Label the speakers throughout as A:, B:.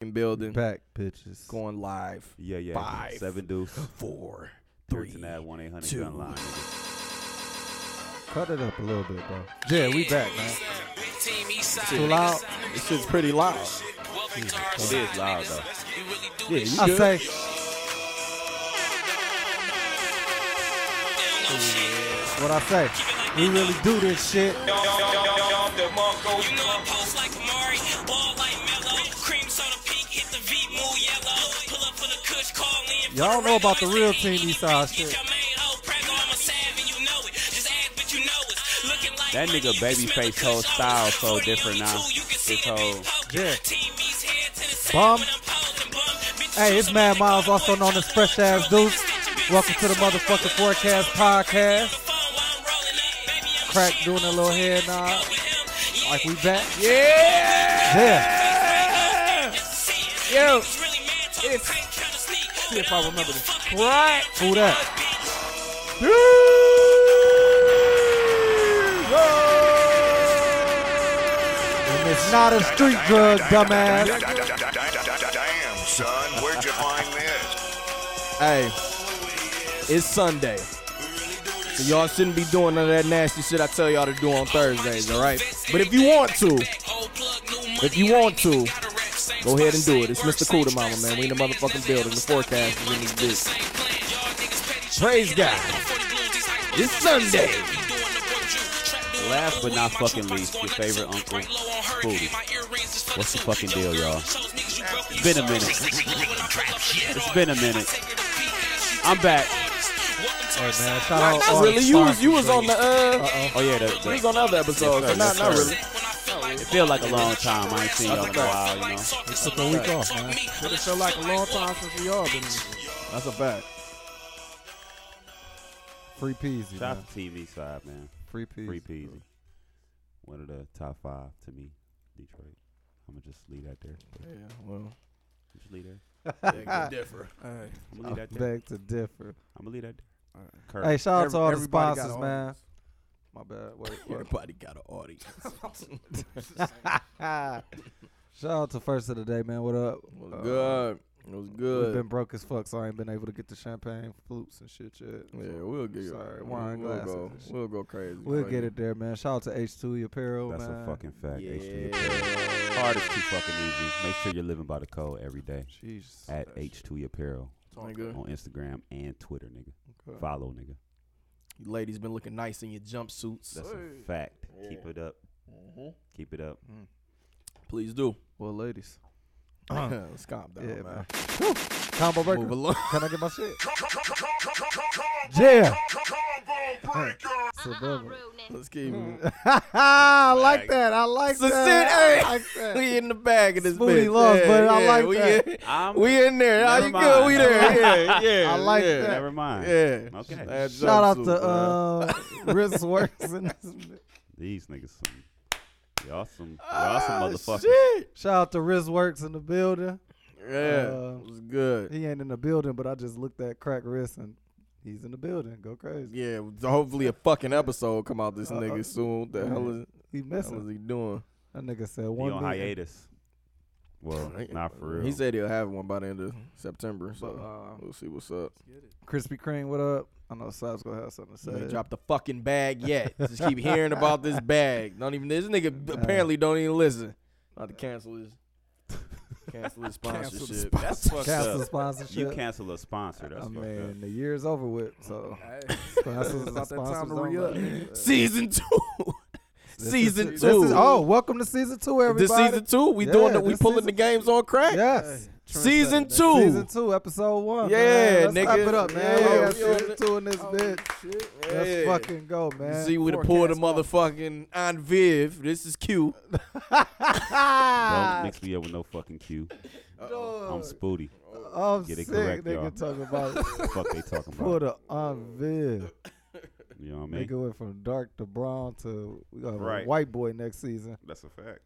A: fucking building.
B: Back bitches.
A: Going live.
C: Yeah, yeah.
A: Five.
C: Seven deuce.
A: Four,
C: Three.
A: three,
C: To that one eight hundred
A: two.
C: gun line.
B: Cut it up a little bit, bro. Yeah, we back, man.
D: Too
B: Too loud. Hmm.
A: This shit's pretty loud.
D: It
C: is loud, though.
D: though.
A: Yeah, you
B: I
A: good?
B: say, what I say. We really do this shit.
D: You know I post like Mari, ball like Mello, cream soda pink, hit the V, move yellow. Pull up for the Kush, call in.
B: Y'all
D: for
B: know about the
D: Rego,
B: real
D: it's
B: Team
D: that easy
B: Eastside
D: bitch, get
B: shit.
D: your main hoe pregnant, I'm a sav and you know it. Just ask, but you know it's looking like
C: That
D: money,
C: nigga
D: you can smell the
C: Babyface
D: Kush
C: whole
D: odor.
C: style so
D: 40
C: different
D: on me,
C: now.
D: too, you can see
C: His
D: the big
C: whole-
D: poke.
B: Yeah.
D: Team East head to the side
B: Bum.
D: when I'm posing, bum. Bitches
B: Hey,
D: choose
B: it's
D: a
B: Mad
D: money,
B: Miles,
D: call
B: also
D: boy,
B: known as
D: tell
B: Fresh
D: the
B: Ass
D: truth,
B: Deuce.
D: bitch, bitch,
B: Welcome to the
D: bitch,
B: motherfucking
D: bitch,
B: Forecast Podcast. Crack
D: Crack
B: doing a little head nod. Like we back.
A: Yeah.
B: Yeah.
A: Yo.
D: It's, see if I remember this.
A: Right.
B: Who that? And it's not a street drug, dumbass.
E: Damn, son, where'd you find this?
A: Hey, it's Sunday. So y'all shouldn't be doing none of that nasty shit I tell y'all to do on Thursdays, all right? But if you want to,
D: if you want to,
A: go ahead and do it. It's Mr. Cool to Mama, man. We in the motherfucking building. The forecast is in this bitch. Praise God. It's Sunday.
C: Last but not fucking least, your favorite uncle, Foodie. What's the fucking deal, y'all? It's been a minute. It's been a minute. I'm back.
B: Hey, man, shout out all
A: Not
B: the
A: Uh, really. You was you was
B: sponsors,
A: on the uh.
C: Oh yeah, the,
A: We was
C: the,
A: on the other episode, so
C: Yes,
A: not
C: sir.
A: not really.
C: it feel like a long time. I ain't seen y'all in a while, you know.
B: We took a week off, man. It felt like a long time since we all been in That's a fact. Free peasy,
C: Shout
B: man.
C: out to TV side, man.
B: Free peasy.
C: Free peasy. One of the top five to me, Detroit. I'm gonna just leave that there.
A: Yeah, well,
C: Just leave that.
A: differ. All right.
C: I'm gonna leave that there.
B: Back to differ.
C: I'm gonna leave that there. Curve.
B: Hey, shout out to all the
A: Everybody got
B: sponsors,
A: an
B: man. My bad. Wait, wait.
A: Everybody got an audience.
B: shout out to First of the Day, man. What up?
A: was
B: Uh,
A: good. It was
B: We've
A: good.
B: been broke as fuck, so I ain't been able to get the champagne flutes and shit yet.
A: yeah,
B: So
A: we'll get it.
B: Sorry,
A: We'll-
B: wine
A: we'll,
B: glasses
A: go.
B: and shit.
A: We'll go crazy.
B: We'll
A: for
B: get
A: you.
B: it there, man. Shout out to H2 Apparel,
C: That's
B: man.
C: a fucking fact. H2
A: Yeah.
C: apparel. Hard is too fucking easy. Make sure you're living by the code every day.
B: Jesus.
C: At H2 Apparel
A: Nigga.
C: on Instagram and Twitter, nigga.
B: Okay.
C: Follow, nigga.
A: You ladies been looking nice in your jumpsuits.
C: That's a fact. Keep it up. Keep it up.
A: Please do.
B: Well, ladies.
A: Let's calm down,
B: Yeah,
A: man.
B: man. Whew. Combo breaker.
A: Move along.
B: Can I get my shit?
E: Yeah.
B: Yeah. Suburban.
A: Let's keep
B: Hmm.
A: it.
B: I like that. I like
A: So
B: that.
A: sit-
B: I like that.
A: We in the bag of this
B: Smoothie
A: bitch.
B: loves,
A: yeah,
B: but I
A: yeah,
B: like
A: we
B: that.
A: In,
C: I'm
A: we in there. How
C: Never
A: you good? We
C: mind.
A: there. Yeah, yeah.
B: I like
A: yeah.
B: that.
C: Never mind.
A: Yeah.
C: Okay.
A: That
B: Shout out
A: jumpsuit,
B: to
A: man.
B: uh, Rizworks and
C: These niggas some y'all some y'all some motherfuckers.
A: Shit.
B: shout out to Rizworks in the building.
A: Yeah.
B: Uh,
A: it was good.
B: He ain't in the building, but I just looked at Crack Wrist and he's in the building. Go crazy.
A: Yeah. Hopefully a fucking episode come out
B: Uh,
A: this nigga soon. The hell is
B: Man, He
A: the hell
B: missing.
A: is he doing?
B: That nigga said
C: He
B: one
C: on
B: million.
C: hiatus. Well,
A: Nigga,
C: not for real.
A: He said he'll have one by the end of September.
B: But,
A: So
B: uh,
A: we'll see what's up.
B: Krispy Kreme, what up? I know Sab's gonna have something to
A: He
B: say.
A: ain't dropped the fucking bag yet. Just keep hearing about this bag. Don't even this nigga b- apparently don't even listen. About to cancel his cancel his
B: Cancel the
A: sponsorship.
C: That's fucked
B: Cancel
C: up.
B: sponsorship.
C: You cancel a sponsor. That's
B: I
C: fucked up.
B: mean, the year's over with, so sponsors,
A: It's about that
B: sponsors
A: time to
B: don't
A: re-up.
B: matter. This
A: season two.
B: is-
A: season
B: this
A: two.
B: is- oh, welcome to season two, everybody.
A: this season two, we
B: Yeah,
A: doing the, we
B: this
A: pulling
B: season-
A: the games on crack.
B: Yes.
A: Season
B: That's
A: two.
B: Season two, episode one.
A: Yeah,
B: man. Let's
A: nigga.
B: Wrap it up,
A: Yeah,
B: man. we got
A: we on
B: season
A: it.
B: two in this bitch. Let's
A: Yeah.
B: fucking go, man.
A: See, we done pulled the motherfucking Aunt Viv. This is Q.
B: Ah.
C: Don't mix me up with no fucking Q. I'm Spooty.
B: I'm
C: Get it
B: sick,
C: correct,
B: nigga.
C: y'all.
B: Talking about
C: Fuck they talking
B: pull
C: about.
B: the unveil.
C: You know what I mean?
B: Nigga went from dark to brown to we gonna have a
C: Right.
B: white boy next season.
C: That's a fact.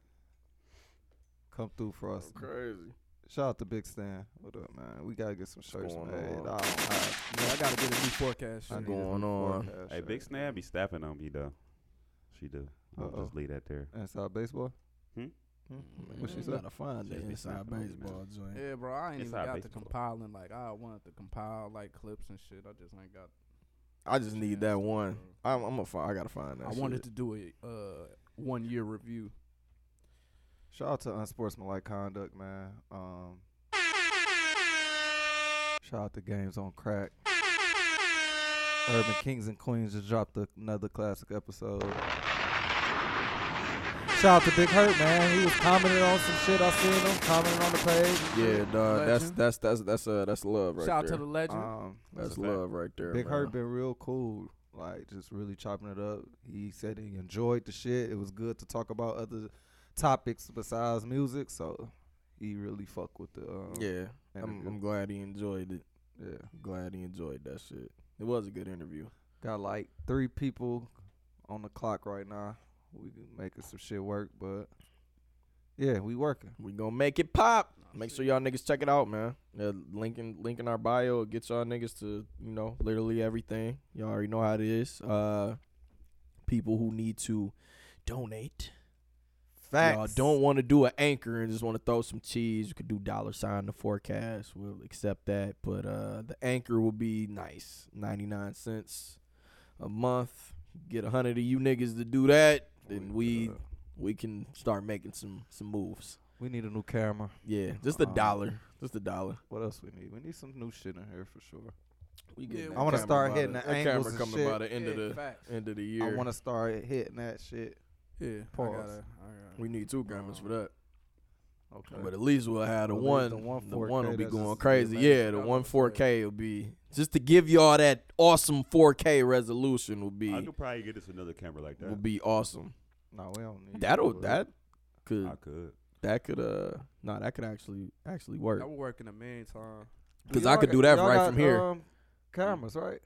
B: Come through for us.
A: Crazy.
B: Shout out to Big Stan. What up, man? We gotta get some shirts
A: going
B: made.
A: on?
B: I, don't have-
F: I gotta get a new forecast.
B: I
F: shit.
B: need a
A: going
B: new
A: on?
B: forecast
C: Hey,
B: shirt.
C: Big Snab be snapping on me though. She do. I'll
B: Uh-oh.
C: just leave that there.
B: Inside baseball.
C: Hmm?
D: What she
A: You
D: said?
A: gotta find
C: She
A: the
C: be
A: inside
C: snapping on you, man.
A: baseball joint.
D: Yeah, bro, I ain't
C: It's
D: even
C: our
D: got to
C: baseball.
D: compiling. Like, I wanted to compile like clips and shit. I just ain't got.
A: I just need that one. I'm, I'm a fi- I gotta find that.
D: I wanted
A: shit.
D: to do a uh, one year review.
B: Shout out to unsportsmanlike conduct, man. Um, shout out to games on crack. Urban Kings and Queens just dropped another classic episode. Shout out to Big Hurt, man. He was commenting on some shit I seen him commenting on the page.
A: Yeah, dog. That's
D: Legend.
A: that's that's that's uh that's love right
D: Shout out
A: there.
D: to the legend.
B: Um,
A: that's love right there.
B: Big
A: bro.
B: Hurt been real cool, like just really chopping it up. He said he enjoyed the shit. It was good to talk about other topics besides music, so he really fuck with the um,
A: Yeah, I'm,
B: interview.
A: I'm glad he enjoyed it.
B: yeah.
A: Glad he enjoyed that shit. It was a good interview.
B: Got like three people on the clock right now. We can- making some shit work, but yeah, we working.
A: We gonna make it pop. Make sure y'all niggas check it out, man. Yeah, link in, link in our bio. Get y'all niggas to you know literally everything. Y'all already know how it is. Uh, people who need to donate.
B: Facts.
A: Y'all don't want to do an anchor and just want to throw some cheese. You could do dollar sign the forecast. We'll accept that. But uh, the anchor will be nice. 99 cents a month. Get a hundred of you niggas to do that. Then we we can start making some some moves.
B: We need a new camera.
A: Yeah, just a
B: Um,
A: dollar. Just a dollar.
B: What else we need? We need some new shit in here for sure.
A: We getting
D: Yeah,
A: that
B: I wanna
A: camera
B: start
A: by
B: hitting the
A: that
B: angles
A: camera
B: and
A: coming
B: shit.
A: by the end
D: Yeah,
A: of the
D: facts.
A: end of the year.
B: I want to start hitting that shit.
D: yeah,
B: pause.
D: I gotta, I gotta.
A: we need two cameras for that.
B: Okay.
A: But at least we'll have the
B: At least
A: one.
B: the
A: The
B: one
A: one,
B: 4K,
A: will be
B: that's
A: going
B: just-
A: crazy.
B: yeah,
A: Yeah,
B: that's
A: the
B: what I
A: one
B: was gonna
A: 4K will be just to give y'all that awesome 4K resolution. Will
C: I
A: be
C: could probably get us another camera like that.
A: will be awesome.
B: no, we don't need
A: That'll
B: but
A: that could
C: I could.
A: that could uh no that could actually actually work
D: I would work in the meantime.
A: because
B: Y'all
A: I could
B: got-
A: do that
B: y'all
A: right
B: got,
A: from here.
B: um, cameras, right?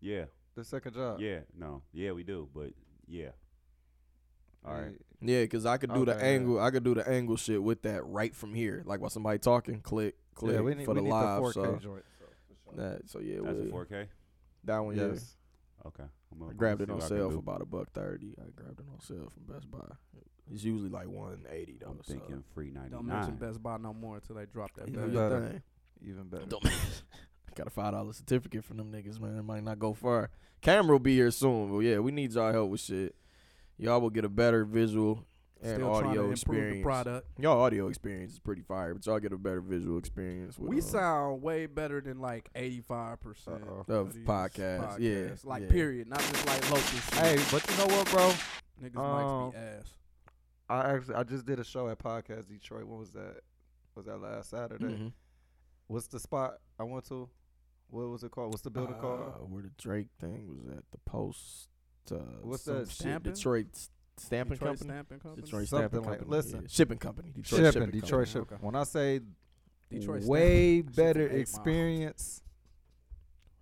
C: Yeah.
B: The second
A: Uh,
B: job.
C: Yeah. No. Yeah, we do. But yeah. All right.
A: Yeah, because I could do the
B: Okay, yeah.
A: angle. I could do the angle shit with that right from here, like while somebody talking, click click
B: yeah, we need,
A: for
B: we
A: the
B: need
A: live.
B: the 4K
A: so
B: joint.
A: that so yeah,
C: That's a
A: we-
C: 4K.
A: that one Oh, yeah.
B: Yes.
C: Okay. I'm gonna
A: I grabbed it
C: see
A: on
C: what I can
A: sale
C: do.
A: for about a buck thirty. I grabbed it on sale from Best Buy. It's usually like one eighty though.
C: I'm
A: so-
C: thinking free Oh,
D: Don't mention
C: 99.
D: Best Buy no more until they drop that.
A: You know
B: Yeah.
D: bag.
A: your
B: Better.
A: thing.
B: Even better.
A: Don't- I got a five dollar certificate from them niggas, man. It might not go far. Camera will be here soon, but yeah, we need y'all help with shit. Y'all will get a better visual and
D: Still trying to
A: audio
D: improve the
A: experience.
D: product.
A: Y'all audio experience is pretty fire, but y'all get a better visual experience. With,
D: We
A: um,
D: sound way better than like eighty five percent
B: Uh-oh.
A: Of podcasts, yeah,
D: like
A: yeah.
D: period, not just like local. Shit.
B: Hey, but you know what, bro?
D: niggas
B: um,
D: mics be ass.
B: I actually I just did a show at Podcast Detroit. When was that? Was that last Saturday?
A: mhm.
B: What's the spot I went to? What was it called? What's the building
A: Uh,
B: called?
A: where the Drake thing was at the post. Uh,
B: What's
A: some
B: that?
A: shit,
D: Stampin'?
A: Detroit s- stamping
D: Detroit
A: company.
D: Stamping Company.
A: Detroit
B: Something
A: stamping
B: like-
A: company.
B: listen.
A: yeah. shipping company. Detroit
B: shipping,
A: shipping, company.
B: Detroit
D: Company.
B: shipping.
D: Okay.
B: When I say
D: Detroit
B: way
D: Stamping.
B: better
D: Shit from Eight Mile.
B: experience,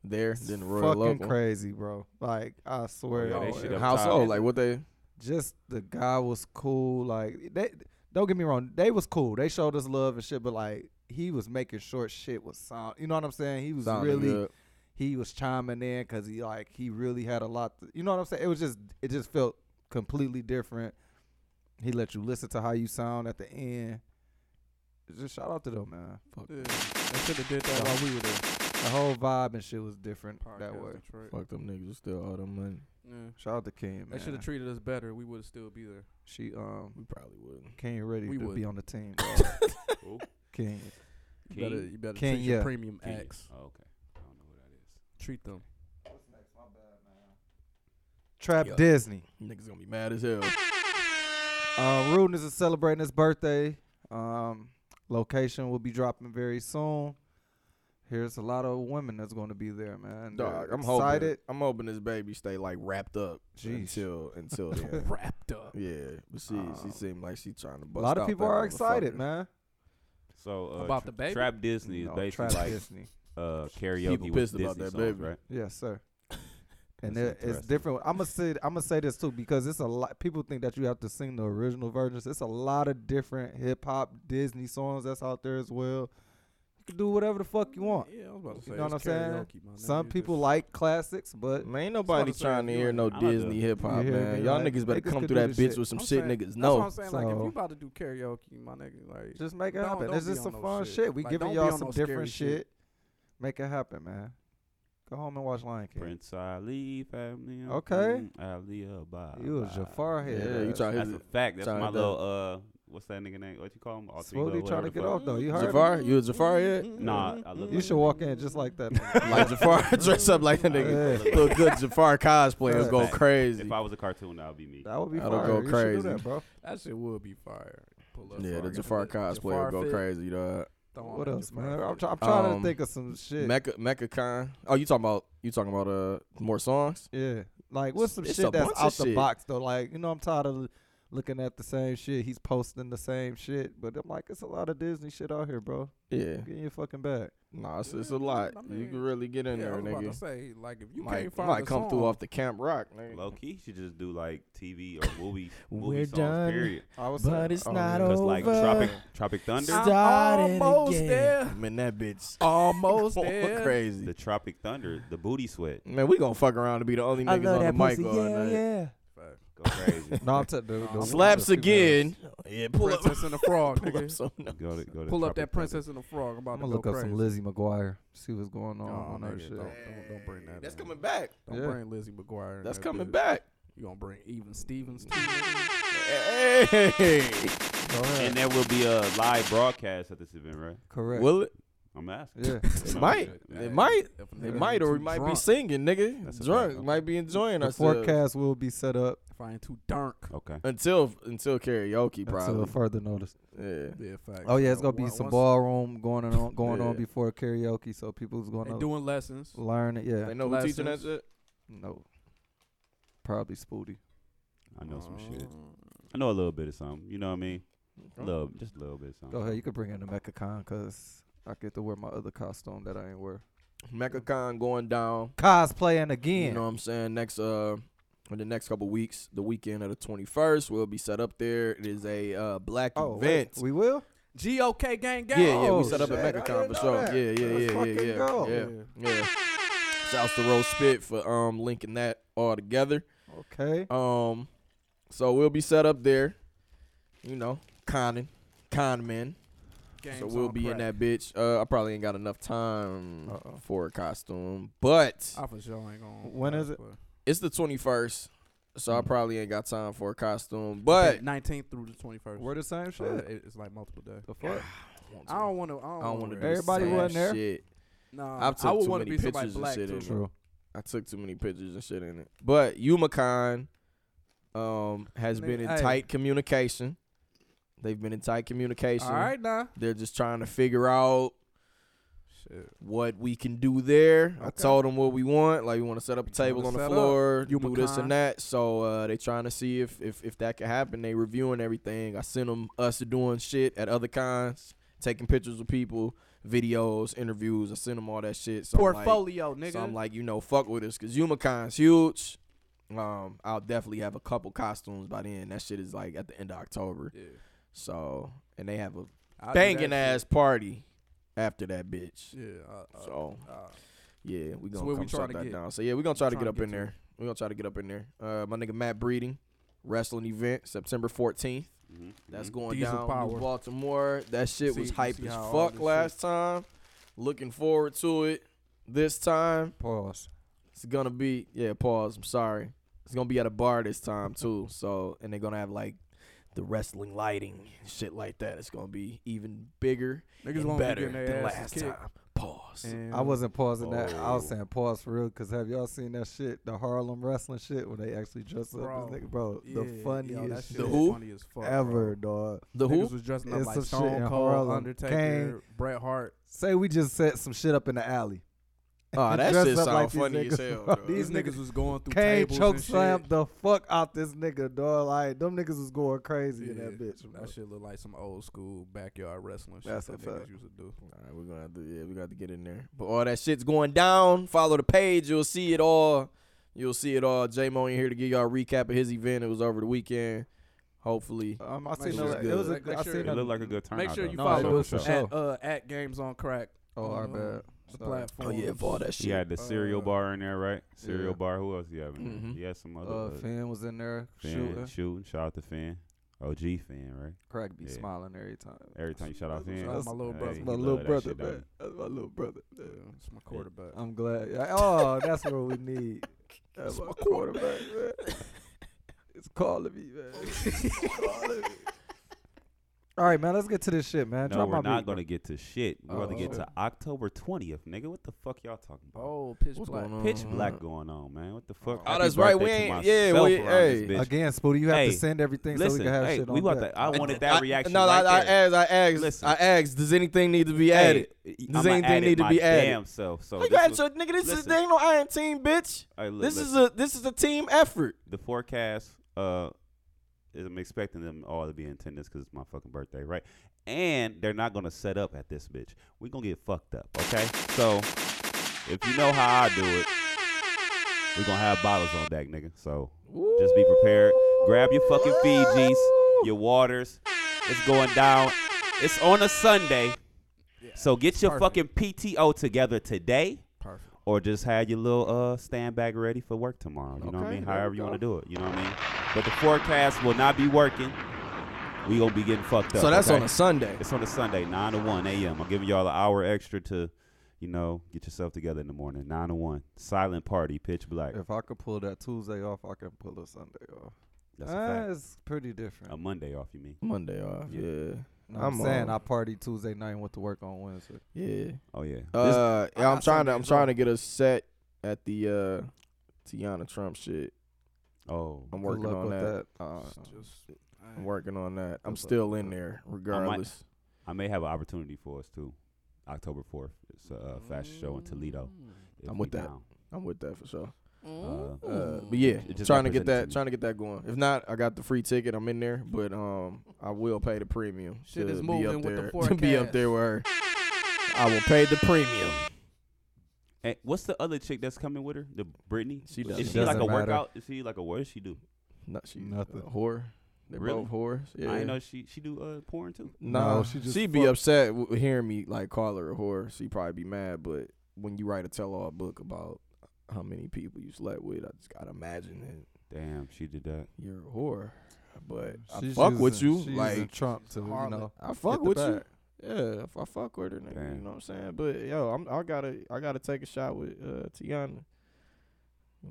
A: There,
B: it's
A: then Royal
B: fucking
A: Local.
B: crazy, bro. Like I swear,
C: Oh, Yeah, they
B: it-
C: shit
A: How
C: top.
A: so? Like what they?
B: just the guy was cool. Like they don't get me wrong, they was cool. They showed us love and shit, but like he was making sure shit was sound. You know what I'm saying? He was
A: sounded
B: really
A: good.
B: he was chiming in because he like he really had a lot. To, you know what I'm saying? It was just it just felt completely different. He let you listen to how you sound at the end. Just shout out to them, man.
A: Fuck,
D: Yeah, they should have did that while we were there.
B: The whole vibe and shit was different
D: Podcast
B: that way.
D: Detroit.
A: fuck them niggas. Still all them money.
D: Yeah.
B: Shout out to King,
D: They should
B: man.
D: have treated us better. We would still be there.
B: she um
A: We probably wouldn't.
B: King ready
D: We
B: to
D: would.
B: be on the team.
C: Who?
B: King,
D: You better,
C: King?
D: you better
B: King,
D: treat your
B: yeah.
D: premium
C: King.
D: acts.
C: Oh, okay. I don't know who that is.
D: Treat them.
B: Trap
A: Yeah.
B: Disney.
A: Niggas gonna be mad as hell.
B: Uh, Rudeness is celebrating his birthday. Um, location will be dropping very soon. Here's a lot of women that's going to be there, man. They're
A: Dog, I'm hoping.
B: excited.
A: I'm hoping this baby stay like wrapped up
B: Jeez.
A: until until then.
D: Wrapped up.
A: yeah, but she she
C: Uh,
B: Um,
A: seemed like she trying to.
B: A
A: Bust
B: lot of
A: out
B: people
A: that
B: are excited,
A: motherfucker.
B: man.
C: So uh,
D: About
C: Tra-
D: the baby?
C: Trap Disney is
B: No,
C: basically
B: Trap
C: like
B: Disney.
C: uh, karaoke
A: People
C: with
A: pissed
C: Disney
A: about that
C: songs,
A: baby.
C: right?
B: Yes, sir. And
C: That's
B: there- it's
C: interesting.
B: different. I'm gonna say I'm gonna say this too because it's a lot. People think that you have to sing the original versions. It's a lot of different hip hop Disney songs that's out there as well. You can do whatever the fuck you want.
D: Yeah, I was about to say.
B: You know what I'm
D: it's
B: saying?
D: karaoke, my nigga.
B: Some
D: It's
B: people
D: just-
B: like classics, but
A: Man, ain't nobody
D: That's what I'm
A: trying to
D: saying.
A: hear no
C: I like that.
A: Disney hip hop,
B: You hear
A: man.
B: me?
A: Y'all
B: Like,
A: niggas better
B: niggas
A: come
B: could
A: through
B: do
A: that
B: this
A: bitch
B: shit.
A: with some
D: I'm
A: shit
D: saying-
A: niggas
D: that's
A: know.
D: what I'm saying. Like, if
B: So-
D: you about to do karaoke, my nigga, like,
B: just make it
D: Don't-
B: happen.
D: don't
B: It's
D: be
B: just
D: on
B: some
D: no
B: fun
D: shit.
B: shit. We
D: Like,
B: giving
D: don't
B: y'all
D: be on
B: some
D: no scary
B: different shit.
D: shit.
B: Make it happen, man. Go home and watch Lion King.
C: Prince Ali family.
B: Okay.
C: mm, Ali Abba.
B: You a Jafar head.
A: Yeah, you
B: ass.
A: try-
C: That's a fact. That's
A: Sorry,
C: my
A: dog.
C: little uh, what's that nigga name? What you call him? Altigo,
B: Smoothie trying
C: whatever
B: to
C: the
B: get
C: fuck.
B: off though. You heard me?
A: Jafar, you a Jafar yet?
C: Nah, I look.
B: You
C: like
B: should walk in just like that. nigga.
A: Like Jafar, dress up like that nigga.
B: Yeah.
A: Look good Jafar cosplay will go
C: Fact.
A: crazy.
C: If I was a cartoon, that would be me.
B: That would be
A: That'll
B: fire.
A: go
B: You should do
A: crazy.
B: that, bro.
D: that shit would be fire. Pull up
A: Yeah, the
D: fire.
A: Jafar
D: Get the
A: cosplay will
D: Jafar
A: go
D: fit.
A: crazy, dog.
D: Throw on
B: What
D: the
B: else,
D: Jafar
B: man? I'm,
D: fit.
B: try- I'm trying
A: Um,
B: to think of some shit.
A: Mecca, Mecca Con. Oh, you talking about you talking about uh more songs?
B: yeah, like what's some
A: It's a
B: shit that's
A: bunch of
B: out the
A: shit.
B: box though? Like you know, I'm tired of l- looking at the same shit. He's posting the same shit, but I'm like, it's a lot of Disney shit out here, bro.
A: Yeah.
B: Get in your fucking bag.
A: Nah, it's, it's a lot.
D: I
A: you
D: mean,
A: can really get in
D: yeah, I
A: there,
D: was about to
A: nigga.
D: say, like, if you
A: Might,
D: can't find
A: might
D: a
A: come through
D: song-
A: off the Camp Rock, nigga.
C: Low key, you should just do like TV or movie, movie
A: We're
C: songs.
A: done.
C: Period.
B: I was
A: But it's not
C: Because like
A: Over.
C: Tropic, Tropic Thunder,
A: Stop.
D: I'm
A: Started
D: almost
A: again.
D: there.
A: Man, that bitch
D: Almost
A: going
D: there.
A: crazy.
C: the Tropic Thunder, the booty sweat,
A: Man, we gonna fuck around to be the only niggas on the mic all night.
C: go crazy.
B: No, I'm t- the, the
A: Slaps
B: the females.
A: again. Yeah, pull up,
D: Princess and the Frog,
A: pull up
D: nigga.
A: some. numbers.
C: go to, go to
D: Pull up
C: Tropic Thunder.
D: that Princess and the Frog. I'm about
B: I'm
D: to
B: gonna
D: go
B: look up
D: crazy.
B: some Lizzie McGuire. See what's going on
D: Oh,
B: on that
D: nigga,
B: shit.
D: don't, don't, don't bring that.
A: That's
D: in.
A: coming back.
D: Don't
B: Yeah.
D: bring Lizzie McGuire. in
A: That's
D: that
A: coming
D: bitch.
A: back.
D: You gonna bring even Stevens? too?
A: Hey,
B: Go ahead.
C: And there will be a live broadcast at this event, right?
B: Correct.
A: will it?
C: I'm asking.
B: yeah.
A: It might. It might.
D: If a
A: It
D: nigga
A: might, or
D: too
A: we might be
D: drunk,
A: singing, nigga.
C: That's a
A: Drunk,
C: fact.
A: might be enjoying
B: the
A: ourselves
B: forecast will be set up
D: If I ain't too dark.
C: Okay.
A: until until karaoke,
B: until
A: probably.
B: further notice.
A: yeah.
D: Yeah, facts.
B: Oh yeah, it's
D: Uh,
B: gonna be
D: on-
B: some
D: once
B: ballroom going on going on
A: Yeah.
B: before karaoke, so people's
D: They
B: gonna
D: doing lessons.
B: learn it.
A: They
B: Yeah,
A: know who's teaching that
D: Lessons.
A: shit.
B: no, probably Spooty.
C: I know some shit.
D: Uh,
C: I know a little bit of something. You know what I mean? A little, just a little bit of
B: Go
C: something.
B: ahead, you can bring in the MechaCon cause I get to wear my other costume that I ain't wear.
A: MechaCon going down.
B: Cosplaying again.
A: You know what I'm saying? Next uh in the next couple weeks, the weekend of the 21st will be set up there. It is a uh, black
B: oh, wait,
A: event.
B: we will.
D: GOK gang gang.
A: yeah, yeah,
B: Oh,
A: we set up
B: shit,
A: at
B: I
A: MechaCon for
B: didn't know
A: sure.
B: that.
A: Yeah, yeah,
B: Let's
A: yeah, yeah,
B: fucking
A: yeah,
D: Oh,
B: go.
A: yeah, yeah. Shouts to Rose Spit for um linking that all together.
B: Okay.
A: Um, so we'll be set up there. You know, conning, con men.
D: Games
A: So we'll
D: on
A: be in
D: crack.
A: that bitch. Uh, I probably ain't got enough time
B: Uh-oh.
A: for a costume, but
D: I for sure ain't gonna.
B: When is it?
A: it's the twenty first, so I probably ain't got time for a costume.
D: But
A: But
D: 19th through the 21st.
B: Wear the same
D: So
B: shit.
D: it- It's like multiple days.
B: The fuck?
D: I don't want to. I
A: I don't want
D: wanna
A: to.
D: wear it.
B: Everybody
A: the same
B: wasn't there?
A: Shit.
D: Nah,
A: I've
D: I
A: took
D: would
A: too
D: wanna
A: many
D: be somebody
A: pictures and
D: black
A: shit
D: too.
A: in
B: True.
A: I took too many pictures and shit in it. But Umacon um has been in
B: Nigga, hey.
A: tight communication. They've been in tight communication.
D: All right, nah.
A: They're just trying to figure out
D: Shit.
A: what we can do there. I
D: Okay.
A: told them what we want. Like we want to set up a table on
D: wanna
A: the
D: set up.
A: floor,
D: You
A: do this
D: Macan.
A: and that. So uh, they trying to see if if if that can happen. They reviewing everything. I sent them us doing shit at other cons, taking pictures with people, videos, interviews. I sent them all that shit. So I'm like-
D: Portfolio, nigga.
A: so I'm like, you know, fuck with us because Yumacon's huge. Um, I'll definitely have a couple costumes by then. That shit is like at the end of October.
D: Yeah.
A: So and they have a
D: I'll do
A: banging
D: that
A: ass party after that bitch.
D: shit. Yeah. uh, uh,
A: So
D: uh,
A: yeah, we
D: So
A: gonna
D: where we
A: come
D: trying
A: shut
D: to
A: that
D: get?
A: down. So yeah, we gonna try to get
D: Trying to
A: up
D: get
A: in
D: to?
A: there. We gonna try to get up in there. Uh, my nigga Matt Breeding, wrestling event September 14th.
C: Mhm,
A: That's
C: mhm.
A: going
D: Mm-hmm. Diesel
A: down
D: power.
A: New Baltimore. That shit was
D: See-
A: hype
D: see
A: as
D: how all
A: fuck
D: this
A: last time. Looking forward to it this time.
B: Pause.
A: It's gonna be yeah. Pause. I'm sorry. It's gonna be at a bar this time too. So and they're gonna have like the wrestling lighting, and shit like that. It's gonna be even bigger
D: Niggas
A: and
D: won't be
A: better
D: getting
A: than
D: their
A: last
D: asses
A: time.
D: kicked.
A: Pause.
D: And
B: I wasn't pausing that. I was
C: Oh.
B: saying pause for real. Cause have y'all seen that shit, the Harlem wrestling shit, when they actually dress up
D: Bro.
B: this nigga, bro? the
D: yeah, yo, that
B: funniest
D: shit
A: The
D: is
B: shit
A: who?
D: funny as fuck, bro.
B: ever, dog.
A: The
D: Niggas
A: who?
D: was dressing up
B: It's
D: like
B: some shit in
D: Stone Cold,
B: Harlem.
D: Undertaker, Bret Hart.
B: Say we just set some shit up in the alley.
A: Oh, that
B: Dress
A: shit
B: up
A: sound
B: like these
A: funny as
B: niggas,
A: hell.
B: bro.
A: dog.
B: These
D: These niggas was going through
B: Kane
D: tables
B: choke
D: and shit.
B: slammed the fuck out this nigga, dog. Like them niggas was going crazy in that
D: Yeah,
B: bitch. Bro.
D: That shit look like some old school backyard wrestling shit
B: That's
D: that
B: a fact.
D: niggas used to do.
A: All right, we're gonna have to, yeah, we got to get in there. But all that shit's going down. Follow the page. You'll see it all. You'll see it all. J Mo in here to give y'all a recap of his event. It was over the weekend. Hopefully, Oh,
B: Um, I
D: Make
B: seen
D: sure
B: a-
D: it's
B: it was a,
D: good. Make
B: I
D: sure
B: seen
D: it
B: a-
C: It looked like a good turnout.
D: Make sure
C: though.
D: you
B: No, it
D: follow
B: was for
D: us
B: sure.
D: at, uh, at Games on Crack.
B: Oh,
D: on,
B: our
D: uh,
B: bad.
D: The
B: Sorry.
D: platform.
A: that
C: He had the cereal
D: Uh,
C: bar in there, right? Cereal
B: yeah.
C: bar. Who else he having?
A: Mhm.
C: He had some other
B: Uh,
C: uh,
B: Finn was in there
C: fan
B: shooting.
C: shooting. Shout out to Finn. OG fan, right?
B: Craig be
C: Yeah.
B: smiling every time.
C: Every time you shout out Finn,
D: Shout out my little brother.
C: he
B: my
C: love
B: little
C: that
B: brother,
C: shit, don't
B: man. That's my little brother.
D: Yeah, it's my quarterback.
B: I'm glad. yeah, Oh, that's what we need. That's my quarterback, man. It's calling me, man. It's calling me. All right, man. Let's get to this shit, man.
C: he? No,
B: Drop
C: we're
B: my
C: not
B: beat,
C: gonna get to shit. We're about to
D: Oh,
C: get
D: shit.
C: to October twentieth, nigga. What the fuck y'all talking about?
D: Oh, pitch
A: What's
D: black.
A: going on?
C: Pitch black going on, man. What the fuck?
A: mm-hmm. Oh,
C: Happy
A: that's right.
C: birthday
A: We
C: to
A: ain't- yeah,
C: myself
A: we-
C: around this
A: hey.
C: bitch.
B: Again, Spooty, you have
C: Hey,
B: to send everything
C: Listen,
B: so we can have
C: hey,
B: shit on
C: we want
B: deck.
C: that. I wanted that reaction.
A: No,
C: right
A: I, I
C: there.
A: asked. I asked.
C: Listen.
A: I asked. Does anything need to be
C: Hey,
A: added? Does
C: I'ma
A: anything
C: add it
A: need to
C: my
A: be added?
C: Damn self.
A: Hey,
C: So Oh, this
A: you had
C: was-
A: your- nigga, this is
C: listen.
A: there ain't no iron team, bitch.
C: Hey, look,
A: This
C: listen.
A: is a this is a team effort.
C: the forecast uh is I'm expecting them all to be in attendance because it's my fucking birthday, right? And they're not gonna set up at this bitch. we gonna get fucked up, okay? So if you know how I do it, we're gonna have bottles on deck, nigga. So just be prepared. Grab your fucking Fijis, your waters. It's going down. It's on a Sunday. So get your fucking PTO together today
D: Perfect.
C: or just have your little uh stand back ready for work tomorrow. You know what I
B: Okay,
C: mean?
B: there we
C: However you want to
B: go.
C: do it. You know what I mean? But the forecast will not be working. We gonna be getting fucked up.
A: So that's
C: okay?
A: on a Sunday.
C: It's on a Sunday, nine to one a.m. I'm giving y'all an hour extra to, you know, get yourself together in the morning. Nine to one, silent party, pitch black.
B: If I could pull that Tuesday off, I can pull a Sunday off. Eh,
C: That's a
B: Ah.
C: fact.
B: It's pretty different.
C: A Monday off, you mean?
A: Monday off. Yeah.
B: Know what I'm,
A: I'm
B: saying
A: on.
B: I party Tuesday night and went to work on Wednesday.
A: Yeah.
C: Oh yeah. This-
A: Uh, yeah, I'm
D: I-
A: trying to I'm
D: Sundays
A: trying
D: off.
A: to get us set at the uh Tiana Trump shit.
C: oh,
A: I'm
B: Good
A: working
B: luck
A: on
B: with
A: that.
B: Uh,
A: Um,
D: It's just,
A: I'm working on that. I'm
B: Good luck
A: still
B: with
A: in
B: that.
A: there regardless.
C: I may have an opportunity for us too. October fourth, it's a uh, fashion show in Toledo. if
A: I'm
C: we
A: with that.
C: down.
A: I'm with that for sure.
D: Mm.
C: Uh,
A: Uh, but yeah,
C: It just
A: trying to get that
C: represented
A: trying to get that going. If not, I got the free ticket. I'm in there, but um, I will pay the premium
D: Mm-hmm. Shit
A: to
D: is
A: be
D: moving
A: up
D: with the
A: there to be up
D: forecast.
A: there with her. I will pay the premium.
C: Hey, what's the other chick that's coming with her? The Brittany.
A: She doesn't.
C: Is she like a
B: Doesn't matter.
C: workout? Is she like a what does she do?
A: No, she's
B: Nothing.
A: a uh, whore. They're
C: Really?
A: both whores. Yeah.
C: I didn't know she she do uh porn too.
A: Nah,
B: No,
A: she
B: she just
A: would be
B: fuck-
A: upset with hearing me like call her a whore. She'd probably be mad. But when you write a tell-all book about how many people you slept with, I just gotta imagine that
C: Damn, she did that.
A: you're a whore. But
B: she's
A: I fuck with
B: using-
A: you,
B: she's using
A: like
B: Trump to you
D: harlot.
B: know.
A: I fuck
B: the
A: with you.
B: bag.
A: Yeah, if I fuck with her, nigga, you
C: Damn.
A: know what I'm saying. But yo, I'm I gotta I gotta take a shot with uh, Tiana.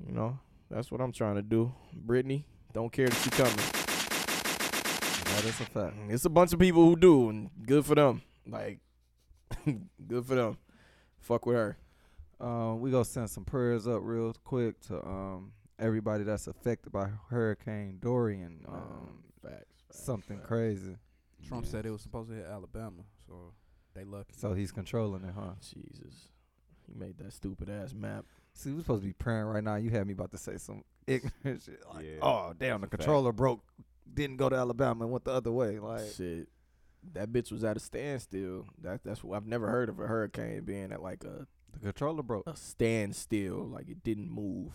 A: You know, that's what I'm trying to do. Brittany, don't care that you coming.
B: That is a fact.
A: It's a bunch of people who do, and good for them. Like, good for them. Fuck with her.
B: Um, we gonna send some prayers up real quick to um everybody that's affected by Hurricane Dorian. Um,
A: facts.
B: something crazy.
D: Trump
C: Yeah.
D: said it was supposed to hit Alabama, so they lucky.
B: So he's controlling it, huh?
A: Jesus, he made that stupid ass map.
B: See, we're supposed to be praying right now. You had me about to say some ignorant shit. Like,
C: Yeah,
B: oh damn, the
C: that's a fact.
B: controller broke, didn't go to Alabama and went the other way. Like,
A: Shit, that bitch was at a standstill. That that's what I've never heard of a hurricane being at like a
B: the controller broke.
A: a standstill, like it didn't move.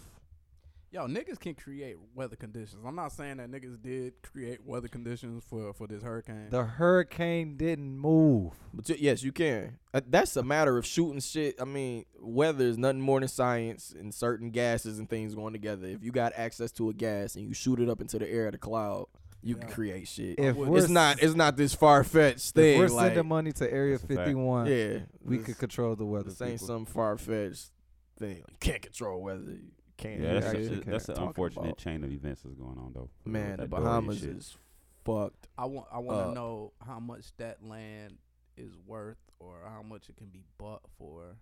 D: Yo, niggas can create weather conditions. I'm not saying that niggas did create weather conditions for for this hurricane.
B: The hurricane didn't move.
A: But y- yes, you can. Uh, That's a matter of shooting shit. I mean, weather is nothing more than science and certain gases and things going together. If you got access to a gas and you shoot it up into the air of the cloud, you can
D: Yeah.
A: create shit.
B: If
D: would-
B: we're
A: Oh, it's not it's not this far fetched
B: If
A: thing.
B: we're
A: like,
B: sending money to Area
C: That's a fact.
B: 51,
A: yeah,
B: we
A: this-
B: could control the weather.
A: This ain't
B: people.
A: some far fetched thing. You can't control weather. You can't.
C: Yeah, that's,
B: yeah,
C: a-
B: yeah,
C: that's, an
A: Talking
C: unfortunate
A: about-
C: chain of events that's going on though.
A: Man, the
C: That Dorian
A: Bahamas
C: shit.
A: is fucked.
D: I want I want to
A: Uh,
D: know how much that land is worth or how much it can be bought for.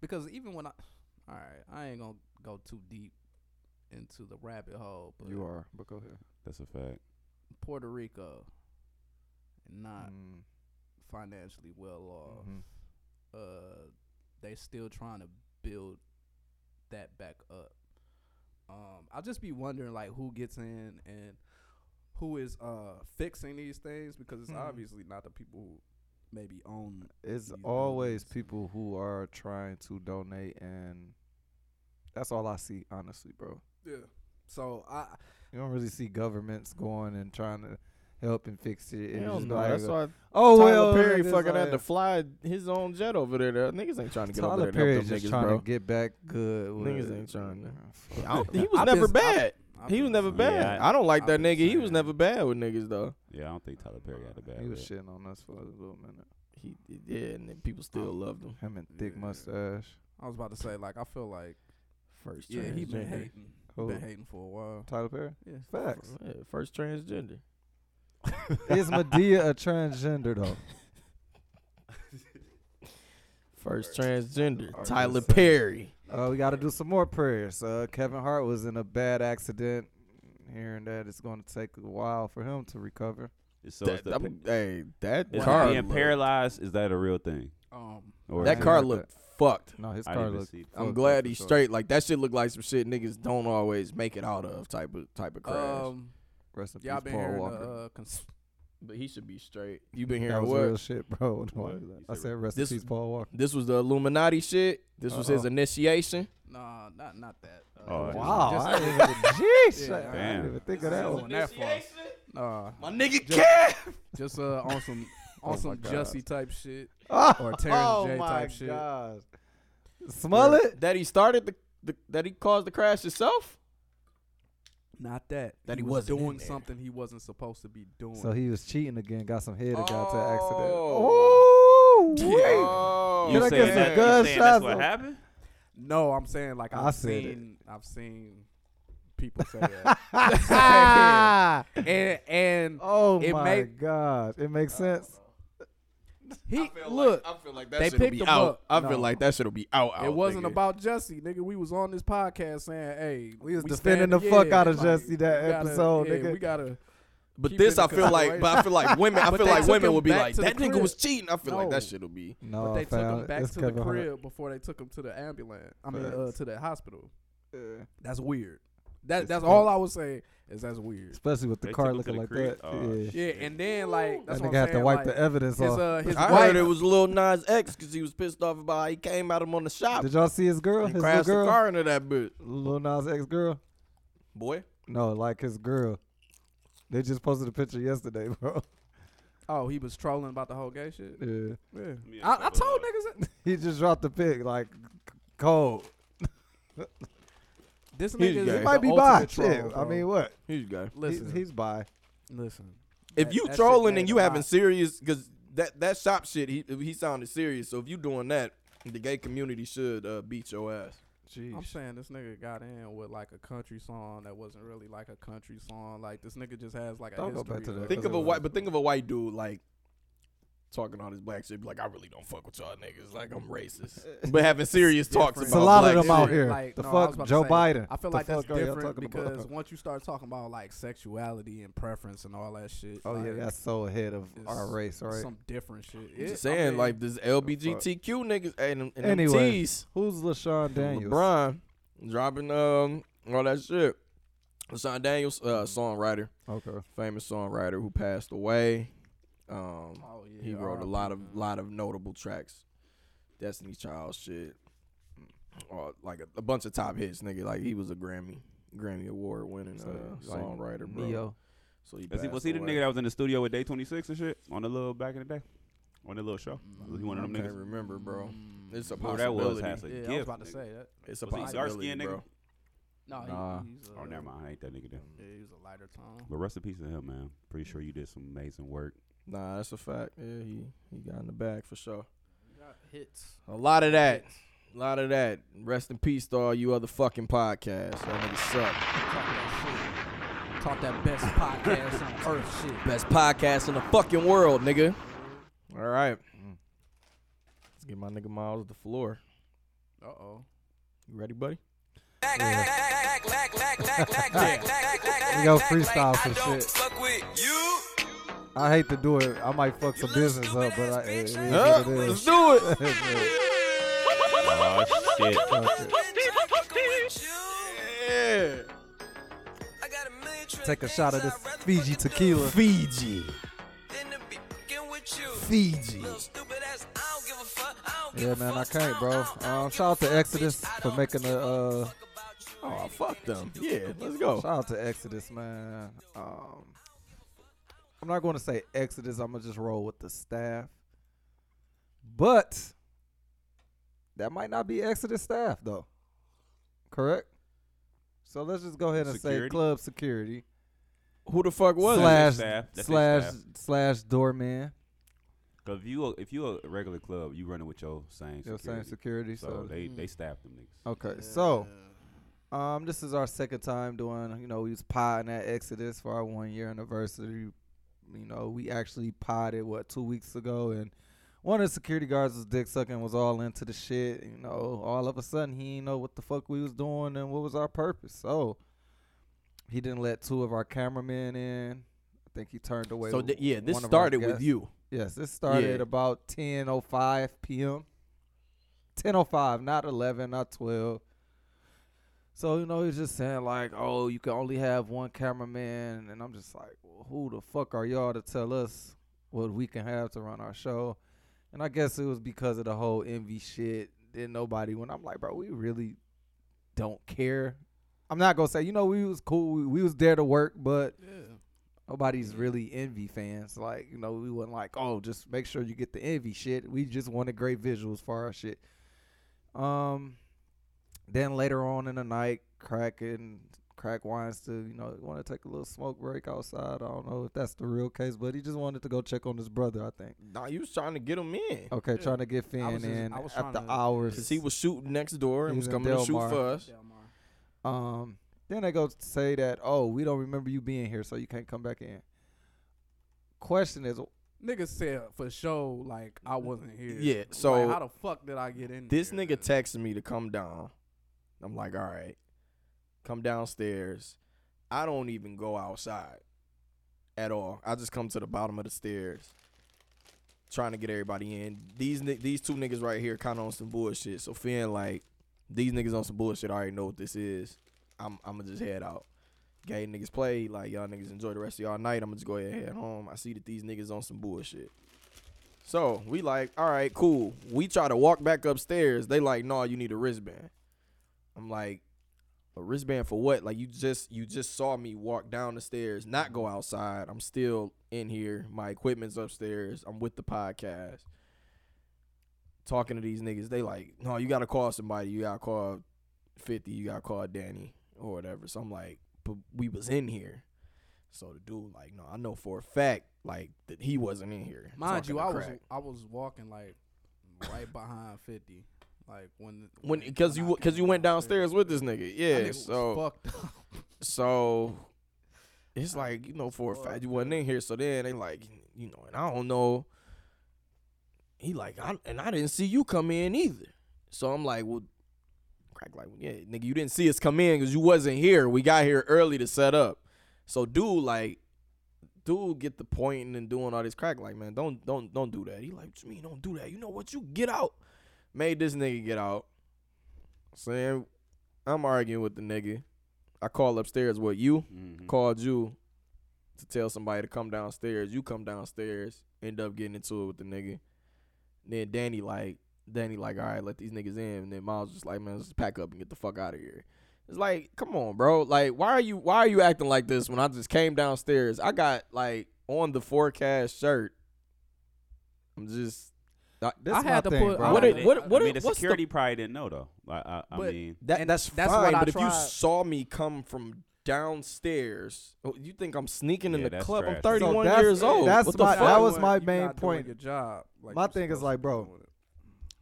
D: Because even when I, all right, I ain't gonna go too deep into the rabbit hole. But
B: You are, but go ahead.
C: That's a fact.
D: Puerto Rico, not
B: Mm,
D: financially well off.
B: mhm.
D: Uh, they still trying to build that back up. Um, I'll just be wondering like who gets in and who is uh fixing these things because it's
B: Hmm.
D: obviously not the people who maybe own.
B: It's
D: these
B: always
D: buildings.
B: people who are trying to donate, and that's all I see, honestly, bro.
D: Yeah. So I
B: You don't really see governments going and trying to help and fix it. It
A: Hell
B: was
A: no,
B: like
A: that's
B: a-
A: why
B: oh
A: Tyler
B: well,
A: Perry
B: it's
A: fucking
B: like-
A: had to fly his own jet over there. though. Niggas ain't trying to get
B: Tyler
A: over there.
B: Perry
A: and help
B: is
A: them
B: just
A: niggas,
B: trying
A: bro.
B: to get back good. With
A: Niggas ain't trying to-
B: to.
A: I don't- he was
D: I've
A: never
D: been-
A: bad.
D: I've
A: He was
D: been-
A: never
C: Yeah,
A: bad.
C: I-
A: I, don't like that
D: I've been
A: nigga. He was
D: saying.
A: never bad with niggas though.
C: Yeah, I don't think Tyler Perry got a bad
B: He was
C: rep.
B: shitting on us for a little minute.
A: He, yeah, and then people still loved him.
B: Him and thick
D: Yeah.
B: mustache.
D: I was about to say like I feel like
A: First,
D: yeah he been
A: transgender.
D: hating.
B: Who?
D: Been hating for a while.
B: Tyler Perry.
D: Yeah.
B: Facts.
A: Yeah, first transgender.
B: Is Medea a transgender though?
A: First transgender.
B: Artist.
A: Tyler Perry.
B: Uh, we got to do some more prayers. Uh, Kevin Hart was in a bad accident. Hearing that, it's going to take a while for him to recover.
C: So
A: That-
C: is the,
A: I'm-
C: pa-
A: hey, that
C: is
A: car.
C: being paralyzed is that a real thing?
D: Um.
C: Or
A: that
C: is
A: car
C: it-
A: looked fucked.
B: No, his
C: I
B: car
C: didn't
B: looked.
C: see-
A: I'm
B: fucked up
A: glad
B: for
A: he's
B: sure.
A: straight. Like that shit look like some shit niggas don't always make it out of type of type of crash.
D: Um.
B: Rest in
D: Y'all
B: peace,
D: been
B: Paul
D: hearing
B: Walker.
D: the uh, cons-
A: but he should be straight. You been
B: that
A: hearing
B: was
A: what?
B: real shit, bro. No,
C: What?
B: I-
C: You
B: I
C: said
B: said rest
A: This-
B: in peace, Paul Walker.
A: This was the Illuminati shit. This was his
B: Uh-oh.
D: Uh-huh.
A: initiation.
D: nah not not that. Uh,
C: Oh,
D: just-
C: wow,
D: just-
B: I didn't even, jeez,
D: Yeah,
B: I- I
C: damn.
B: didn't even think of that one.
D: going that far. Nah,
A: My nigga
D: Just-
A: Kev.
D: just uh on some on
B: Oh my
D: some
B: God.
D: Jussie type shit.
B: Oh,
D: Or Terrence J
B: my
D: type shit.
B: gosh. Smollett?
A: That he started the, the that he caused the crash himself.
D: Not that.
A: That he
D: was
A: wasn't in
D: doing
A: there.
D: something he wasn't supposed to be doing.
B: So he was cheating again, got some head and got to an accident.
A: Oh.
B: Oh, wait.
C: You
B: Can I
C: saying
B: get some
C: that- you
B: good
C: saying that's
B: shots
C: what
B: of-
C: happened?
D: no, I'm saying like
B: I
D: I've
B: said it.
D: seen I've seen people say that. and and
B: Ah. Oh
D: It
B: my
D: make-
B: gosh. It makes sense.
D: he look.
A: I feel like that
D: They
A: shit'll
D: picked him
A: out.
D: up.
A: I
D: No.
A: feel like that shit'll be out. out
D: it wasn't
A: nigga.
D: about Jesse, nigga. We was on this podcast saying, "Hey,
B: We was defending the fuck out of Jesse that
D: we gotta-
B: episode,
D: yeah,
B: nigga.
D: We gotta
A: But
D: Keep
A: this,
D: it in
A: I feel like, but I feel like women. I
D: But
A: feel
D: they
A: like
D: took
A: women
D: him
A: will be
D: back
A: like,
D: to the
A: that nigga
D: crib."
A: was cheating. I feel like
D: No.
A: that shit'll be.
B: No,
D: but they
B: I
D: took him
B: found-
D: back
B: Oh, it's
D: to the
B: Kevin Hart.
D: crib before they took him to the ambulance. I mean, uh,
B: Facts.
D: to the hospital.
B: Yeah.
D: That's weird. That
B: It's
D: that's
B: cool.
D: all I was saying is that's weird.
B: Especially with the
C: They
B: car
C: took him to
B: looking
C: the
B: like
C: crib?
B: that.
C: Oh,
B: yeah.
D: Yeah, and then like that's
B: That nigga
D: what I'm
B: had to
D: saying,
B: wipe
D: like,
B: the evidence
D: His
B: off.
D: uh, his
A: I
D: wife.
A: heard it was Lil Nas X because he was pissed off about he came at him on the
D: uh,
A: shop
B: Did y'all see his girl?
A: and
B: His little
A: crashed the
B: girl?
A: car into that bitch.
B: Lil Nas X girl?
A: Boy,
B: No, like his girl. They just posted a picture yesterday, bro.
D: Oh, he was trolling about the whole gay shit.
B: Yeah.
D: Yeah,
C: me a
D: I, I
C: couple
D: told
C: of-
D: niggas that-
B: He just dropped the pic like c- cold.
D: this
A: He's
D: nigga is
A: gay.
D: the
B: He might be
D: ultimate
B: bi
D: troll,
B: too. I
D: bro.
B: mean, what?
A: he's gay.
D: listen,
B: He's, he's bi.
D: listen.
A: If
D: That-
A: you
D: that shit
A: trolling
D: made
A: and
D: a
A: you having
D: lot.
A: serious, because that that shop shit, he he sounded serious. So if you doing that, the gay community should uh, beat your ass.
D: I'm saying this nigga got in with like a country song that wasn't really like a country song. Like this nigga just has like a
B: Don't go
D: history.
B: back to
D: of-
B: that.
A: Think
B: That's
A: of a
B: what it
A: white, but think of a white dude like talking all this black shit. Like I really don't fuck with y'all niggas. Like I'm racist, but having serious talks
D: different.
B: It's
A: about
B: a lot
A: black
B: of them
A: shit.
B: out
D: shit.
B: here.
D: Like,
B: the
D: no, I was
B: fuck,
D: about to
B: Joe
D: say,
B: Biden.
D: I feel
B: the fuck are
D: like that's
B: y'all
D: different
B: talking about?
D: because once you start talking about like sexuality and preference and all that shit.
B: Oh yeah,
D: like,
B: that's so ahead of
D: it's
B: our race, right?
D: some different shit.
A: I'm
D: It-
A: just
D: I
A: saying,
D: mean,
A: like this LBGTQ niggas and, them- and
B: Anyway,
A: them T's,
B: Who's LaShawn Daniels?
A: LeBron dropping um all that shit. Sean Daniels, uh, songwriter,
B: Okay.
A: famous songwriter who passed away. Um,
D: oh, yeah,
A: He wrote a
D: RIP,
A: lot of
D: man.
A: lot of notable tracks. Destiny Child shit. Or like a, a bunch of top hits, nigga. Like he was a Grammy Grammy Award winning
B: So,
A: uh,
B: like,
A: songwriter, bro.
B: Neo.
A: So he
C: Is he,
A: passed
C: was he the
A: away.
C: nigga that was in the studio with Day 26 and shit on the little back in the day? On the little show? Was he one of them
A: I can't
C: niggas?
A: remember, bro. It's a
C: Who that was
A: possibility.
C: has a
D: yeah,
C: gift.
D: I Mm-hmm. was about to
C: nigga.
D: say that.
A: It's a
C: Was he
A: possibility,
C: dark-skinned nigga?
A: bro.
D: No, he,
B: Nah.
D: he's. Uh,
C: Oh, never mind. I ain't that nigga then.
D: Yeah, he was a lighter tone.
C: But rest in peace to him, man. Pretty sure you did some amazing work.
A: Nah, that's a fact. Yeah, he he got in the bag for sure.
D: Got hits.
A: A lot of that. A lot of that. Rest in peace to all you other fucking podcasts. That nigga suck.
D: Talk that shit. Talk that best podcast on earth shit.
A: Best podcast in the fucking world, nigga. All right.
B: Mm.
A: Let's get my nigga Miles the floor.
D: Uh oh.
A: You ready, buddy?
B: Yo, freestyle some shit.
E: Fuck with you.
B: I hate to do it. I might fuck some business up, but I, it is
A: Huh?
B: what it
A: Let's
B: is.
A: do it.
C: Oh, shit.
A: Yeah.
B: Take a shot of this Fiji tequila.
A: Fiji. Fiji.
B: Yeah, man, I can't, bro. Um, shout out to Exodus for making the. Uh,
A: Oh, fuck them. Yeah, let's go.
B: shout out to Exodus, man. Um, I'm not going to say Exodus. I'm gonna just roll with the staff. But that might not be Exodus staff though. Correct. So let's just go ahead and say
C: Security?
B: club security
A: Who the fuck was it?
B: slash
C: staff. That's his
B: slash
C: staff.
B: slash doorman.
C: Cause if you a, if you a regular club, you running with your same
B: Your same security.
C: security.
B: Oh,
C: so,
B: So,
C: they they staffed them niggas.
B: okay. So um, this is our second time doing. You know, we was podding at Exodus for our one year anniversary. You know, we actually podded what two weeks ago, and one of the security guards was dick sucking, was all into the shit. You know, all of a sudden he didn't know what the fuck we was doing and what was our purpose. So he didn't let two of our cameramen in. I think he turned away.
A: So th- yeah, this
B: one of our
A: started with
B: guests.
A: you.
B: Yes, this started at
A: Yeah.
B: about 10:05 p.m. 10:05, not 11, not 12. So you know, he's just saying like, "Oh, you can only have one cameraman," and I'm just like, well, "Who the fuck are y'all to tell us what we can have to run our show?" And I guess it was because of the whole envy shit. Then nobody when I'm like, "Bro, we really don't care." I'm not gonna say, you know, we was cool, we, we was there to work, but nobody's really envy fans. Like, you know, we wasn't like, oh, just make sure you get the envy shit. We just wanted great visuals for our shit. Um then later on in the night, crack and crack wines to, you know, want to take a little smoke break outside. I don't know if that's the real case, but he just wanted to go check on his brother, I think.
A: Nah, you was trying to get him in.
B: Okay,
D: Yeah.
B: trying to get Finn
D: I was just-
B: in
D: I was
B: after
D: tryna-
B: hours.
A: Cause he was shooting next door and
B: He was
A: was
B: in
A: coming to shoot
B: Delmar.
A: for us.
D: Delmar.
B: Um, then they go say that, oh, we don't remember you being here, so you can't come back in. Question is,
D: Niggas said for sure, like I wasn't here.
A: Yeah,
D: Like,
A: so
D: how the fuck did I get in?
A: This
D: here?
A: nigga texted me to come down. I'm like, all right, come downstairs. I don't even go outside at all. I just come to the bottom of the stairs, trying to get everybody in. These ni- these two niggas right here kind of on some bullshit. So feeling like these niggas on some bullshit. I already know what this is. I'm I'ma just head out. Gay niggas play like y'all niggas enjoy the rest of y'all night. I'ma just go ahead and head home. I see that these niggas on some bullshit. So we like, all right, cool. We try to walk back upstairs. They like, no, you need a wristband. I'm like, a wristband for what? Like you just you just saw me walk down the stairs, not go outside. I'm still in here. My equipment's upstairs. I'm with the podcast. Talking to these niggas, they like, no, you gotta call somebody. You gotta call 50, you gotta call Danny or whatever. So I'm like, but we was in here. So the dude like, no, I know for a fact, like that he wasn't in here.
D: Mind
A: Talking
D: you,
A: to
D: I was
A: Crack.
D: I was walking like right behind fifty, like when
A: when because you
D: I
A: because
D: came
A: you went downstairs with this nigga.
D: That
A: Yeah,
D: nigga was
A: so
D: fucked up.
A: so it's like you know for a fact you wasn't in here. So then they like you know, and I don't know. He like I and I didn't see you come in either. So I'm like, well, crack like yeah, nigga, you didn't see us come in because you wasn't here. We got here early to set up. So dude like. Dude, get the pointing and doing all this crack. Like, man, don't don't don't do that. He like, what you mean don't do that? You know what? You get out. Made this nigga get out saying I'm arguing with the nigga. I call upstairs. What you
C: Mm-hmm.
A: called you to tell somebody to come downstairs. You come downstairs. End up getting into it with the nigga. Then Danny like Danny like all right, let these niggas in. And then Miles just like man, let's just pack up and get the fuck out of here. It's like come on, bro. Like why are you why are you acting like this when I just came downstairs? I got like on the forecast shirt. I'm just I,
B: this
D: I
B: is
D: had
B: my
D: to
B: thing,
D: put-
B: bro.
D: I
A: what
D: had
A: it,
D: to-
A: what what
C: I mean, the
A: what's the
C: security probably didn't know though. Like, I, I
D: But-
C: mean,
A: That
D: And
A: that's
D: that's what
A: fine.
D: I
A: but if you
D: tried.
A: saw me come from downstairs, oh, you think I'm sneaking in
C: Yeah,
A: the
C: that's
A: club? I'm
C: trash.
A: 31
B: So that's-
A: years old.
B: that's
A: what the
B: my-
A: fuck?
B: that was
D: Doing-
B: my
D: you're
B: main
D: not doing
B: point.
D: Your job. like
B: My
D: you're
B: thing is
D: supposed
B: like,
D: to be
B: bro,
D: doing it.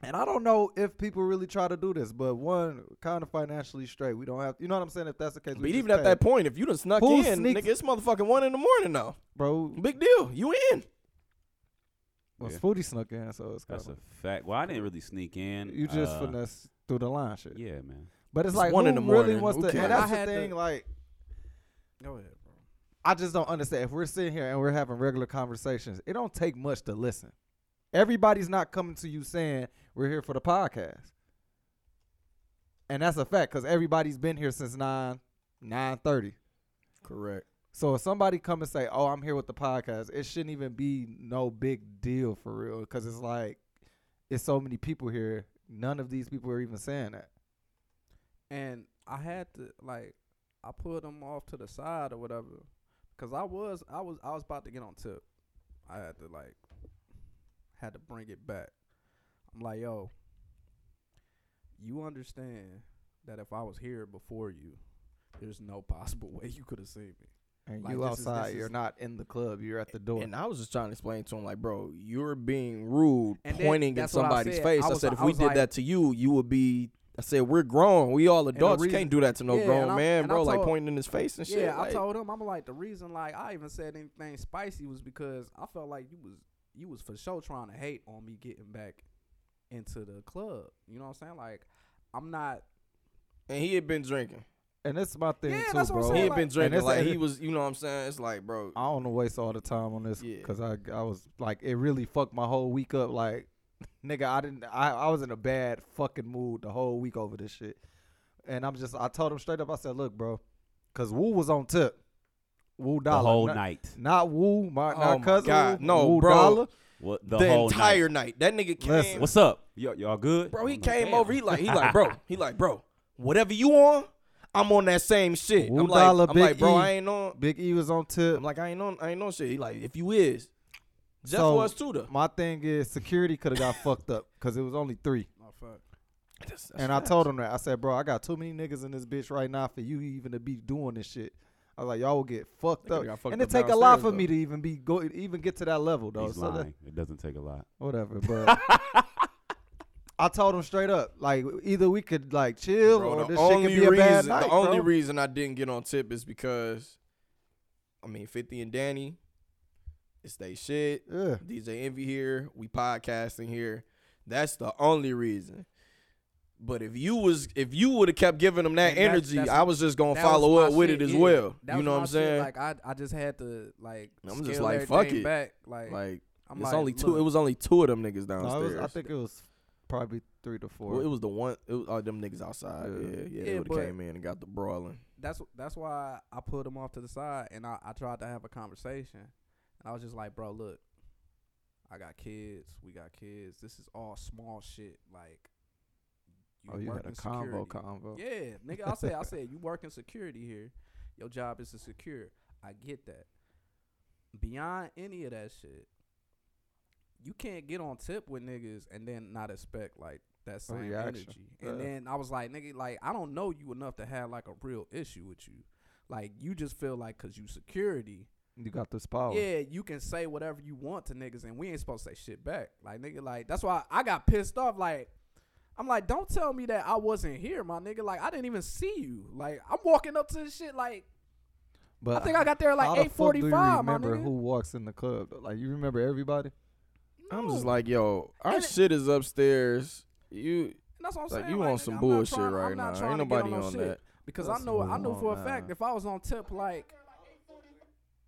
B: And I don't know if people really try to do this, but one kind of financially straight. We don't have, you know what I'm saying? If that's the case,
A: But
B: we
A: even
B: just
A: at
B: pay.
A: that point, if you done snuck
B: Who
A: in,
B: sneaks-
A: nigga, it's motherfucking one in the morning now.
B: bro,
A: Big deal. You in?
B: was
C: Yeah.
B: Foodie snuck in, so it's kind
C: that's
B: of
C: a fact. Well, I didn't really sneak in.
B: you just
C: uh,
B: finesse through the line shit.
C: Yeah, man.
B: But it's,
A: It's
B: like
A: one
B: who
A: in the
B: really
A: morning.
B: wants
A: Who
B: to.
A: cares?
B: And that's
D: I
B: the
D: had to-
B: thing, like
D: Go ahead, bro.
B: I just don't understand. If we're sitting here and we're having regular conversations, it don't take much to listen. Everybody's not coming to you saying we're here for the podcast, and that's a fact because everybody's been here since nine nine thirty.
A: Correct.
B: So if somebody come and say, "Oh, I'm here with the podcast," it shouldn't even be no big deal for real, because it's like it's so many people here. None of these people are even saying that.
D: and I had to like I pulled him off to the side or whatever Cause I was, I was, I was about to get on tip. I had to like, had to bring it back. I'm like, yo, you understand that if I was here before you, there's no possible way you could have seen me.
B: And
D: Like,
B: you
D: this is- this
B: outside, you're
D: is-
B: not in the club, you're at the door.
A: And I was just trying to explain to him, like, bro, you're being rude,
D: And then
A: pointing in
D: that's what I
A: somebody's
D: said.
A: face.
D: I
A: I,
D: was
A: said,
D: like-
A: if
D: I
A: we
D: was
A: did
D: like-
A: that to you, you would be. I said, we're grown. We all
D: the
A: adults. you
D: reason-
A: can't do that to no
D: Yeah, and
A: grown
D: I'm-
A: man,
D: and
A: bro.
D: I
A: like
D: told-
A: pointing in his face and shit.
D: yeah,
A: like,
D: I told him, I'm like, the reason like I even said anything spicy was because I felt like you was you was for sure trying to hate on me getting back into the club. You know what I'm saying? Like, I'm not.
A: and he had been drinking.
B: And that's my thing
D: Yeah,
B: too,
D: that's what I'm
B: bro.
A: He
D: saying,
A: had been
D: And
A: drinking.
B: it's-
A: Like
B: and
A: he
B: it-
A: was, you know what I'm saying? It's like, bro,
B: I don't want to waste all the time on this
A: Yeah.
B: because I I was like it really fucked my whole week up. Like, nigga, I didn't. I, I was in a bad fucking mood the whole week over this shit, and I'm just I told him straight up. I said, look, bro, because Woo was on tip. Woo
C: The
B: dollar
C: whole
B: not,
C: night.
B: Not Woo, my
A: Oh
B: not
A: my
B: cousin.
A: God.
B: Wu,
A: No,
B: Wu
A: bro.
B: Dollar.
C: What the,
A: the
C: whole
A: entire night. That nigga came.
B: Listen.
C: night. What's up? Y- y'all good?
A: Bro, he
B: Oh,
C: I'm like,
A: came
C: "Damn."
A: over. He like, he like, bro. He like, bro. Whatever you on, I'm on that same shit.
B: Wu
A: I'm like,
B: Dollar,
A: I'm like,
B: Big
A: bro,
B: E.
A: I ain't on.
B: Big E was on tip.
A: I'm like, I ain't on. I ain't on shit. He like, if you is, Jeff
B: So,
A: was too. though.
B: My thing is security could have got fucked up because it was only three.
D: Oh fuck.
A: That's- that's
B: and I
A: facts.
B: told him that. I said, bro, I got too many niggas in this bitch right now for you even to be doing this shit. I was like, y'all will get fucked
A: They coulda
B: up.
A: got fucked
B: and it
A: up
B: take a lot for
A: downstairs,
B: me
A: though.
B: to even be go even get to that level though.
C: He's
B: So that-
C: lying. it doesn't take a lot.
B: whatever, but I told him straight up, like either we could like chill
A: Bro,
B: or this shit could be a
A: reason,
B: bad night.
A: the only
B: bro.
A: reason I didn't get on tip is because, I mean, Fifty and Danny, it's they shit.
B: yeah.
A: DJ Envy here. We podcasting here. That's the only reason. But if you was if you would have kept giving them that
D: And that's-
A: energy,
D: that's-
A: I was just gonna
D: that
A: follow
D: was
A: up
D: my
A: with
D: shit,
A: it as
D: yeah.
A: well.
D: That
A: you
D: was
A: know what
D: my
A: I'm
D: shit,
A: saying?
D: Like I, I just had to like.
A: I'm just
D: scale
A: like, fuck
D: everything
A: it.
D: Back. Like,
A: Like,
D: I'm
A: it's
D: like,
A: only two.
D: look.
A: It was only two of them niggas
B: No, it
A: downstairs.
B: was, I think it was probably three to four.
A: Well, it was the one. It was all them niggas outside.
B: Yeah.
A: Yeah, yeah.
D: Yeah,
A: they would
D: but-
A: have came in and got the brawling.
D: that's that's why I put him off to the side and I, I tried to have a conversation. And I was just like, bro, look, I got kids, we got kids. This is all small shit. Like,
B: oh, you had
D: working
B: a convo
D: security.
B: convo.
D: Yeah, nigga, I said, I said, you work in security here. Your job is to secure. I get that. Beyond any of that shit, you can't get on tip with niggas and then not expect like that
B: A
D: same
B: reaction.
D: energy. And
B: Yeah.
D: then I was like, nigga, like I don't know you enough to have like a real issue with you. Like you just feel like cause you security,
B: You got this
A: Oh.
B: power.
D: yeah, you can say whatever you want to niggas, and we ain't supposed to say shit back. Like nigga, like that's why I got pissed off. Like I'm like, don't tell me that I wasn't here, my nigga. Like I didn't even see you. Like I'm walking up to this shit. Like
B: But
D: I think I got there at
B: how
D: like
B: the fuck
D: eight forty five,
B: Do you
D: my
B: remember
D: nigga.
B: who walks in the club? though? Like you remember everybody.
A: I'm just
D: No.
A: like, yo, our
D: And it-
A: shit is upstairs. You
D: And that's what I'm
A: like,
D: saying.
A: you on
D: nigga,
A: some
D: I'm not
A: bullshit
D: trying-
A: right
D: I'm
A: now.
D: not
A: Ain't
D: trying to get
A: nobody
D: no
A: on
D: shit.
A: that.
D: because
B: Let's
D: I know I
B: move
D: knew
B: on
D: for a
B: now.
D: fact if I was on tip like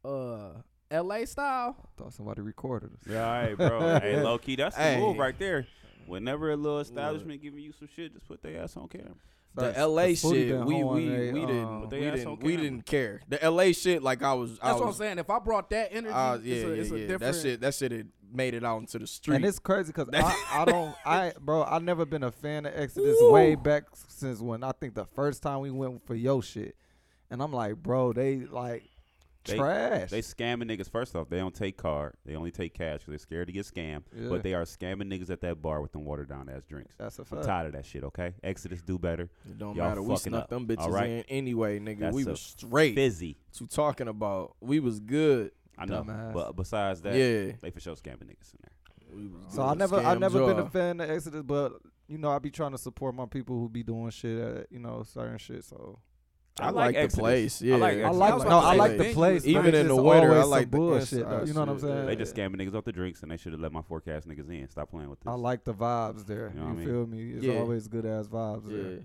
D: uh L.A. style,
B: Thought somebody recorded us.
C: Yeah, all right, bro. hey, low key, that's the
A: Hey.
C: move right there. Whenever a little establishment giving you some shit, just put their ass on camera.
A: the
B: Facts.
A: LA
B: The booty
A: shit,
B: been
A: we
B: on
A: we
B: a,
A: we
B: uh,
A: didn't
C: But they
A: we
C: ass
A: didn't
C: on
A: we
C: camera.
A: didn't care. The LA shit, like I was, I
D: that's what I'm
A: was,
D: saying. If I brought that energy,
A: I was- yeah,
D: it's a, it's a
A: yeah, yeah.
D: different.
A: That shit, that shit, had made it out into the street.
B: And it's crazy because I, I don't I bro I never been a fan of Exodus
A: Woo.
B: way back since when I think the first time we went for yo shit, and I'm like bro they like
C: They-
B: trash.
C: They scamming niggas. First off, they don't take card. They only take cash because they're scared to get scammed.
B: Yeah.
C: But they are scamming niggas at that bar with them watered down ass drinks.
B: That's a
C: I'm
B: fact.
C: tired of that shit. Okay, Exodus do better.
A: it don't
C: y'all
A: matter. We
C: fucking
A: snuck
C: up,
A: them bitches
C: alright?
A: in anyway, nigga.
C: That's
A: we
C: a
A: was straight
C: Fizzy,
A: to talking about. We was good.
C: I know.
B: Dumbass.
C: But besides that,
A: yeah.
C: they for sure scamming niggas in there.
A: We was
B: So
A: good.
B: I never I
A: Scammed
B: never been
A: y'all.
B: a fan of Exodus, but you know I be trying to support my people who be doing shit at, you know certain shit. So
A: I like the
C: Exodus.
A: place, yeah.
C: I like.
A: I
B: I
C: Exodus.
B: like
D: what
B: no
D: I'm
B: I
D: saying.
B: like the
D: Like,
B: place. but
A: even
B: it's
A: in the
B: just
A: winter, I
B: always some
A: like the
B: bullshit. though,
A: inside
B: you know what I'm
A: shit, yeah.
B: saying?
C: They just scamming niggas off the drinks, and they should have let my four cast niggas in. Stop playing with this.
B: I like the vibes there.
C: You
B: You,
C: know what I mean?
B: feel me? It's
A: Yeah.
B: always good ass vibes
A: Yeah.
B: there.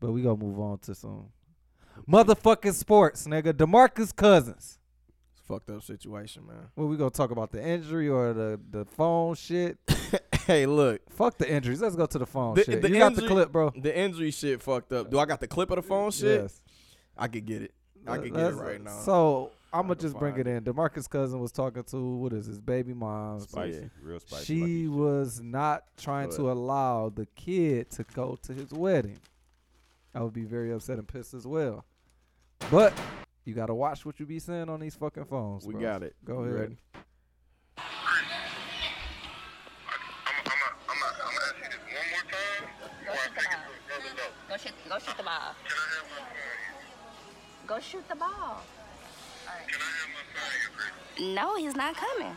B: But we gonna move on to some motherfucking sports, nigga. Demarcus Cousins.
A: It's a fucked up situation, man.
B: Well, we gonna talk about the injury or the the phone shit.
A: hey, look,
B: Fuck the injuries. Let's go to the phone
A: The-
B: shit.
A: the
B: you got the
A: injury-
B: clip, bro.
A: the injury shit fucked up. Do I got the clip of the phone shit?
B: Yes.
A: I could get it. I
B: Let-
A: could get it
B: let's-
A: right now.
B: So I'm
A: I
B: gonna
A: can
B: just bring it
A: find
B: in. Demarcus Cousins was talking to what is his baby mom.
C: spicy,
A: Yeah.
C: real spicy.
B: She
C: lucky.
B: was not trying
A: Go
B: to allow the kid to go to his wedding. I would be very upset and pissed as well. But You gotta watch what you be saying on these fucking phones.
A: We
B: bro.
A: got it. You
B: Go ahead.
A: ready?
G: Go shoot the ball. Go shoot, go shoot the ball. Go shoot the ball. No, he's not coming.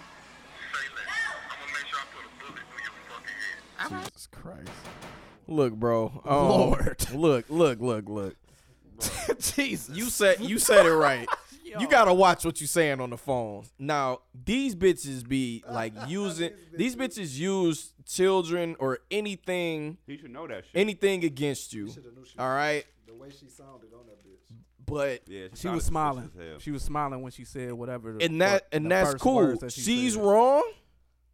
G: All right.
A: Jesus Christ. Look, bro. Um, Lord. Look, look, look, look. Jesus. You said you said it right. You gotta watch what you saying on the phone. Now, these bitches be like using these bitches use children or anything
C: You should know that shit.
A: anything against you. All right.
H: The way she sounded on that bitch.
A: But
C: yeah,
D: She was
C: sounded
D: smiling.
C: suspicious as hell.
D: She was smiling when she said whatever. the
A: and that
D: fuck- the
A: and that's
D: first
A: cool.
D: words that she
A: She's
D: said.
A: wrong,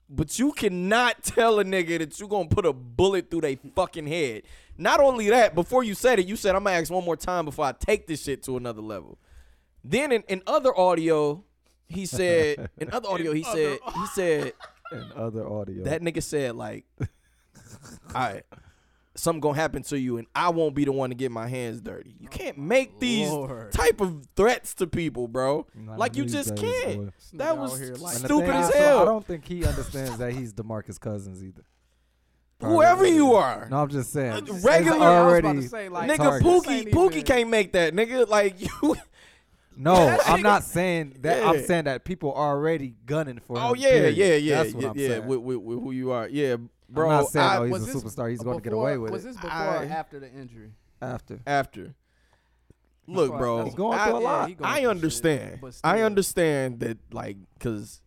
A: but you cannot tell a nigga that you gonna put a bullet through their fucking head. Not only that, before you said it, you said I'm gonna ask one more time before I take this shit to another level. Then in, in other audio, he said in other audio he said he said
B: And other audio.
A: that nigga said like, all right. Something gonna happen to you, and I won't be the one to get my hands dirty. You can't make these
D: Lord.
A: type of threats to people, bro.
B: Not
A: like you
B: these
A: just
B: days,
A: can't.
B: boy.
D: This nigga
A: That
D: out
A: was
D: here like-
B: And the
A: stupid
B: thing
A: as
B: is, I
A: hell.
B: don't think he understands that he's DeMarcus Cousins either.
A: Whoever you are,
B: No, I'm just saying.
A: just
B: It's
A: saying. Regular-
D: I was about to
B: already.
D: say, like,
A: nigga,
B: target.
A: Pookie,
D: This ain't
A: Pookie
D: even-
A: can't make that, nigga. Like you, oh,
B: No, I'm not saying that. I'm
A: Yeah.
B: saying that people are already gunning for him.
A: oh yeah,
B: period.
A: yeah, yeah,
B: That's what
A: yeah,
B: I'm
A: yeah.
B: saying.
A: With, with, with who you are, yeah,
B: I'm
A: bro.
B: not saying
A: I-
B: oh, he's
D: was
B: a
D: this
B: superstar. He's
D: uh,
B: going to get
D: before-
B: away with
D: Was
B: it
D: this before
A: I-
D: or after the injury?
B: after.
A: after. Look,
D: why-
A: bro,
B: He's going
A: I,
B: through a
A: yeah,
B: lot.
D: he going
A: I
D: through shit,
A: understand.
D: but
A: I
D: still.
A: understand that, like, cause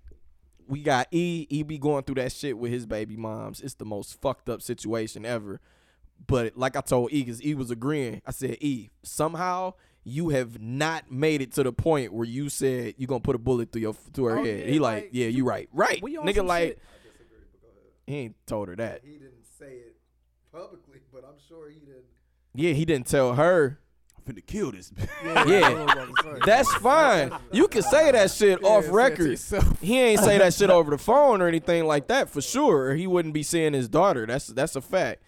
A: we got E. E be going through that shit with his baby moms. It's the most fucked up situation ever. But like I told E, cause E was agreeing. I said, E, somehow you have not made it to the point where you said you're gonna put a bullet through your through her
D: Oh,
A: head.
D: yeah,
A: he like,
D: like,
A: yeah, you right, right,
D: we on
A: nigga.
D: some
A: Like,
D: shit-
A: he ain't told her that.
H: He didn't say it publicly, but I'm sure he didn't.
A: Yeah, he didn't tell her.
C: I'm finna kill this. bitch.
A: Yeah. That's fine. You can say that shit off record. He ain't say that shit over the phone or anything like that for sure. or He wouldn't be seeing his daughter. That's that's a fact.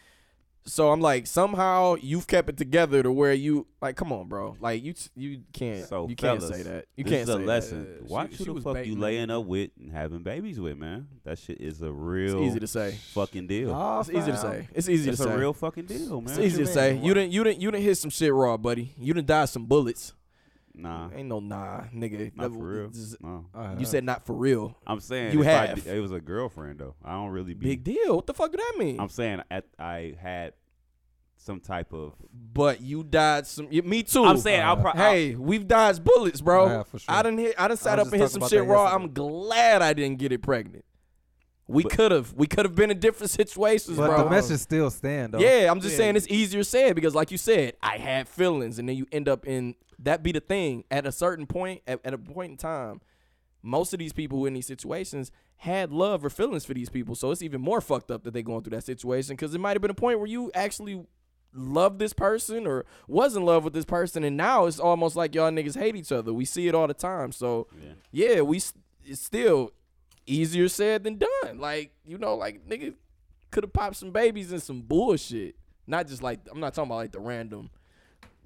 A: So I'm like, somehow you've kept it together to where you like, come on, bro. Like you you can't
C: So
A: you
C: fellas,
A: can't say that. You
C: this
A: can't
C: is
A: say
C: a
A: that.
C: lesson.
D: Yeah,
C: Watch
D: she-
C: who
D: she
C: the
D: was
C: fuck you
D: baiting
C: laying up with and having babies with, man. That shit is a real
A: It's easy to say.
C: fucking deal.
B: Oh,
A: It's easy to
B: fam.
A: say. It's easy
C: it's
A: to
C: a
A: say.
C: real fucking deal, man.
A: it's easy to say. You didn't you didn't you didn't hit some shit raw, buddy. You didn't die some bullets.
C: Nah,
A: Ain't no nah, nigga.
C: not
A: That-
C: for real.
A: this-
C: No.
B: Uh,
A: You said not for real.
C: I'm saying
A: You
C: if I
A: have.
C: did- it was a girlfriend though. I don't really be.
A: Big deal. What the fuck do that mean?
C: I'm saying at, I had some type of.
A: But you dodged some. y- Me too.
C: I'm saying I'll probably.
A: hey, we've dodged bullets, bro.
B: Yeah, for sure.
A: I didn't hit. I didn't sat
B: was
A: up and hit
B: just
A: some
B: talking
A: shit
B: about
A: raw.
B: that
A: I'm glad I didn't get it pregnant. We
C: But-
A: could have. We could have been in different situations,
B: But
A: bro.
B: the message still stand. Though.
A: yeah, I'm just
D: Yeah.
A: saying it's easier said because, like you said, I had feelings, and then you end up in that. Be the thing at a certain point, at, at a point in time, most of these people who in these situations had love or feelings for these people. So it's even more fucked up that they going through that situation because it might have been a point where you actually loved this person or was in love with this person, and now it's almost like y'all niggas hate each other. We see it all the time. So yeah, we s- it's still easier said than done. Like you know, like nigga could have popped some babies and some bullshit. Not just like I'm not talking about like the random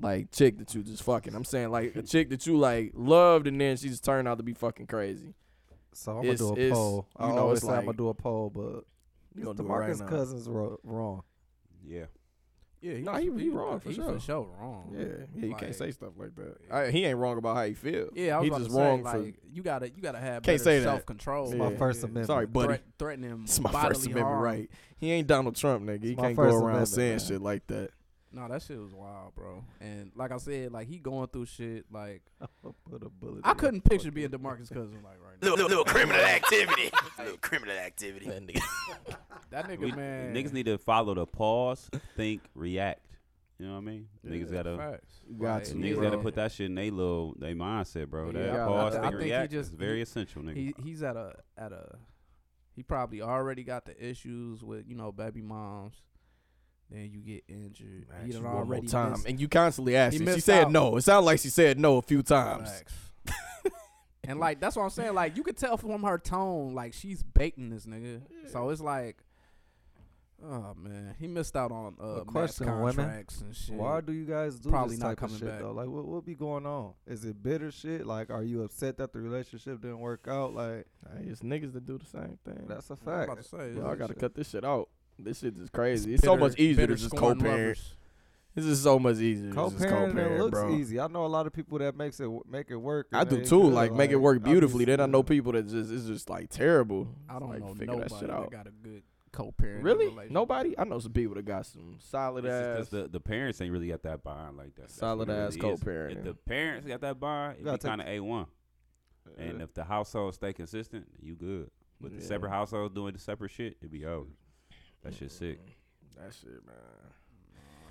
A: like chick that you just fucking. I'm saying like a chick that you like loved and then she just turned out to be fucking crazy.
B: So I'm gonna
A: It's-
B: do a
A: it's-
B: poll. I
A: you know,
B: always
A: it's
B: say I'm
A: like-
B: gonna do a poll, but
A: You gonna do it right
B: DeMarcus
A: now.
B: Cousins ro- wrong.
C: Yeah.
D: Yeah, he,
A: Nah,
D: was-
A: he- he wrong
D: was-
A: for
D: he
A: sure.
D: For sure wrong.
A: Yeah, yeah, you
D: Like-
A: can't say stuff like that. I, he ain't wrong about how he feel.
D: Yeah, I was
A: he
D: about
A: just
D: to say,
A: wrong for.
D: like, you gotta you gotta have
A: Can't
D: better
A: say that.
D: self control.
B: It's my
A: Yeah.
B: First Amendment.
A: Sorry, buddy.
D: Threat, threatening him.
A: it's my
D: bodily
A: First Amendment
D: harm.
A: right. He ain't Donald Trump, nigga. He
B: It's my
A: can't go
B: First
A: around
B: Amendment,
A: saying
B: man.
A: shit like that.
D: No, that shit was wild, bro. And like I said, like he going through shit. Like
B: Put a bullet.
D: I couldn't picture being Demarcus Cousins like right now.
E: Little, little criminal activity. little criminal activity.
A: That nigga.
D: That nigga
C: We-
D: man.
C: Niggas need to follow the pause, think, react. You know what I mean? niggas
D: Yeah,
C: gotta
D: facts.
A: Got
D: Like,
A: to,
C: niggas
D: bro.
C: gotta put that shit in they little they mindset, bro.
D: Yeah,
C: That
D: I-
C: pause,
D: I
C: think,
D: think he
C: react
D: just-
C: is very
D: he-
C: essential, nigga.
D: He he's at a at a he probably already got the issues with you know baby moms. Then you get injured.
A: Man,
D: he
A: just
D: done
A: one more
D: already
A: time,
D: missed
A: and you constantly ask.
D: He
A: her. She
D: missed
A: said
D: out.
A: no. It sounded like she said no a few times.
D: facts. and like that's what I'm saying. Like you could tell from her tone, like she's baiting this nigga. So it's like, Oh man, he missed out on uh, mass
B: question, women.
D: contracts and shit.
B: Why do you guys do
D: Probably
B: this
D: not
B: type
D: coming
B: of shit
D: back.
B: though? Like, what what be going on? Is it bitter shit? Like, are you upset that the relationship didn't work out? Like,
A: Hey, it's niggas that do the same thing.
B: that's a
D: I was about
B: fact.
D: to say,
A: Yo, I
D: it's-
A: gotta
B: shit.
A: cut this shit out. This shit is crazy. It's,
D: it's
A: so
D: bitter-
A: much easier to
D: bitter
A: just
D: scorn
A: co-parent.
D: lovers.
A: This is so much easier. to just
B: Co-parenting it looks
A: bro.
B: easy. I know a lot of people that makes it w- make it work.
A: I
B: and
A: do
B: they
A: too.
B: good,
A: Like make it work
B: I be
A: beautifully. Then I know
B: scared.
A: people that just it's just like terrible.
D: I don't
A: like,
D: know
A: figure
D: nobody
A: that shit out.
D: got a good co-parent.
A: Really? Nobody? I know some people that got some solid
C: It's just 'cause
A: ass.
C: the, the parents ain't really got that bond like that. That's what
A: Solid
C: it
A: ass
C: really is.
A: co-parenting.
C: If the parents got that bond,
B: gotta
C: it's
B: take-
C: kind of a one. And if the household stay consistent, you good. But the
A: Yeah.
C: separate households doing the separate shit, it be over. That shit sick.
A: Mm, That shit, man.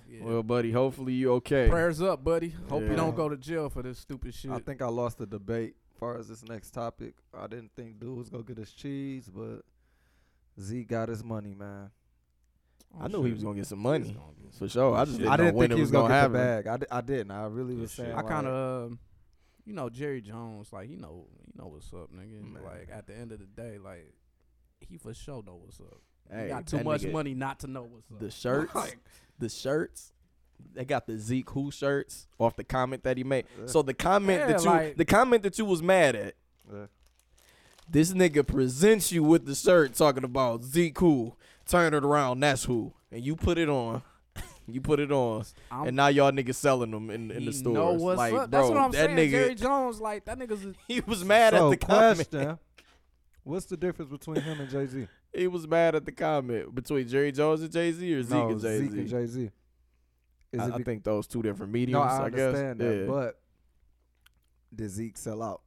D: Yeah.
A: Well, buddy, hopefully you okay.
D: prayers up, buddy. Hope
A: Yeah.
D: you don't go to jail for this stupid shit.
B: I think I lost the debate. As far as this next topic, I didn't think dude was gonna get his cheese, but Z got his money, man.
A: I knew he was gonna get some money
D: gonna get
A: for sure. I just
C: Shit.
A: didn't
B: I
A: know
B: didn't
A: when
B: think
A: it
B: he
A: was
B: was gonna,
A: gonna
B: get the
A: happen.
B: bag. I, di- I didn't. I really
C: Yeah,
B: was
C: shit.
B: saying.
C: I
D: I
B: like,
D: kind of, you know, Jerry Jones. Like he know, he know what's up, nigga.
A: Man.
D: Like at the end of the day, like he for sure know what's up.
A: Hey,
D: he got too
A: that
D: much
A: nigga-
D: money not to know what's up.
A: The shirts,
D: Like,
A: the shirts. They got the Zeke Who shirts off the comment that he made. So the comment
D: Yeah,
A: that you,
D: like-
A: the comment that you was mad at.
B: Yeah.
A: This nigga presents you with the shirt talking about Zeke Who, turn it around, that's who, and you put it on. You put it on,
D: I'm-
A: and now y'all niggas selling them in, in the
D: he
A: stores.
D: Know what's
A: like,
D: up.
A: bro,
D: That's what I'm
A: that
D: saying.
A: nigga,
D: Jerry Jones, like that nigga's. A,
A: he was mad
B: so
A: at the comment.
B: question, what's the difference between him and Jay Z?
A: He was mad at the comment between Jerry Jones and Jay Z or Zeke
B: no,
A: and Jay
B: Zeke and
A: Z.
B: Jay Z.
A: I, I think those two different mediums.
B: no, I
A: I, guess.
B: understand that,
A: yeah.
B: but did Zeke sell out?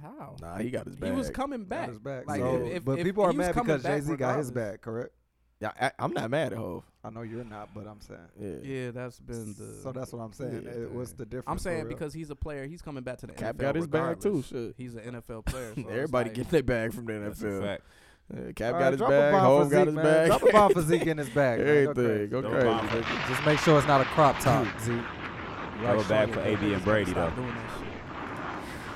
D: how?
A: nah, he got his
D: He
A: bag.
D: was coming
B: Got
D: back.
B: his back.
D: Like,
B: so,
D: if- if-
B: but
D: if
B: people are
D: he was
B: mad
D: coming
B: because Jay
D: back
B: Z got his
D: regardless.
B: back, correct?
A: Yeah, I, I'm not mad at Hov.
B: I know you're not, but I'm saying.
A: Yeah.
D: Yeah, that's been the.
B: so that's what I'm saying.
A: yeah,
B: It- what's
A: dang.
B: the difference?
D: I'm
B: for
D: saying
B: real?
D: because he's a player, he's coming back to the
A: Cap
D: NFL.
A: got his bag too.
D: regardless.
A: Shit.
D: He's an NFL player. So it's
A: Everybody
D: like,
A: getting their bag from the
C: That's a
A: NFL.
C: fact.
A: Yeah, Cap got
B: All right,
A: his
B: drop a
A: bag.
B: bomb for
A: Hove got
B: Zeke,
A: his
B: man.
A: bag.
B: Drop a bomb for Zeke in his bag. man. Go
A: Everything. Go
C: No
A: crazy.
C: bomb.
B: crazy. Just make sure it's not a crop top, Zeke.
C: Throw it back for AB and Brady though.
D: stop doing that shit.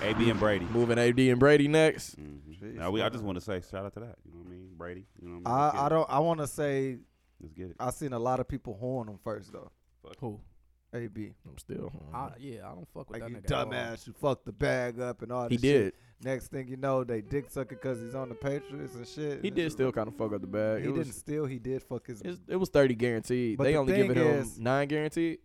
C: AB and Brady.
A: Moving AD and Brady next.
C: Mm-hmm.
B: Jeez,
C: Now we, I
B: man.
C: just want to say shout out to that. You know what I mean, Brady. You know what I mean.
B: I, I don't. I want to say
C: Let's get it.
B: I seen a lot of people horn him first though.
D: Who?
B: AB,
A: I'm still.
D: I, yeah, I don't fuck with
B: like
D: that
B: you
D: nigga. at all.
B: dumbass, you fucked the bag up and all.
A: he
B: this shit.
A: did.
B: Next thing you know, they dick sucking because he's on the Patriots and shit.
A: He
B: And
A: did
B: it's-
A: still kind of fuck up the bag.
B: He
A: it
B: didn't
A: was.
B: steal. He did fuck his.
A: it's- It was thirty guaranteed.
B: But
A: they
B: the
A: only giving
B: thing
A: him
B: is-
A: nine guaranteed.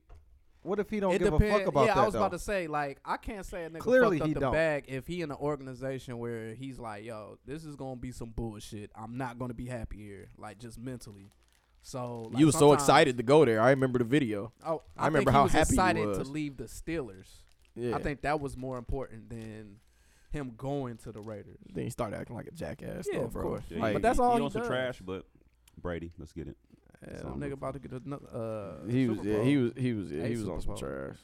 B: what if he don't
D: it
B: give
D: depend-
B: a fuck about
D: yeah,
B: that?
D: I was about
B: though?
D: to say, like, I can't say a nigga
B: Clearly
D: fucked up
B: he
D: the
B: don't.
D: bag if he in an organization where he's like, yo, this is gonna be some bullshit. I'm not gonna be happy here, like just mentally. So like,
A: you was so
D: sometimes-
A: excited to go there. I remember the video.
D: Oh,
A: I remember
D: think
A: how
D: he was
A: happy you
D: excited
A: was.
D: to leave the Steelers.
A: Yeah.
D: I think that was more important than him going to the Raiders.
A: Then he started acting like a jackass.
D: Yeah,
A: though,
D: of
A: bro.
D: course.
C: Yeah,
A: Like,
C: he-
D: But that's
C: he-
D: all
C: He
D: he
C: on some
D: does.
C: trash, but Brady. Let's get it.
D: Yeah,
C: So-
D: that nigga about to get another. Uh,
A: he was,
D: Super
A: yeah,
D: Bowl.
A: he was, he was, yeah,
D: A
A: he was on
D: Super
A: some
D: Bowl.
A: trash.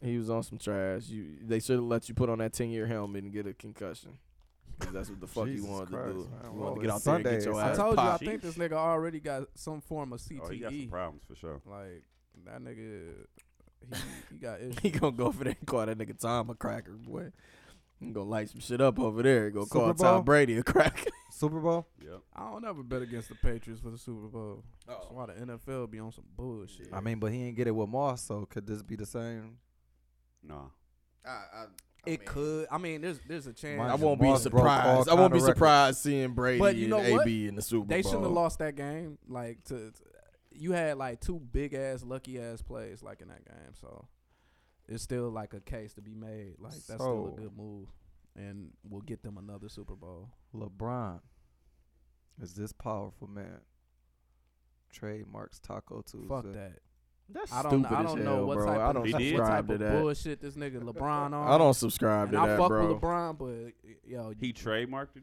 A: He was on some trash. You, they should have let you put on that ten year helmet and get a concussion. 'Cause that's what the fuck
B: Jesus
A: you wanted
B: Christ,
A: to do.
B: man.
A: You
B: Well,
A: wanted to
B: it's
A: get out there and
B: Sunday,
A: get your
B: it's
D: I
A: ass
B: Sunday.
D: told you, I
A: popped.
D: think this
C: Sheesh.
D: nigga already got some form of CTE.
C: Oh, he got some problems for sure.
D: Like that nigga, he, he got
A: He
D: issues.
A: gonna go over there and call that nigga Tom a cracker, boy. He gonna light some shit up over there. and Go
B: Super
A: call
B: Bowl?
A: Tom Brady a cracker.
B: Super Bowl.
C: Yep.
D: I don't ever bet against the Patriots for the Super Bowl.
A: Oh.
D: That's why the NFL be on some bullshit.
B: I mean, but he ain't get it with Moss, so could this be the same?
C: No.
D: it could. I mean, there's there's a chance.
B: Mine-
A: I won't be
B: Moss broke all
A: surprised. I won't
B: kinda
A: be
B: records.
A: surprised seeing Brady
D: But you know
A: and
D: what?
A: AB in the Super
D: They
A: Bowl.
D: shouldn't have lost that game. Like to, to- you had like two big ass lucky ass plays like in that game. So it's still like a case to be made. Like that's still
B: So-
D: a good move, and we'll get them another Super Bowl.
B: LeBron is this powerful man. Trademarks Taco Tuesday.
D: Fuck that.
A: That's
D: I don't.
A: stupid
D: know- I
A: as
D: don't
A: hell,
D: know what
A: bro.
D: type
A: I
D: of
A: don't
C: He did?
D: what
A: subscribe
D: type
A: to
D: of
A: that.
D: bullshit this nigga LeBron on.
A: I don't subscribe
D: And
A: to
D: I
A: that,
D: fuck
A: bro.
D: with LeBron, but yo,
C: He trademarked it.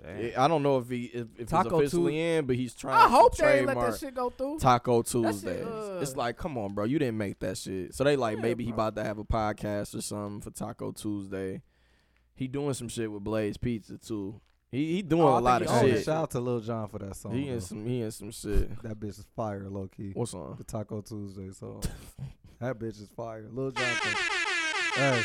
C: Damn.
A: Yeah, I don't know if he if, if he's
D: Taco
A: officially in, but he's trying.
D: I hope
A: to
D: they ain't
A: trademark
D: let that shit go through.
A: Taco
D: shit,
A: Tuesdays. it's
D: uh,
A: like, come on, bro, you didn't make that shit. So they like,
D: Yeah,
A: maybe he
D: bro.
A: about to have a podcast or something for Taco Tuesday. He doing some shit with Blaze Pizza too. He he doing
D: Oh, I
A: a lot
D: think
A: of
D: he owned
A: shit.
D: it.
B: Shout out to Lil John for that song.
A: He
B: though.
A: in some he in some shit.
B: that bitch is fire, low key.
A: What's on?
B: The Taco Tuesday song. that bitch is fire. Lil John. Hey,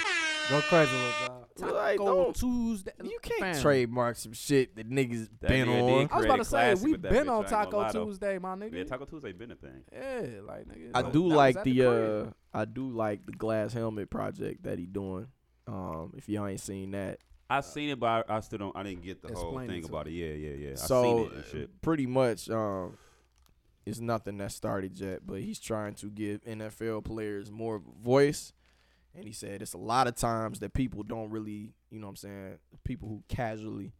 B: go crazy, Lil John.
A: Like,
D: Taco
A: don't-
D: Tuesday.
A: You can't
D: Fam.
A: trademark some shit that niggas
C: That
A: been
C: nigga
A: on.
C: did
D: I was about to
C: Create
D: say
C: classic
D: we've
C: with that
D: been
C: bitch, I
D: on
C: ain't gonna
D: Taco
C: lie, though.
D: Tuesday, my nigga.
C: Yeah, Taco Tuesday been a thing.
D: Yeah, like nigga.
A: I
D: that-
A: do
D: that was
A: like
D: at
A: the,
D: crib.
A: uh I do like the glass helmet project that he doing. Um, if y'all ain't seen that,
C: I seen it, but I, I still don't. I didn't get the whole
D: Explain it
C: thing
D: to
C: about it. Yeah, yeah, yeah. I seen
A: so
C: it and shit.
A: pretty much, um, it's nothing that started yet. But he's trying to give NFL players more of a voice, and he said it's a lot of times that people don't really, you know, what I'm saying, people who casually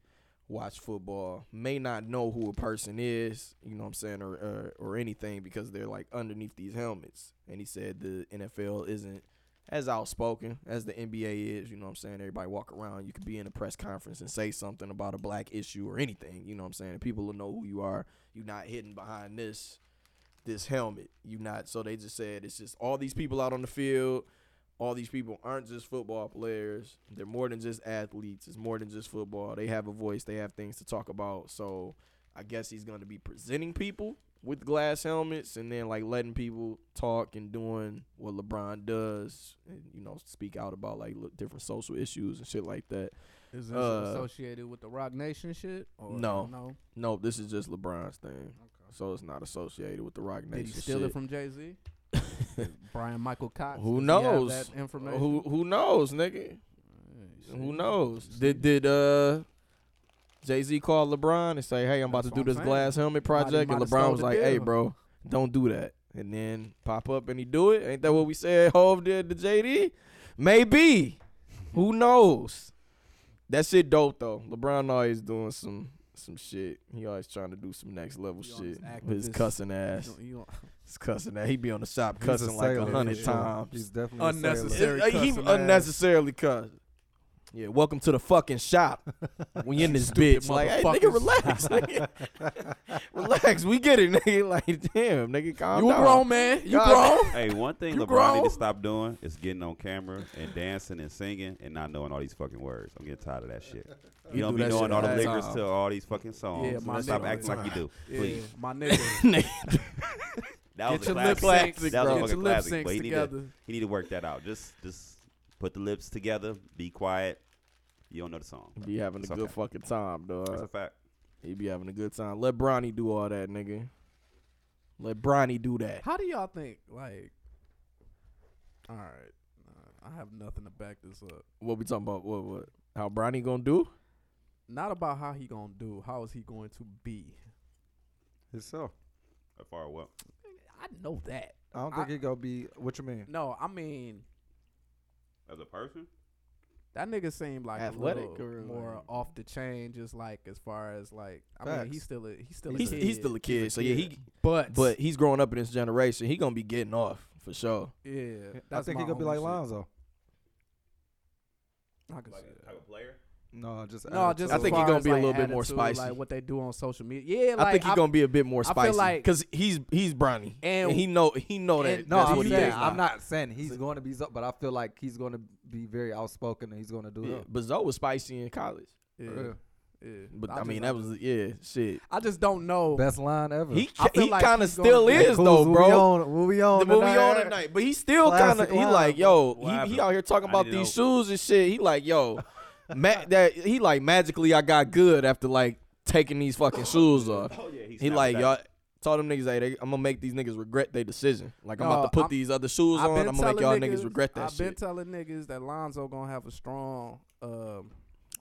A: watch football may not know who a person is, you know what I'm saying, or or, or anything because they're like underneath these helmets. And he said the NFL isn't as outspoken as the NBA is, you know what I'm saying? Everybody walk around, you could be in a press conference and say something about a black issue or anything, you know what I'm saying? And people will know who you are. You're not hidden behind this this helmet. You not so they just said it's just all these people out on the field. All these people aren't just football players. They're more than just athletes. It's more than just football. They have a voice. They have things to talk about. So I guess he's going to be presenting people with glass helmets and then like letting people talk and doing what LeBron does and you know speak out about like look, different social issues and shit like that.
D: Is this
A: uh,
D: associated with the Rock Nation shit? Or
A: No.
D: no.
A: No, this is just LeBron's thing. So it's not associated with the Rock Nation.
D: Did he steal
A: shit.
D: it from Jay Z? Brian Michael Cox.
A: Who
D: Does he have
A: knows?
D: that information?
A: Who who knows, nigga?
D: Yeah,
A: Who
D: see?
A: knows? Did did uh Jay Z call LeBron and say, "Hey, I'm about to
D: That's
A: do
D: what
A: this
D: I'm
A: glass helmet
D: Might-
A: project," and
D: might have
A: LeBron
D: stole
A: was
D: the
A: like, "Hey,
D: deal."
A: bro, don't do that." And then pop up and he do it. Ain't that what we said? Hove did to JD. Maybe. Who knows? That shit dope though. LeBron always doing some some shit. He always trying to do some next level
D: He on
A: shit
D: his
A: with his
D: activist-
A: cussing
D: You
A: ass.
D: don't- you don't-
A: His cussing ass. He be on the shop
B: He's
A: cussing like a
B: sailor,
A: hundred
B: for sure.
A: times.
B: He's definitely
D: Unnecessary.
B: unnecessary.
A: Yeah, he
D: cussing ass.
A: unnecessarily cussed. Yeah, welcome to the fucking shop. We in this bitch. Like, hey, nigga,
D: motherfuckers.
A: relax, nigga. relax. We get it, nigga. Like, damn, nigga, calm
D: You a
A: down.
D: grown man. You
A: God.
D: grown.
C: Hey, one thing LeBron
D: You
C: need
D: grown?
C: to stop doing is getting on camera and dancing and singing and not knowing all these fucking words. I'm getting tired of that shit. You,
A: You
C: don't
A: do
C: be
A: that
C: knowing
A: shit
C: all the
A: all the
C: lyrics
A: time.
C: to all these fucking songs.
D: Yeah, my
C: Stop
D: nigga.
C: acting like you do,
D: Yeah,
C: please.
D: my nigga.
A: Nigga,
C: That was
D: Get
C: a
D: your lip
C: classic.
D: syncs.
C: That was a
D: Get your
C: fucking
D: lip
C: classic. But
D: syncs
C: he need, to,
D: together.
C: he need to work that out. Just just put the lips together. Be quiet. You don't know the song.
A: be having a
C: It's
A: good
C: okay.
A: fucking time,
C: That's a
A: dog.
C: fact.
A: He be having a good time. Let Bronny do all that, nigga. Let Bronny do that.
D: How do y'all think? Like, all right, uh, I have nothing to back this up.
A: What we talking about? What what? How Bronny gonna do?
D: Not about how he gonna do. How is he going to be?
B: Himself.
C: As far as what?
D: I know that.
B: I don't think it gonna be. What you mean?
D: No, I mean
C: As a person?
D: that nigga seemed like
A: Athletic
D: a little
A: or
D: more
A: like-
D: off the chain. Just like as far as like, I mean, he's
B: Facts.
D: still a he's still
A: He's,
D: a kid.
A: he's still a kid, so yeah, he.
D: but
A: But he's growing up in this generation. He gonna be getting off for sure.
D: yeah,
B: I
D: that's
B: think
D: my
B: he gonna be like
D: only shit.
B: Lonzo.
D: I can see that.
C: of player?
B: No, just
D: No, just
A: uh, I
D: as
A: think he
D: far
A: gonna
D: as,
A: be a
D: like,
A: little bit more
D: attitude,
A: spicy.
D: Like what they do on social media. Yeah,
A: I think he's gonna be a bit more
D: I feel
A: spicy
D: like-
A: because he's he's Bronny and,
D: And-
A: he know he know that
D: and-
B: No,
A: that's
B: I'm,
A: what he
B: saying,
A: is.
B: I'm
A: now.
B: not saying he's going to be, zo- but I feel like he's going to be very outspoken and he's going to do
A: Yeah,
B: it.
A: but Zoe was spicy in college.
D: Yeah, yeah.
A: But I,
D: just-
A: mean that was yeah shit.
D: I just don't know.
B: Best line ever.
A: He
D: I feel
A: he
D: like
A: kind of
D: he's gonna
A: still
D: be-
A: is
B: Coos,
A: though,
B: what
A: bro.
B: We on, what we on
A: the movie on
B: tonight?
A: tonight, but he still kind of
B: Classic
A: he
B: line,
A: like
B: bro.
A: yo
C: What
A: he,
C: happened?
A: he out here talking
C: I
A: about
C: need
A: these
C: to
A: shoes and shit. He like yo, ma- that he like magically I got good after like taking these fucking shoes off.
C: Oh, yeah.
A: He like y'all. Told them niggas, hey, they, I'm gonna make these niggas regret their decision. Like I'm
D: No,
A: about to put
D: I'm-
A: these other shoes
D: I've
A: on.
D: been
A: I'm gonna make y'all
D: telling
A: niggas, regret that
D: I've
A: shit.
D: been telling niggas that Lonzo gonna have a strong. Um,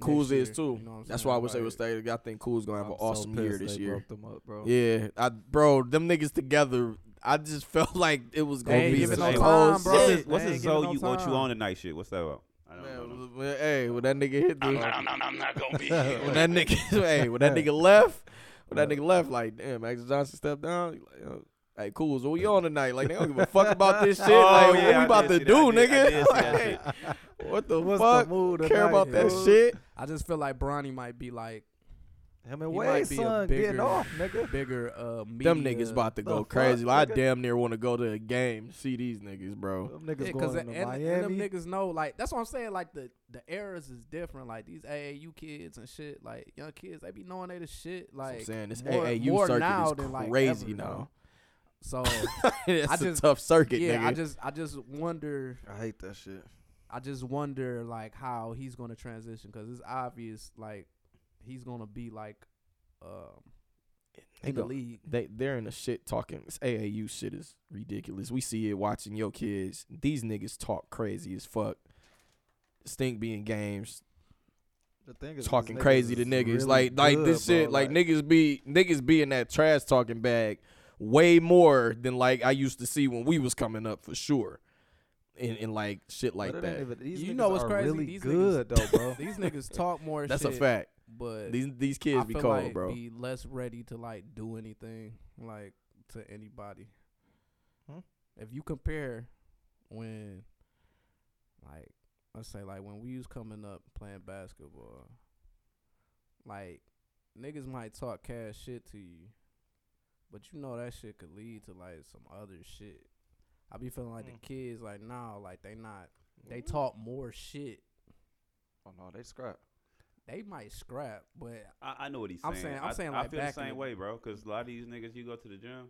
A: Kuz is
D: next year,
A: too.
D: you know what I'm
A: That's
D: saying?
A: why I would say
D: Like,
A: with State. I think Kuz gonna have
B: I'm
A: an
B: so
A: awesome year
B: pissed
A: this
B: they
A: year.
B: broke them up, bro.
A: Yeah, I, bro, them niggas together. I just felt like it was gonna
D: ain't
A: be
D: giving
A: some
D: no
A: cold
D: time, bro.
C: What's
A: shit.
C: this, what's
D: They
C: this
D: ain't giving
C: Zoe
D: no
C: you, want you
D: time.
C: on tonight shit? What's that about? I don't know.
A: Man, well, hey, when that nigga hit
E: I'm
A: the,
E: not, I'm not, I'm not gonna be here.
A: when that nigga, hey, when that nigga left, when that nigga left, like damn, Max Johnson stepped down. he Like, yo, hey, cool, so we on tonight? Like they don't give a fuck about this shit. like what we
C: Oh, I
A: about
C: did
A: to
C: see
A: do,
C: that. I did- I
A: nigga?
C: did see that
A: Like,
C: shit.
A: what the
B: What's
A: fuck?
B: the mood
A: Care
B: tonight,
A: about that
B: yo?
A: shit?
D: I just feel like Bronny might be like
B: Him and
D: He might
B: Wade,
D: be a
B: son, getting
D: bigger-
B: off, nigga.
D: bigger. Uh, media.
A: Them niggas about to
B: The
A: go
B: fuck,
A: crazy. Like, I
B: nigga?
A: damn near want to go to a game, see these niggas, bro.
B: Them niggas
D: Yeah, cause
B: going
D: and,
B: to
D: and
B: Miami.
D: them niggas know like that's what I'm saying. Like the the eras is different. Like these AAU kids and shit. Like young kids, they be knowing they the shit. Like
A: That's what I'm saying this
D: more,
A: AAU
D: more
A: circuit
D: now
A: is
D: than, like,
A: crazy
D: ever, bro.
A: now.
D: So
A: That's a
D: just-
A: tough circuit,
D: yeah,
A: nigga.
D: I just I just wonder.
B: I hate that shit.
D: I just wonder like how he's gonna transition because it's obvious like he's gonna be like um
A: They
D: in the
A: go-
D: league.
A: They they're in the shit talking. This AAU shit is ridiculous. We see it watching your kids. These niggas talk crazy as fuck. Stink being games,
B: The thing is,
A: talking crazy to niggas. like like this shit. like, niggas be niggas be in that trash talking bag way more than like I used to see when we was coming up for sure. And and like shit like that.
D: You know what's crazy?
B: Really
D: These niggas-
B: good though, bro.
D: These niggas talk more.
A: That's
D: shit,
A: a fact.
D: But
A: These these
D: I
A: kids be
D: feel
A: cold,
D: like
A: bro.
D: be less ready to like do anything like to anybody.
B: Hmm?
D: If you compare when like let's say like when we was coming up playing basketball, like niggas might talk cash shit to you, but you know that shit could lead to like some other shit. I be feeling like the kids like now like they not they talk more shit.
B: oh no, they scrap.
D: They might scrap, but
C: I, I know what he's
D: I'm
C: saying.
D: saying- I'm
C: I,
D: saying,
C: I
D: like,
C: feel
D: back
C: the
D: in
C: same
D: the-
C: way, bro. Because a lot of these niggas, you go to the gym,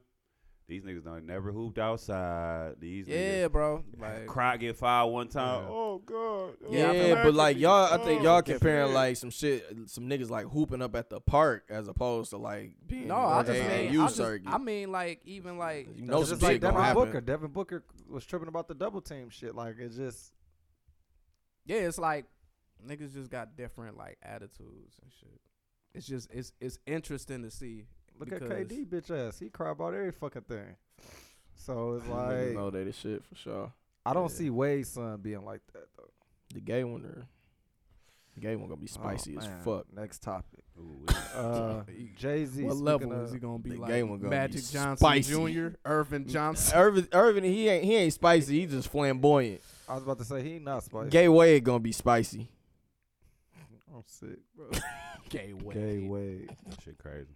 C: these niggas don't never hooped outside. These
D: yeah, bro.
C: niggas
D: Like
C: cry get fouled one time.
B: Yeah.
C: Oh god.
D: Yeah, I
C: Oh,
D: feel
A: Yeah, but like y'all, I think
C: oh,
A: y'all
C: shit.
A: comparing like some shit, some niggas like hooping up at the park as opposed to like being
D: No,
A: in
D: I
A: the
D: just
A: AAU
D: mean, I, just,
A: circuit.
D: I mean, like even like
A: you know
B: It's
A: some
B: just
A: shit
B: like
A: gonna
B: Devin
A: happen.
B: Booker. Devin Booker was tripping about the double team shit. Like it's just
D: yeah, it's like niggas just got different like attitudes and shit. It's just it's it's interesting to see.
B: look
D: because
B: at KD bitch ass. He cry about every fucking thing. So it's
A: Them niggas
B: like
A: know that it's shit for sure.
B: I don't
A: yeah.
B: see Wade's son being like that though.
A: The gay one, or the gay one gonna be spicy
B: Oh,
A: as
B: man.
A: fuck.
B: Next topic.
C: Ooh,
B: Uh, Jay Z.
D: What level is he gonna be
A: the
D: like?
A: game was gonna be
D: Magic Johnson
A: spicy.
D: Jr., Irvin Johnson.
A: Irvin, Irvin, he ain't he ain't spicy. He just flamboyant.
B: I was about to say he not spicy.
A: Gay Wade gonna be spicy.
B: I'm sick, bro.
D: Gay Wade.
B: Gay Wade.
C: that shit crazy.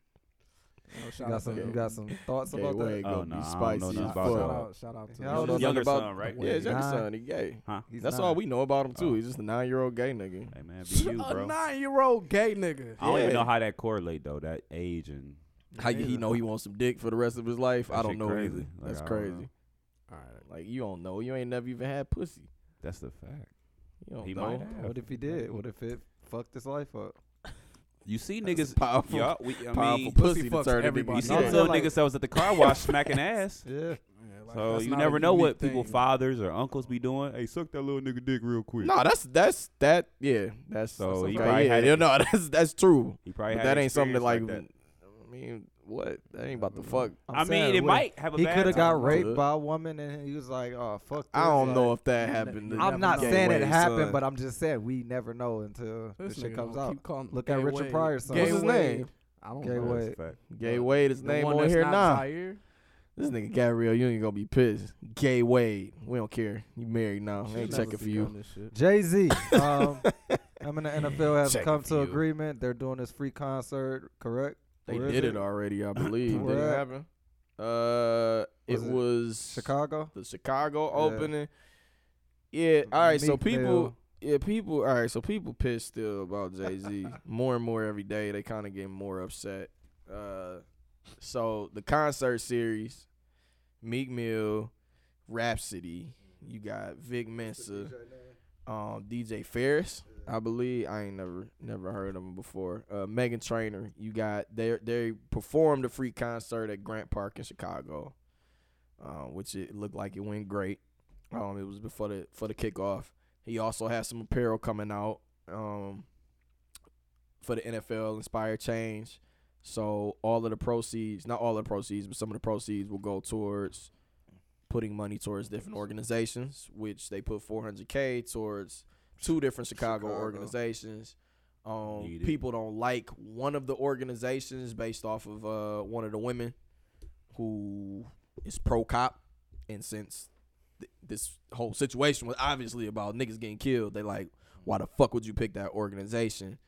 D: No,
B: You
D: shout out
B: got some.
D: to
B: You
D: him.
B: got some thoughts
A: Gay
B: about
A: Wade
B: that?
C: Oh,
A: gonna be
C: nah, I don't know
A: spicy
C: nothing
A: as
C: about
D: Shout
C: that.
A: fuck.
D: out, shout out to
B: Yeah, I don't
D: him.
B: know
C: Younger
A: about-
C: son, right?
A: Yeah, his younger
B: Nah.
A: son, he gay.
C: Huh?
B: He's
A: That's
B: nine.
A: all we know about him too.
C: Oh.
A: He's just a nine year old gay nigga.
C: Hey man, be you,
D: A
C: bro.
D: nine-year-old gay nigga.
C: I don't even
A: Yeah.
C: know how that correlate though. That age and
A: How you, he know he wants some dick for the rest of his life?
C: That
A: I don't
C: shit
A: know.
C: crazy.
A: either.
C: Like,
A: That's
C: I don't
A: crazy.
C: know.
D: All right.
A: Like you don't know. You ain't never even had pussy.
C: that's the fact.
A: You Oh, don't
C: He
A: know.
C: might have.
B: What if he did? What if it fucked his life up?
C: You see
A: That's
C: niggas,
A: powerful,
C: y'all, we, I
A: powerful
C: mean,
A: pussy,
D: pussy
A: to
D: fucks
A: turn a nigga
D: everybody.
C: you
A: gay.
C: see
B: No,
C: the
B: I'm
C: little
B: saying, like-
C: niggas that was at the car wash smacking ass.
B: Yeah.
D: Yeah, like,
C: So
D: that's
C: you
D: not
C: never
D: a
C: know what
D: unique
C: people,
D: thing.
C: fathers or uncles, be doing. Hey, suck that little nigga dick real quick.
A: No, that's that's that. Yeah, that's
C: So
A: that's
C: he
A: okay.
C: probably
A: yeah,
C: had
A: yeah,
C: it.
A: no, that's that's true.
C: He probably
A: But
C: had
A: that ain't something that like.
C: experience
A: I mean, what? That ain't about the
B: Mm-hmm.
A: fuck.
C: I
B: I'm
C: mean,
B: saying,
C: it
B: what if
C: might have a
B: He
C: bad
B: could have
C: time.
B: got raped
A: Could.
B: by a woman, and he was like, "Oh fuck."
A: I
B: this,"
A: don't know
B: like-
A: if that happened.
D: you
A: to-
B: I'm not
A: Gay
B: saying it
A: Wade's
B: happened,
A: son.
B: but I'm just saying we never know until
D: uh, This
B: this shit
D: nigga
B: comes
D: gonna
B: out.
D: keep calling him
B: Look at
D: Gay
B: Richard
D: Wade.
B: Pryor's son.
D: Gay
A: What's his
D: Wade.
A: name?
D: I don't
B: Gay
D: know.
B: Wade.
C: That's a fact.
A: Gay Wade, his
D: The
A: name
D: one
A: on
D: that's
A: here
D: not
A: now.
D: Zaire?
A: This nigga Gabrielle, you ain't gonna be pissed. Gay Wade, we don't care. You married now?
D: She
A: They ain't
D: never
A: checking for
D: be
A: you.
D: on this shit.
B: Jay Z. Um, him and the NFL have
A: Check
B: come
A: it for
B: to
A: you.
B: agreement. They're doing this free concert, correct?
A: They
B: Where is
A: did
B: it?
A: it already, I believe. did it
B: Where at?
A: happen? Uh, it
B: Was it
A: was
B: Chicago.
A: the Chicago
B: Yeah.
A: opening. Yeah. All right. So
B: Meek
A: people.
B: Mill.
A: Yeah, people. All right, so people pissed still about Jay Z more and more every day. They kind of getting more upset. Uh, so the concert series, Meek Mill, Rhapsody. You got Vic Mensa, um, DJ Ferris. I believe I ain't never never heard of him before. Uh, Megan Trainer. You got they they performed a free concert at Grant Park in Chicago, uh, which it looked like it went great. Um, it was before the for the kickoff. He also has some apparel coming out um, for the NFL Inspired Change. So all of the proceeds, not all of the proceeds, but some of the proceeds will go towards putting money towards different organizations, which they put 400k towards two different Chicago,
B: Chicago.
A: organizations. Um,
C: Need it.
A: people don't like one of the organizations based off of uh, one of the women who is pro cop, and since th- this whole situation was obviously about niggas getting killed, they like, why the fuck would you pick that organization?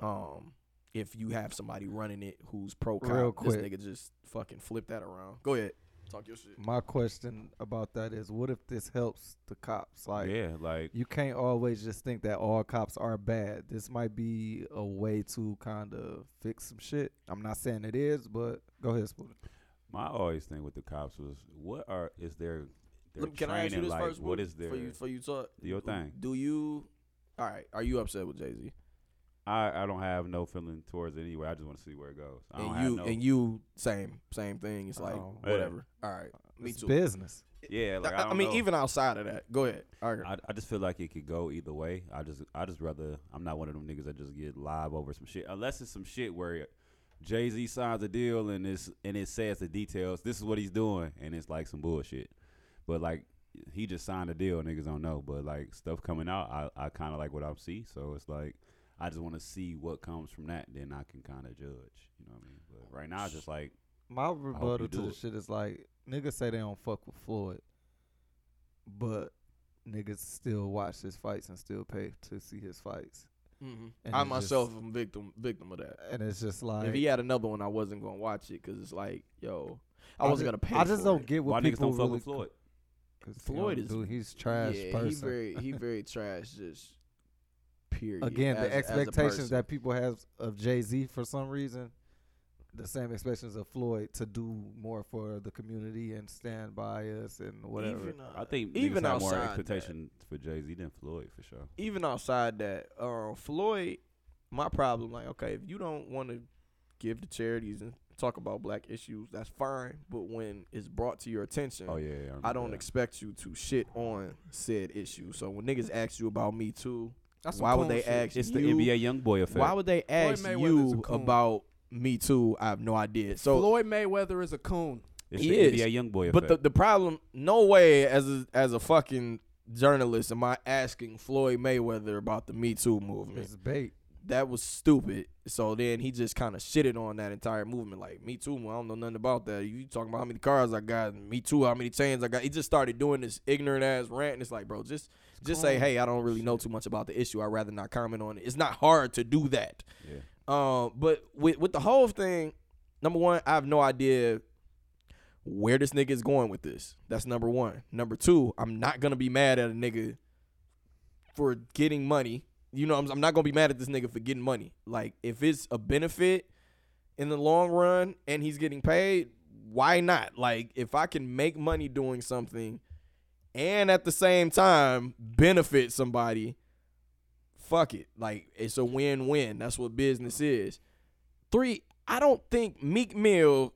A: Um, if you have somebody running it who's pro
B: Real
A: cop, this
B: quick.
A: nigga just fucking flip that around. Go ahead, talk your shit.
B: My question about that is, what if this helps the cops? Like,
C: yeah, like
B: you can't always just think that all cops are bad. This might be a way to kind of fix some shit. I'm not saying it is, but go ahead, Spooner.
C: my always thing with the cops was, what are is their They're
A: Let me- can I ask you
C: training,
A: this
C: like,
A: first?
C: what
A: Wu,
C: is their
A: for you? For you talk
C: your thing?
A: Do you? All right. Are you upset with Jay Z?
C: I, I don't have no feeling towards it anyway. I just want to see where it goes. I don't
A: And
C: have
A: you
C: no,
A: and you same same thing. It's like
B: Oh,
C: yeah.
A: whatever. All right. Me
B: It's
A: too.
B: business.
C: yeah, like I,
A: I, I
C: don't
A: mean,
C: know.
A: even outside of that, go ahead. All right.
C: I, I just feel like it could go either way. I just I just rather I'm not one of them niggas that just get live over some shit. Unless it's some shit where Jay Z signs a deal and it's and it says the details. This is what he's doing, and it's like some bullshit. But like he just signed a deal, niggas don't know. But like stuff coming out, I I kind of like what I see. So it's like I just want to see what comes from that. Then I can kind of judge. You know what I mean? But right now, it's just like
B: My
C: you
B: rebuttal to
C: do
B: the
C: it.
B: shit is like niggas say they don't fuck with Floyd, but niggas still watch his fights and still pay to see his fights. And
A: Mm-hmm. I
B: it's just-
A: myself am victim victim of that.
B: And it's just like
A: if he had another one, I wasn't gonna watch it because it's like, yo, I, wasn't
B: ju-
A: gonna pay.
B: I just
A: for
B: don't
A: it.
B: get
C: why
B: what
C: niggas
B: people
C: don't fuck
B: really
C: with Floyd?
B: Cause he
A: Floyd
B: don't
A: is-
B: do- he's trash
A: yeah,
B: person.
A: He very he very trash. Just period.
B: Again,
A: as-
B: the
A: as a
B: expectations
A: person.
B: that people have of Jay Z for some reason, the same expectations of Floyd to do more for the community and stand by us and whatever.
A: Even, uh,
C: I think
A: even
C: even have more
A: outside
C: expectation for Jay Z than Floyd for sure.
A: That, even outside that, uh, Floyd, my problem. Like, okay, if you don't want to give to charities and talk about black issues, that's fine. But when it's brought to your attention,
C: Oh yeah, yeah remember
A: I don't
C: that.
A: expect you to shit on said issue. So when niggas ask you about Me Too,
D: That's some
A: why would
D: coon
A: they
D: shit.
A: ask
C: It's
A: you-
C: the NBA young boy effect.
A: Why would they ask
D: Mayweather's a
A: you
D: coon.
A: about Me Too? I have no idea. So
D: Floyd Mayweather is a coon.
C: it's
A: He
C: the
A: is.
C: NBA young boy
A: But the,
C: effect.
A: the problem, no way as a, as a fucking journalist am I asking Floyd Mayweather about the Me Too movement.
B: It's bait.
A: That was stupid. So then he just kind of shitted on that entire movement. Like, Me Too, I don't know nothing about that. You talking about how many cars I got, and Me Too, how many chains I got. He just started doing this ignorant ass rant. And it's like, bro, just just say,
D: cold.
A: hey, I don't really know too much about the issue. I'd rather not comment on it. It's not hard to do that.
C: Yeah.
A: Um, but with with the whole thing, number one, I have no idea where this nigga is going with this. That's number one. Number two, I'm not gonna be mad at a nigga for getting money. You know, I'm, I'm not gonna be mad at this nigga for getting money. Like, if it's a benefit in the long run and he's getting paid, why not? Like, if I can make money doing something and at the same time benefit somebody, fuck it. Like, it's a win win. That's what business is. Three, I don't think Meek Mill,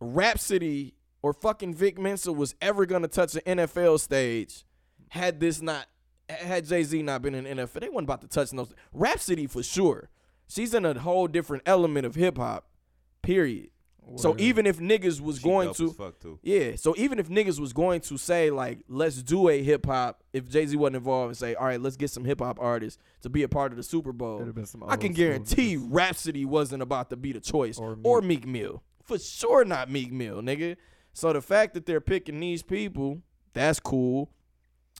A: Rhapsody, or fucking Vic Mensa was ever gonna touch an NFL stage had this not had Jay Z not been in the NFL. They wasn't about to touch those. Rhapsody for sure. She's in a whole different element of hip hop. Period. So
B: Word.
A: even if niggas was
C: She
A: going
C: dope
A: to
C: as fuck too.
A: yeah, so even if niggas was going to say like, let's do a hip hop, if Jay Z wasn't involved and say, all right, let's get some hip hop artists to be a part of the Super Bowl,
B: It'd've been some
A: I can
B: old school
A: guarantee
B: niggas.
A: Rhapsody wasn't about to be the choice or
B: Or
A: Meek. Mill for sure, not Meek Mill, nigga. So the fact that they're picking these people, that's cool.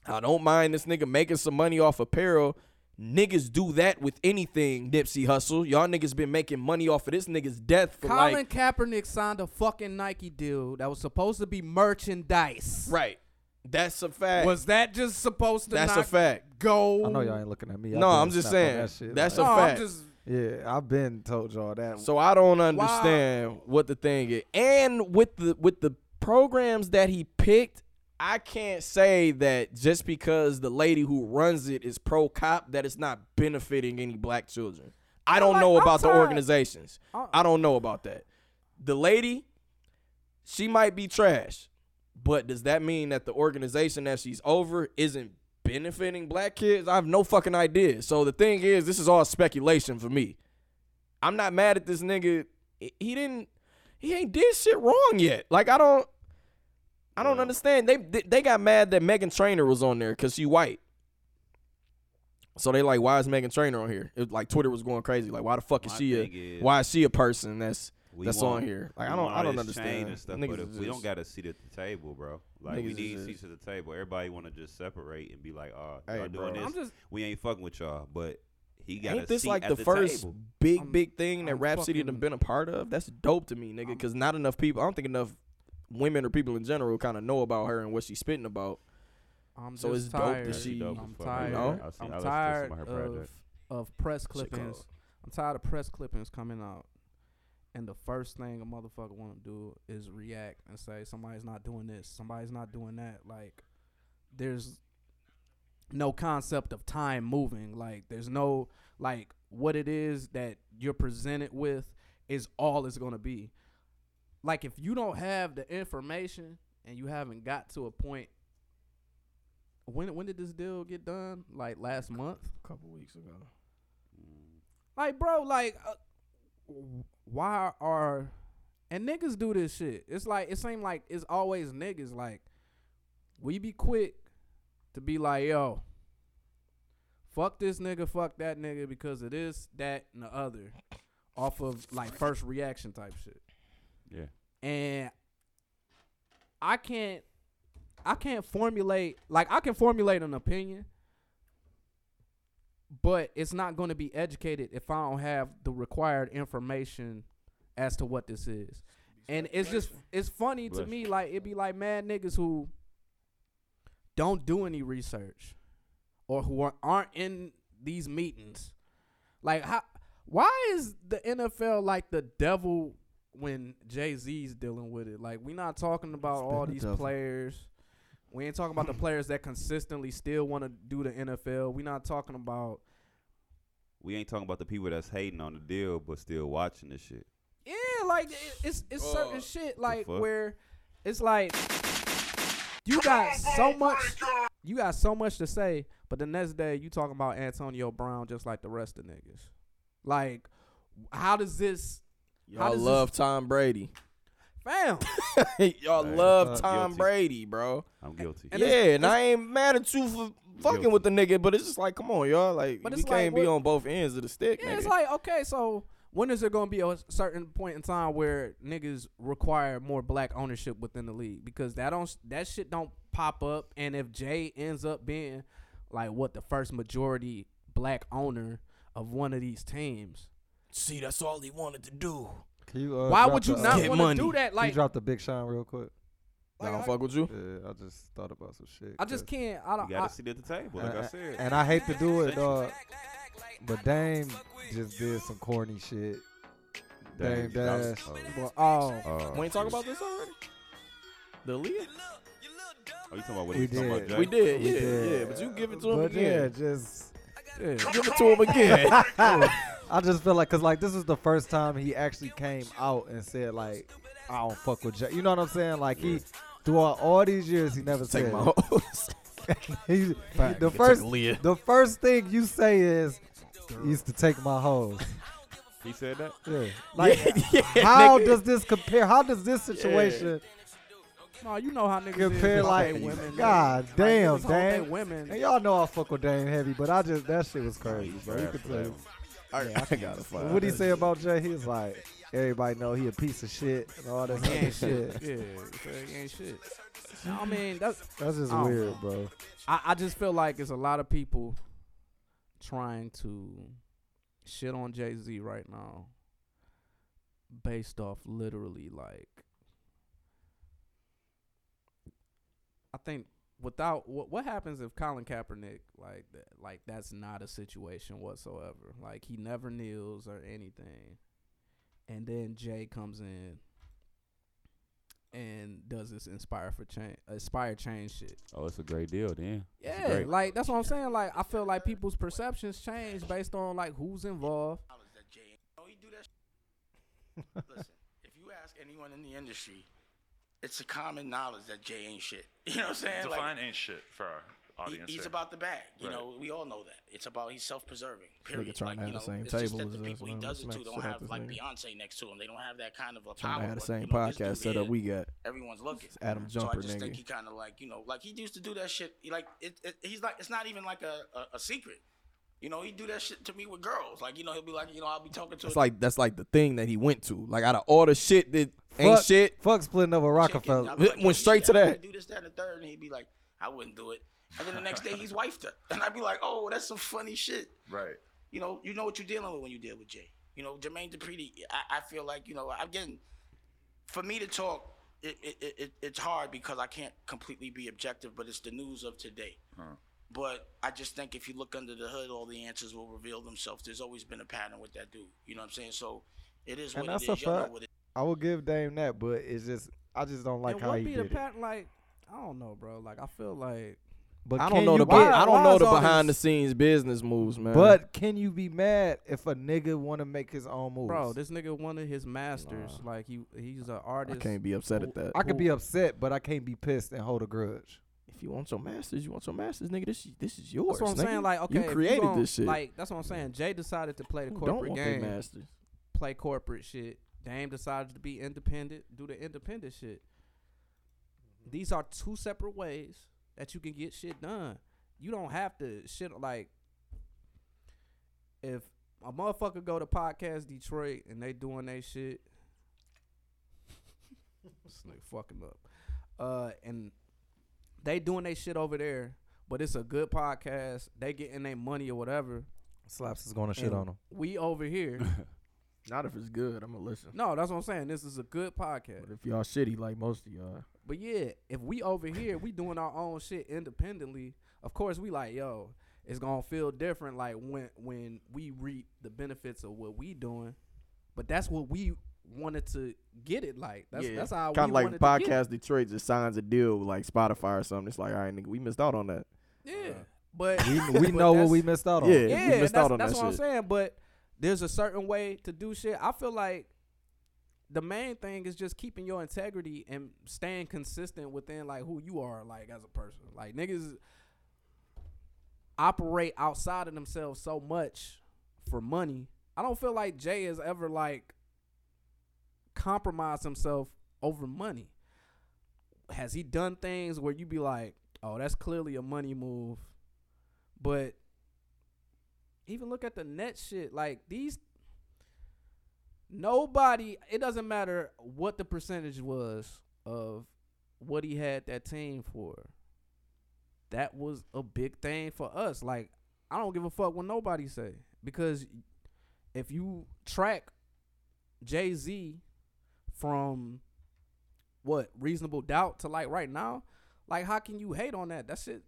A: I don't mind this nigga making some money off apparel. Niggas do that with anything, Nipsey Hustle. Y'all niggas been making money off of this nigga's death for
D: Colin
A: like
D: Kaepernick signed a fucking Nike deal that was supposed to be merchandise.
A: right. That's a fact.
D: Was that just supposed to
A: That's a
D: not
A: fact.
D: go?
B: I know y'all ain't looking at me. I've
A: No,
B: been
A: I'm just
B: snapped on
A: saying,
B: that shit,
A: that's
D: No,
A: a
B: like-
A: fact.
D: I'm just
B: yeah. I've been told y'all that.
A: So I don't understand what the thing is. And with the with the programs that he picked, I can't say that just because the lady who runs it is pro cop that it's not benefiting any black children. I don't
D: like
A: know about the
D: outside.
A: organizations.
D: Uh-
A: I don't know about that. The lady, she might be trash, but does that mean that the organization that she's over isn't benefiting black kids? I have no fucking idea. So the thing is, this is all speculation for me. I'm not mad at this nigga. He he didn't. He ain't did shit wrong yet. Like I don't. I don't understand. They they they got mad that Megan Trainer was on there because she white. So they like, why is Megan Trainer on here? It was like Twitter was going crazy. Like, why the fuck is
C: My
A: she a?
C: thing is,
A: why is she a person that's
C: We
A: that's
C: want-
A: on here? Like,
C: we
A: I don't
C: want
A: I
C: all
A: don't
C: this
A: understand.
C: change and stuff,
A: Niggas
C: but
A: is
C: if we don't
A: just-
C: got a seat at the table, bro. Like we
A: Niggas
C: need
A: is
C: seats
A: just-
C: at the table. Everybody want to just separate and be like, "Oh,
A: Hey,
C: y'all doing
A: bro.
C: this?
D: I'm just-
C: we ain't fucking with y'all." But he got
A: Ain't
C: a
A: this
C: seat
A: like
C: at
A: the, first
C: table.
A: big
D: I'm-
A: big thing that
D: I'm
A: Rhapsody
D: fucking-
A: done been a part of? That's dope to me, nigga.
D: I'm-
A: Because not enough people. I don't think enough women or people in general kind of know about her and what she's spitting about.
D: I'm
A: So
D: just
A: it's dope that
D: tired.
A: Yeah, she dope
C: as
D: I'm
C: fuck.
D: tired.
A: No?
C: I seen- I listened
D: I'm
C: to some
D: tired
C: of her
D: of,
C: projects.
D: of press
A: Shit
D: clippings.
A: cold.
D: I'm tired of press clippings coming out, and the first thing a motherfucker want to do is react and say somebody's not doing this, somebody's not doing that. Like there's no concept of time moving. Like there's no like what it is that you're presented with is all it's gonna be. Like if you don't have the information and you haven't got to a point when when did this deal get done? Like last month?
A: a couple weeks ago.
C: Mm.
D: Like, bro, like, uh, w- why are and niggas do this shit? It's like it seems like it's always niggas. Like, we be quick to be like, yo, fuck this nigga, fuck that nigga because of this, that, and the other, off of like first reaction type shit.
C: Yeah.
D: And I can't, I can't formulate like I can formulate an opinion, but it's not going to be educated if I don't have the required information as to what this is. And it's just it's funny to
C: Bless
D: me like it be like mad niggas who don't do any research or who are, aren't in these meetings. Like how why is the NFL like the devil when Jay-Z's dealing with it? Like we not talking about
A: been
D: all
A: the
D: these
A: devil.
D: players. We ain't talking about the players that consistently still want to do the NFL. We not talking about
C: We ain't talking about the people that's hating on the deal but still watching this shit.
D: Yeah, like it- it's it's certain shit like
C: fuck?
D: where it's like you got so much you got so much to say, but the next day you talking about Antonio Brown just like the rest of niggas. Like how does this How
A: Y'all
D: does
A: love Tom Brady.
D: fam?
A: Y'all
C: Man,
A: love
C: fuck.
A: Tom
C: Guilty.
A: Brady, bro.
C: I'm guilty.
D: And
A: yeah,
D: it's-
A: and I ain't mad at you for fucking
C: Guilty.
A: with the nigga, but it's just like, come on, y'all. Like,
D: But
A: we
D: it's
A: can't
D: like,
A: be
D: what-
A: on both ends of the stick,
D: yeah,
A: nigga.
D: it's like okay, so when is there gonna be a certain point in time where niggas require more black ownership within the league? Because that don't that shit don't pop up, and if Jay ends up being like what the first majority black owner of one of these teams,
A: See, that's all he wanted to do.
B: Can you, uh,
D: why
B: drop
D: would you
B: the,
D: not
B: Uh,
A: Get
D: want to
A: money.
D: do that?
B: like,
D: Like
B: you drop the big shine real quick.
A: I don't fuck with you.
B: Yeah, I just thought about some shit.
D: I just
B: 'cause-
D: can't. I
C: You
D: don't.
C: gotta
D: I,
C: sit at the table,
B: and
C: like I
B: I-
C: said.
B: And I hate to do it, dog. uh, But Dame just did some corny shit. Dame Dash.
D: well, oh,
C: Oh,
A: We ain't talking about this already? The league?
C: Are you talking about what
B: We
C: he's talking about?
B: did.
C: Jay?
A: We did,
B: We
A: yeah,
B: did.
A: yeah. But you give it to him
B: But yeah,
A: again.
B: just
D: yeah.
A: Give it to him again.
B: I just feel like, cause like this is the first time he actually came out and said like, I don't fuck with Jay. You know what I'm saying? Like he, throughout all these years, he never
A: Take
B: said.
A: my hoes.
B: he, he- the first, the first thing you say is, "He used to take my hoes.
C: He said that.
B: Yeah. Like, how does this compare? How does this situation
D: no, you know how niggas is
B: compare?
D: about
B: Like,
D: they women.
B: God damn,
D: niggas hold they
B: Dame.
D: women.
B: And y'all know I fuck with Dame heavy, but I just that shit was crazy,
C: He's
B: bro. You
C: trash
B: could
C: for
B: tell.
C: that one.
A: I gotta find.
B: What he say about Jay? He was like, everybody know he a piece of shit and all that
D: He
B: other
D: ain't shit.
B: shit.
D: Yeah, he ain't shit. I mean, that's
B: That's just
D: I don't know.
B: weird, bro.
D: I, I just feel like it's a lot of people trying to shit on Jay Z right now based off literally like I think without what what happens if Colin Kaepernick like that like that's not a situation whatsoever. Like he never kneels or anything. And then Jay comes in and does this inspire for change inspire change shit.
C: Oh, it's a great deal, then. It's
D: Yeah,
C: great.
D: like that's what I'm saying. Like I feel like people's perceptions change based on like who's involved.
I: Oh, he do that. sh- Listen, if you ask anyone in the industry, it's a common knowledge that Jay ain't shit. You know what I'm saying? Like,
J: Define ain't shit for our
I: he-
J: audience.
I: he's
J: here.
I: about the bag. You
J: Right.
I: know, we all know that. It's about he's self-preserving.
A: Nigga
I: Period.
A: trying
I: Like,
A: to
I: you
A: have
I: know,
A: the same
I: it's just
A: table
I: that
A: as
I: the
A: us,
I: people he
A: man.
I: does it
A: Smack
I: to
A: shit
I: don't
A: out
I: have
A: this
I: like
A: nigga.
I: Beyonce next to him. They don't have that kind of a power.
A: Trying to have the
I: but,
A: same
I: you know, this
A: podcast
I: dude
A: setup
I: here,
A: we got.
I: Everyone's looking.
A: It's Adam
I: so I
A: Jumper,
I: just think
A: nigga.
I: he kind of like you know, like he used to do that shit. He like it, it, he's like it's not even like a, a, a secret. You know, he do that shit to me with girls. Like you know, he'll be like, you know, I'll be talking to.
A: It's
I: a
A: like that's like the thing that he went to. Like out of all the shit that ain't
B: fuck,
A: shit,
B: Fuck splitting up with
I: chicken.
B: Rockefeller.
I: I'd be like,
A: Went
I: yo, you
A: straight to
I: definitely
A: that.
I: Do this, that, and the third, and he'd be like, I wouldn't do it. And then the next day he's wifed her, and I'd be like, oh, that's some funny shit.
J: right.
I: You know, you know what you're dealing with when you deal with Jay. You know, Jermaine Dupri. I, I feel like you know, I'm getting. For me to talk, it, it, it, it it's hard because I can't completely be objective, but it's the news of today. But I just think if you look under the hood, all the answers will reveal themselves. There's always been a pattern with that dude. You know what I'm saying? So it is
B: And
I: what it
B: that's a
I: is. Y'all know
B: fact.
I: what it
B: I will give Dame that, but it's just I just don't like
D: and
B: how
D: what
B: he
D: be the
B: did it.
D: pattern? Like I don't know, bro. Like I feel like
B: But
A: I
B: can
A: don't know
B: you
A: the
B: be-
A: be- I don't know the
B: Why is all
A: behind the
B: this-
A: scenes business moves, man.
B: But can you be mad if a nigga want to make his own moves?
D: Bro, this nigga one of his masters. Like he he's an artist.
A: can't be upset at
D: who-
A: that.
B: I could
D: who-
B: be upset, but I can't be pissed and hold a grudge.
A: if you want your masters, you want your masters, nigga. This this is yours.
D: That's what I'm
A: nigga.
D: saying. Like okay,
A: you
D: if
A: created
D: gon-
A: this shit.
D: Like that's what I'm saying. Jay decided to play the
A: Who
D: corporate
A: don't want their
D: game.
A: masters.
D: play corporate shit. Dame decided to be independent, do the independent shit. These are two separate ways that you can get shit done. You don't have to shit like if a motherfucker go to podcast Detroit and they doing they shit. this nigga fucking up. Uh and they doing they shit over there, but it's a good podcast. They getting their money or whatever.
B: Slaps is going to shit
D: and
B: on him.
D: We over here.
A: Not if it's good. I'm gonna listen.
D: No, that's what I'm saying. This is a good podcast.
A: But if y'all shitty like most of y'all,
D: But yeah, if we over here, we doing our own shit independently. Of course, we like yo, it's gonna feel different. Like when when we reap the benefits of what we doing, but that's what we wanted to get it like. That's that's how
A: kind of
D: we
A: like
D: wanted to get it.
A: podcast Detroit just signs a deal with like Spotify or something. It's like, all right, nigga, we missed out on that.
D: Yeah, but
B: We,
D: but
B: we know what
D: that's-
B: we missed out on.
A: Yeah.
D: Yeah,
A: we missed
D: that's,
A: out on
D: that's
A: that
D: what
A: shit.
D: I'm saying. But there's a certain way to do shit. I feel like the main thing is just keeping your integrity and staying consistent within like who you are, like as a person. Like niggas operate outside of themselves so much for money. I don't feel like Jay has ever like compromised himself over money. Has he done things where you be like, "Oh, that's clearly a money move," but even look at the net shit. Like these, nobody. It doesn't matter what the percentage was of what he had that team for. That was a big thing for us. Like I don't give a fuck what nobody say because if you track Jay Z from what reasonable doubt to like right now, like how can you hate on that? That shit,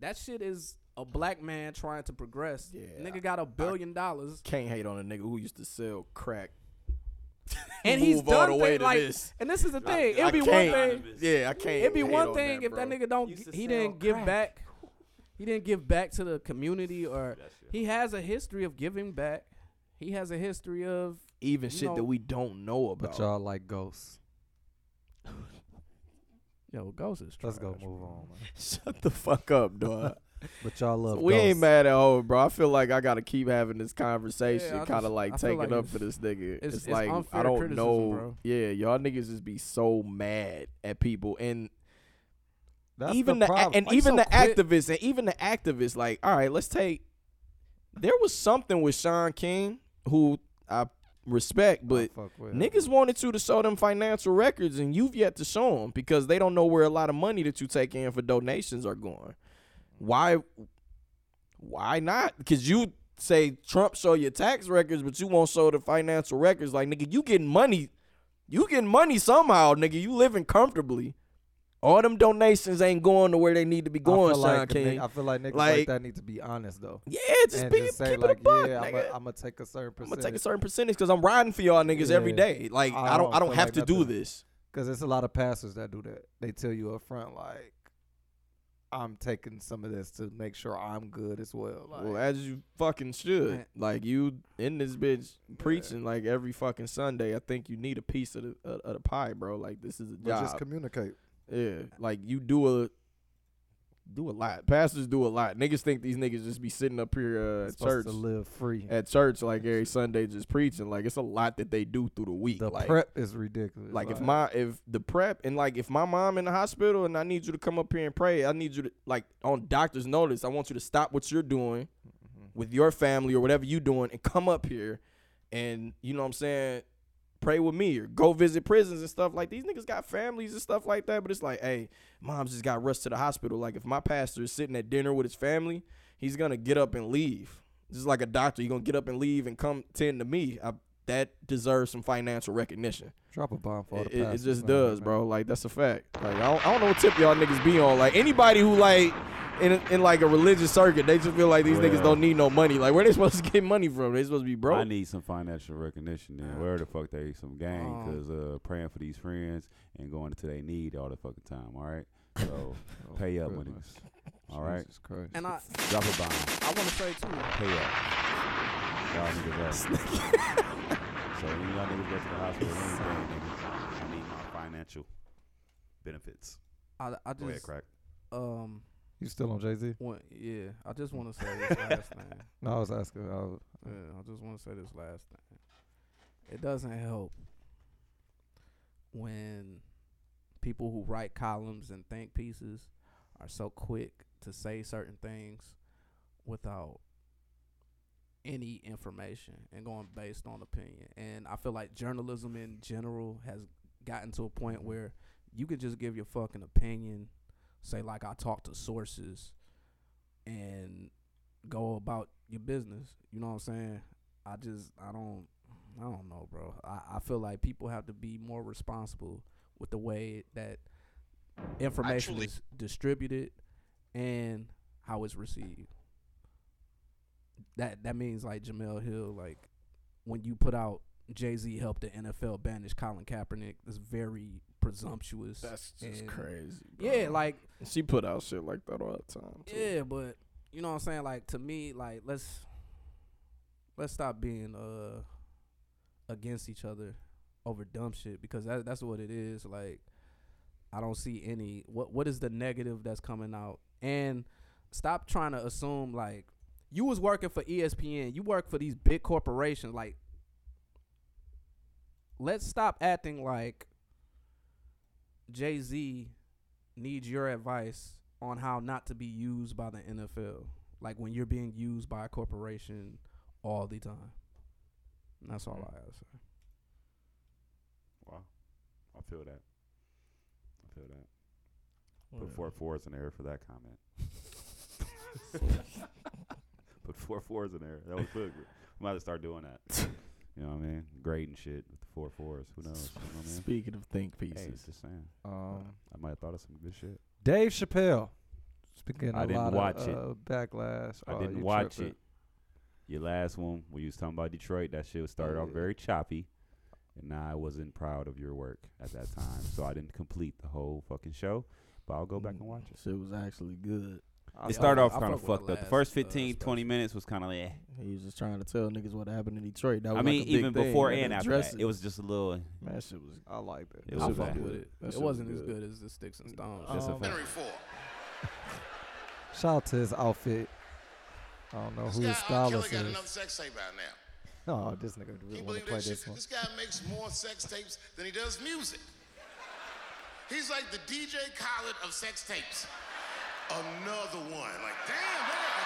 D: that shit is a black man trying to progress.
A: Yeah, I-
D: nigga got a billion dollars
A: Can't hate on a nigga who used to sell crack.
D: and he's
A: move all
D: done
A: the way
D: thing,
A: to
D: like,
A: this.
D: and this is the thing.
A: I
D: It'd be one
A: can't-
D: thing.
A: Yeah, I can't.
D: It'd be
A: hate
D: one
A: on
D: thing if
A: bro.
D: that nigga don't.
C: Used to
D: He
C: sell
D: didn't give
C: crack.
D: back. He didn't give back to the community, or he has a history of giving back. He has a history of
A: even
D: you
A: shit
D: know-
A: that we don't know
B: But
A: about.
B: y'all like ghosts.
D: yo ghosts. is
B: Let's go
D: trash,
B: move
D: bro.
B: on. Man.
A: Shut the fuck up, dog.
B: But y'all love
A: we
B: ghosts.
A: ain't mad at all, bro. I feel like I gotta keep having this conversation,
D: Yeah, I
A: kind of
D: just-
A: like
D: I feel
A: taking
D: like
A: up for
D: it's-
A: this nigga.
D: it's-
A: It's,
D: it's
A: like
D: unfair
A: I don't
D: criticism,
A: know.
D: bro.
A: Yeah, y'all niggas just be so mad at people, and
B: That's
A: even the, a-
B: problem.
A: and
D: Why you
A: even
D: so
A: the
D: quick?
A: activists and even the activists. Like, all right, let's take. There was something with Sean King who I respect, but
B: fuck with.
A: Niggas wanted you to show them financial records, and you've yet to show them because they don't know where a lot of money that you take in for donations are going. Why? Why not? Because you say Trump show your tax records, but you won't show the financial records. Like nigga, you getting money, you getting money somehow, nigga. You living comfortably. All them donations ain't going to where they need to be
B: I
A: going,
B: feel,
A: Sean
B: like, the
A: King.
B: ni- I feel like niggas like,
A: Like-
B: that need to be honest though.
A: yeah, just
B: and
A: be
B: just say
A: keep
B: like,
A: it a buck,
B: yeah, I'm
A: nigga.
B: gonna take a certain
A: I'm
B: percentage.
A: gonna take a certain percentage because I'm riding for y'all niggas every
B: Yeah.
A: day. Like I don't, I don't
B: feel
A: have
B: like
A: to do
B: nothing.
A: this.
B: Because there's a lot of pastors that do that. They tell you up front, like, I'm taking some of this to make sure I'm good as well. Like,
A: Well, as you fucking should.
D: Man.
A: Like you in this bitch preaching like every fucking Sunday. I think you need a piece of the of, of the pie, bro. Like this is a
B: but
A: job.
B: just communicate.
A: yeah, like you do a do a lot. Pastors do a lot. Niggas think these niggas just be sitting up here uh, at
B: supposed
A: church
B: to live free.
A: at church like every Sunday just preaching. Like it's a lot that they do through the week.
B: The
A: like,
B: prep is ridiculous.
A: like if my if the prep and like if my mom in the hospital and I need you to come up here and pray, I need you to like on doctor's notice, I want you to stop what you're doing with your family or whatever you doing and come up here and you know what I'm saying, pray with me or go visit prisons and stuff like these niggas got families and stuff like that, but it's like, hey, mom's just got rushed to the hospital. Like if my pastor is sitting at dinner with his family, he's gonna get up and leave. Just like a doctor, you're gonna get up and leave and come tend to me. I, that deserves some financial recognition.
B: drop a bomb for all
A: It,
B: the
A: it- it
B: pastors.
A: just
B: out here,
A: does,
B: man.
A: bro. Like that's a fact. Like I don't, I don't know what tip y'all niggas be on. Like anybody who like in in like a religious circuit, they just feel like these niggas
C: Well.
A: don't need no money. Like where they supposed to get money from? They supposed to be
C: I
A: broke.
C: need some financial recognition then. Where the fuck they some gang? Because uh, praying for these friends and going to they need all the fucking time. All right, so pay up, my niggas. All right.
B: Jesus Christ.
D: And I,
C: Drop a bomb.
D: I want to say too.
C: Pay up. Y'all niggas up. so when y'all niggas go to the hospital, we ain't paying niggas. I need my financial benefits.
D: I, I
C: Go ahead,
D: just
C: crack.
D: um
B: You still on Jay Z?
D: want yeah. I just want to say this last thing.
B: No, I was asking. I was,
D: Yeah, Uh, I just want to say this last thing. It doesn't help when people who write columns and think pieces are so quick to say certain things without any information and going based on opinion. And I feel like journalism in general has gotten to a point where you can just give your fucking opinion, say like I talked to sources and go about your business. You know what I'm saying? I just I don't I don't know, bro. I, I feel like people have to be more responsible with the way that information
I: truly-
D: is distributed and how it's received. That that means like Jamel Hill, like when you put out Jay Z helped the NFL banish Colin Kaepernick, that's very presumptuous.
A: That's just
D: and-
A: crazy. Bro.
D: Yeah, like
A: she put out shit like that all the time. too.
D: yeah, but you know what I'm saying? Like to me, like let's let's stop being uh against each other over dumb shit because that that's what it is. Like I don't see any what what is the negative that's coming out and stop trying to assume like you was working for E ESPN, you work for these big corporations like let's stop acting like Jay-Z needs your advice on how not to be used by the NFL. Like when you're being used by a corporation all the time. And that's all I have to say.
C: Wow. I feel that. I feel that. Put four fours in there for that comment. Put four fours in there. That was good. We might have to start doing that. You know what I mean? Grading shit with the four fours. Who knows? You know what I mean?
A: Speaking of think
C: Hey,
A: pieces,
C: just saying.
B: um,
A: Mm.
C: I might have thought of some good shit.
B: Dave Chappelle. Speaking
C: I
B: a
C: didn't
B: lot
C: watch
B: of
C: it.
B: uh, backlash.
C: I
B: Oh,
C: didn't
B: you
C: watch
B: tripping.
C: it. Your last one, when you was talking about Detroit, that shit was started off
B: yeah.
C: very choppy, and I wasn't proud of your work at that time, so I didn't complete the whole fucking show. But I'll go back and watch it.
A: mm, shit was actually good.
B: I
C: Mm. It
B: saw
C: started
D: I
C: off
D: fuck
C: kind of
D: with the
C: fucked up. The
D: last,
C: first
D: uh,
C: 15, 20
D: special.
C: minutes was kind of like, eh.
A: He was just trying to tell niggas what happened in Detroit. That was
C: I
A: like
C: mean,
A: a big
C: even
A: thing.
C: before
A: You had
C: and
A: to
C: after
A: address
C: that,
A: it.
C: it was just a little.
A: man, that shit was.
B: I liked it.
C: It was
D: I
C: a
D: fuck
C: bad.
D: with
A: good.
D: it.
A: That
D: it
A: shit
D: wasn't
A: was
D: as
A: good.
D: good as the sticks and stones.
C: That's a
B: Um,
C: fact.
B: Shout out to his outfit. I don't know who his stylist
J: got
B: is.
J: enough sex tape out now.
B: No, this nigga really
J: Can you
B: want
J: believe
B: to play
J: that shit?
B: this one.
J: This guy makes more sex tapes than he does music. He's like the DJ Khaled of sex tapes. Another one. Like, damn, man.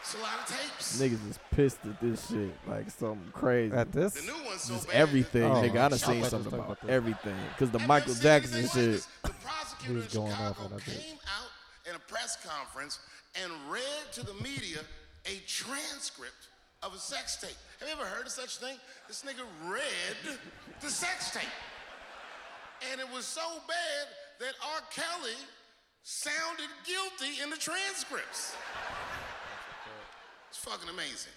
J: It's a lot of tapes.
A: Niggas is pissed at this shit like something crazy.
B: At
J: The
B: this?
J: new one's so
A: Just
J: bad.
A: everything,
B: Oh,
A: nigga. I done
B: shit. I
A: seen
B: was
A: something
B: talking
A: about
B: about that.
A: everything. Cause the
J: I've
A: Michael
J: never seen
A: Jackson
J: anything like
A: shit.
J: this. The prosecutor
B: He's
J: in
B: going off
J: Chicago
B: on that bitch.
J: came out in a press conference and read to the media a transcript of a sex tape. Have you ever heard of such thing? This nigga read the sex tape. And it was so bad that R. Kelly sounded guilty in the transcripts. It's fucking amazing.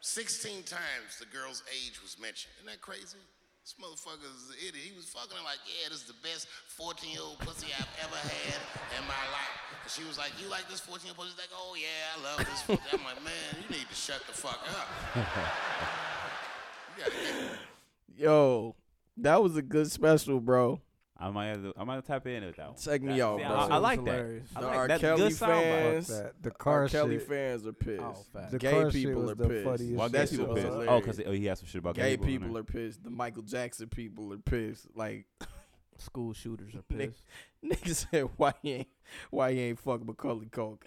J: 16 times the girl's age was mentioned. Isn't that crazy? This motherfucker is an idiot. He was fucking her like, yeah, this is the best 14 year old pussy I've ever had in my life. And she was like, you like this 14 year old pussy? He's like, oh yeah, I love this. 14. I'm like, man, you need to shut the fuck up. You gotta get
A: Yo, that was a good special, bro.
C: I might have to, I might have to tap in with that one.
A: Take me out,
C: See,
A: bro.
C: I, I like that.
D: hilarious.
C: I
A: The
C: like
A: R.
C: that.
A: Kelly
C: good soundbite.
A: fans.
B: Fuck that. The
A: R.
B: car
A: Kelly
B: shit.
A: fans are pissed.
D: Oh, facts.
B: The
A: Gay
B: car shit
A: people
B: was
A: are
B: the
A: pissed.
B: funniest
C: Well,
A: That
B: shit
C: gay
B: that's
A: shit
C: people
A: was
B: ever.
C: pissed.
A: hilarious.
C: Oh, because oh, he has some shit about
A: Gay
C: in
A: people
C: there.
A: are pissed. The Michael Jackson people are pissed. Like
D: School shooters are
A: Nick-
D: pissed.
A: niggas said, why you ain't why you ain't fuck Macaulay Culkin?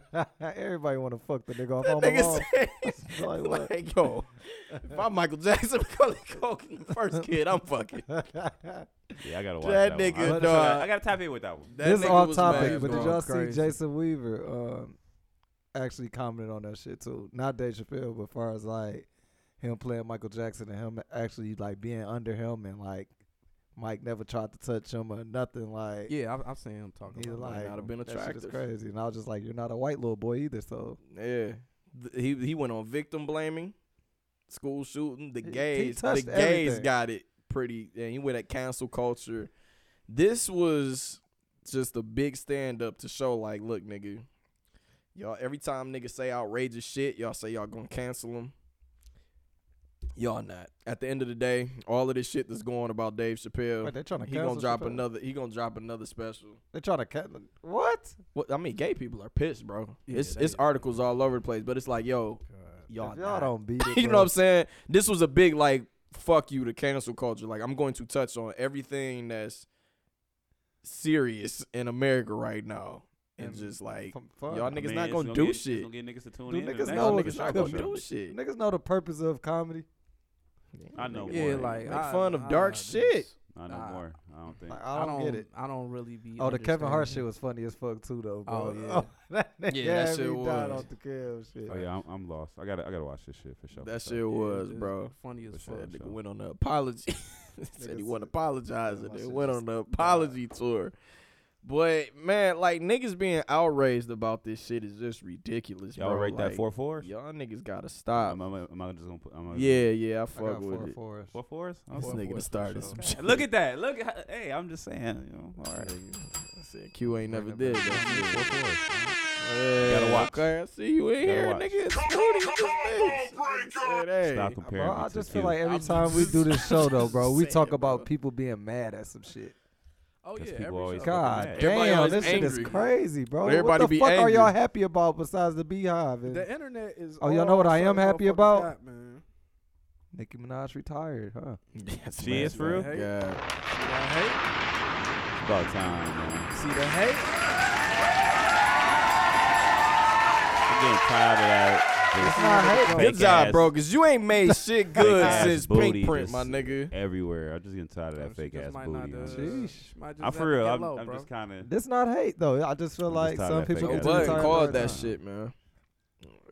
B: Everybody want to fuck the nigga off
A: That
B: Home Alone.
A: nigga said,
B: Like, what?
A: like, yo, if I'm Michael Jackson, Macaulay Culkin, the first kid, I'm fucking.
C: Yeah, I gotta watch
A: That
C: that,
A: nigga,
C: one. I, gotta-
A: dog.
C: I gotta tap in with that one.
A: That
B: this is
A: nigga
B: off
A: was
B: topic,
A: mad,
B: but did
A: bro.
B: y'all
D: Crazy.
B: see Jason Weaver um, actually commented on that shit too? Not Dave Chappelle, but far as like him playing Michael Jackson and him actually like being under him and like Mike never tried to touch him or nothing. Like
D: Yeah, I've, I've seen him talking
B: he's
D: about
B: like
A: not have been
B: that shit is
A: attractive."
B: crazy, and I was just like, you're not a white little boy either. So
A: Yeah, Th- he he went on victim blaming, school shooting. The
B: He- he
A: gays, the
B: touched
A: gays
B: everything.
A: got it pretty. And he went at cancel culture This was just a big stand up to show, like, look, nigga, y'all. Every time niggas say outrageous shit, y'all say y'all gonna cancel them. Y'all not. At the end of the day, all of this shit that's going about Dave Chappelle,
B: Wait, they tryna
A: he gonna
B: cancel
A: drop
B: Chappelle?
A: another. He gonna drop another special.
B: They try to cut. What?
A: What I mean, gay people are pissed, bro.
B: Yeah,
A: it's
B: they-
A: it's articles all over the place, but it's like, yo, y'all,
B: If y'all don't beat it,
A: you know
B: bro.
A: what I'm saying? This was a big like fuck you to cancel culture. Like I'm going to touch on everything that's serious in America right now. And, just like
B: fun.
A: y'all
B: I
A: niggas
B: mean,
A: not
B: it's
A: gonna,
B: gonna
A: do
B: get- it's
A: shit.
C: gonna get niggas to tune
B: Do
C: in to
B: niggas
C: that
B: know
C: shit.
B: it's
C: Niggas not gonna do
A: shit.
B: Niggas know the purpose of comedy.
C: I know
D: Yeah,
C: more.
D: like,
C: Make
D: I-
C: fun of
D: I-
C: dark
D: I
C: shit.
D: just-
C: I know more. I don't think-
B: I don't, get it.
D: I don't really be.
B: Oh, the Kevin Hart
D: understanding.
B: shit was funny as fuck too, though. Bro.
D: Oh, yeah.
B: that nigga
D: Yeah, that
B: had
D: shit
B: me dying
D: was.
B: off the Kev shit.
C: Oh yeah, I'm, I'm lost. I gotta I gotta watch this shit for sure.
A: That
C: for
A: shit
C: sure.
A: was, bro.
D: funny as
A: For
D: fuck.
A: sure. That nigga went on the apology. said he
D: Niggas-
A: wasn't apologizing.
D: my
A: They
D: shit
A: went on the apology tour. But man, like niggas being outraged about this shit is just ridiculous.
C: Y'all
A: bro.
C: rate that
A: Like,
C: four fours?
A: Y'all niggas gotta stop.
C: Am I, am I just gonna put? Am I
A: Yeah, yeah, I fuck
C: got
A: with
C: four
A: it.
B: fours.
C: Four fours? I'm
A: This
C: four
A: nigga done
C: fours for
A: started
C: sure.
A: some shit.
C: Look at that. Look. At, hey, I'm just saying. You know, all right.
A: Q ain't never did that.
C: You gotta watch.
A: Okay, I see you in here,
C: Gotta watch.
A: nigga. It's booty in this bitch. Shit, hey.
C: Stop comparing.
B: Bro,
C: me
B: I
C: to
B: just feel
C: Q.
B: like every
C: I'm
B: time we
C: just-
B: do this show, though, bro, we
A: saying,
B: talk about
A: bro.
B: people being mad at some shit.
D: Oh yeah,
C: people
D: every
C: always fucking
D: show.
B: God
C: mad.
D: Everybody
B: damn,
D: always
B: this shit is
D: angry.
B: crazy, bro.
A: Everybody
B: what the
A: be
B: fuck
A: angry.
B: are y'all happy about besides the Beehive? And
D: The internet is.
B: Oh, y'all know
D: all
B: what I am
D: certain
B: happy
D: motherfuckers
B: about?
D: got, man.
B: Nicki Minaj retired, huh?
A: Yes,
C: She
A: man,
C: is for real?
D: Hey.
A: Yeah.
D: See that hate?
C: About time, man.
D: See the hate?
C: I'm getting tired of that.
B: It's not hate, bro.
A: Good
C: fake
A: job,
C: ass-
A: bro, because you ain't made shit good
C: fake-ass
A: since
C: booty
A: Pink Print,
C: just
A: my nigga.
C: Everywhere. I'm just getting tired of
D: Oh,
C: that
D: she
C: fake
D: just
C: ass
D: might not,
C: booty.
D: uh,
C: I'm just-
B: Sheesh.
D: might just
C: I'm
D: have
C: for
D: to
C: real.
D: get
C: I'm,
D: low,
C: I'm
D: bro.
C: just kind of.
B: This not hate though. I just feel
C: I'm
B: like
C: just tired of
B: some
C: that
B: people
C: fake
B: get
A: Joe
C: ass
B: too
A: Budden
C: booty.
B: tired.
A: called
B: of
A: that
B: their time.
A: shit, man.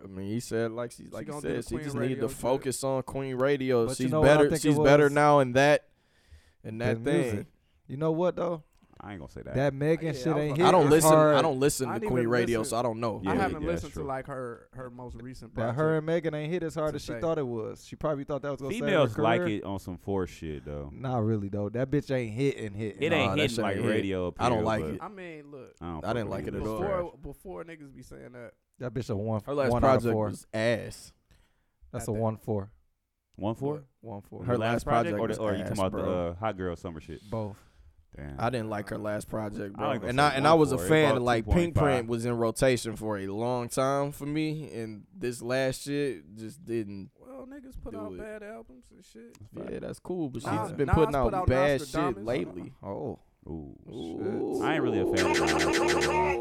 A: I mean, he said like she like he
D: gonna do
A: said
D: the
A: she
D: Queen
A: just needed
D: Radio
A: to
D: shit.
A: focus on Queen Radio.
B: But you
A: she's
B: know what I
A: better.
B: think it
A: She's better
B: was?
A: now in that in
B: Their
A: that
B: music.
A: thing.
B: You know what though?
C: I ain't gonna say that.
B: That Megan
D: Yeah,
B: shit
D: I
B: ain't hit.
D: was like-
A: I don't
B: as
A: listen.
B: hard-
A: I don't listen
D: I
A: to
D: didn't
A: Queen
D: even
A: Radio,
D: listen.
A: so I don't know.
C: Yeah,
D: I haven't
C: yeah, that's
D: listened
C: true.
D: to like her her most recent.
B: That
D: Project.
B: her and Megan ain't hit as hard
D: to
B: as she
D: say.
B: thought it was. She probably thought that was gonna save her
C: Females like
B: career.
C: it on some force shit though.
B: Not really though. That bitch ain't hitting hitting.
C: It
A: Nah,
C: ain't
A: that
C: hitting
A: shit
C: like
A: ain't hit.
C: radio. up
A: I don't
C: here,
A: like
C: but
A: it.
D: I mean, look.
C: I, don't
A: I
C: fuck
A: didn't
C: with
A: like
C: it.
A: it at
C: It's
A: all.
C: trash.
D: Before before niggas be saying that.
B: That bitch a one.
A: Her last
B: one out of
A: project
B: four.
A: was ass.
B: That's
D: I
B: a
D: think.
B: one four.
C: One four.
B: One four.
A: Her last project
C: or,
A: was
C: the, or you
A: ass,
C: talking about the
A: bro.
C: uh, hot girl summer shit?
B: Both.
C: Damn.
A: I didn't like her last project,
C: I
A: bro.
C: like her
A: and I
C: first
A: and
C: one
A: I was a
C: for it.
A: fan
C: About
A: of like Pink
C: 2.5.
A: Print was in rotation for a long time for me, and this last shit just didn't.
D: Well, niggas put
A: Do
D: out
A: it.
D: bad albums and shit.
A: Yeah, that's cool, but she's
D: Nas-
A: just been
D: Nas
A: putting out
D: put out
A: bad
D: Nostradamus.
A: shit lately.
B: Oh.
C: Ooh.
A: Ooh.
C: I ain't really a fan. of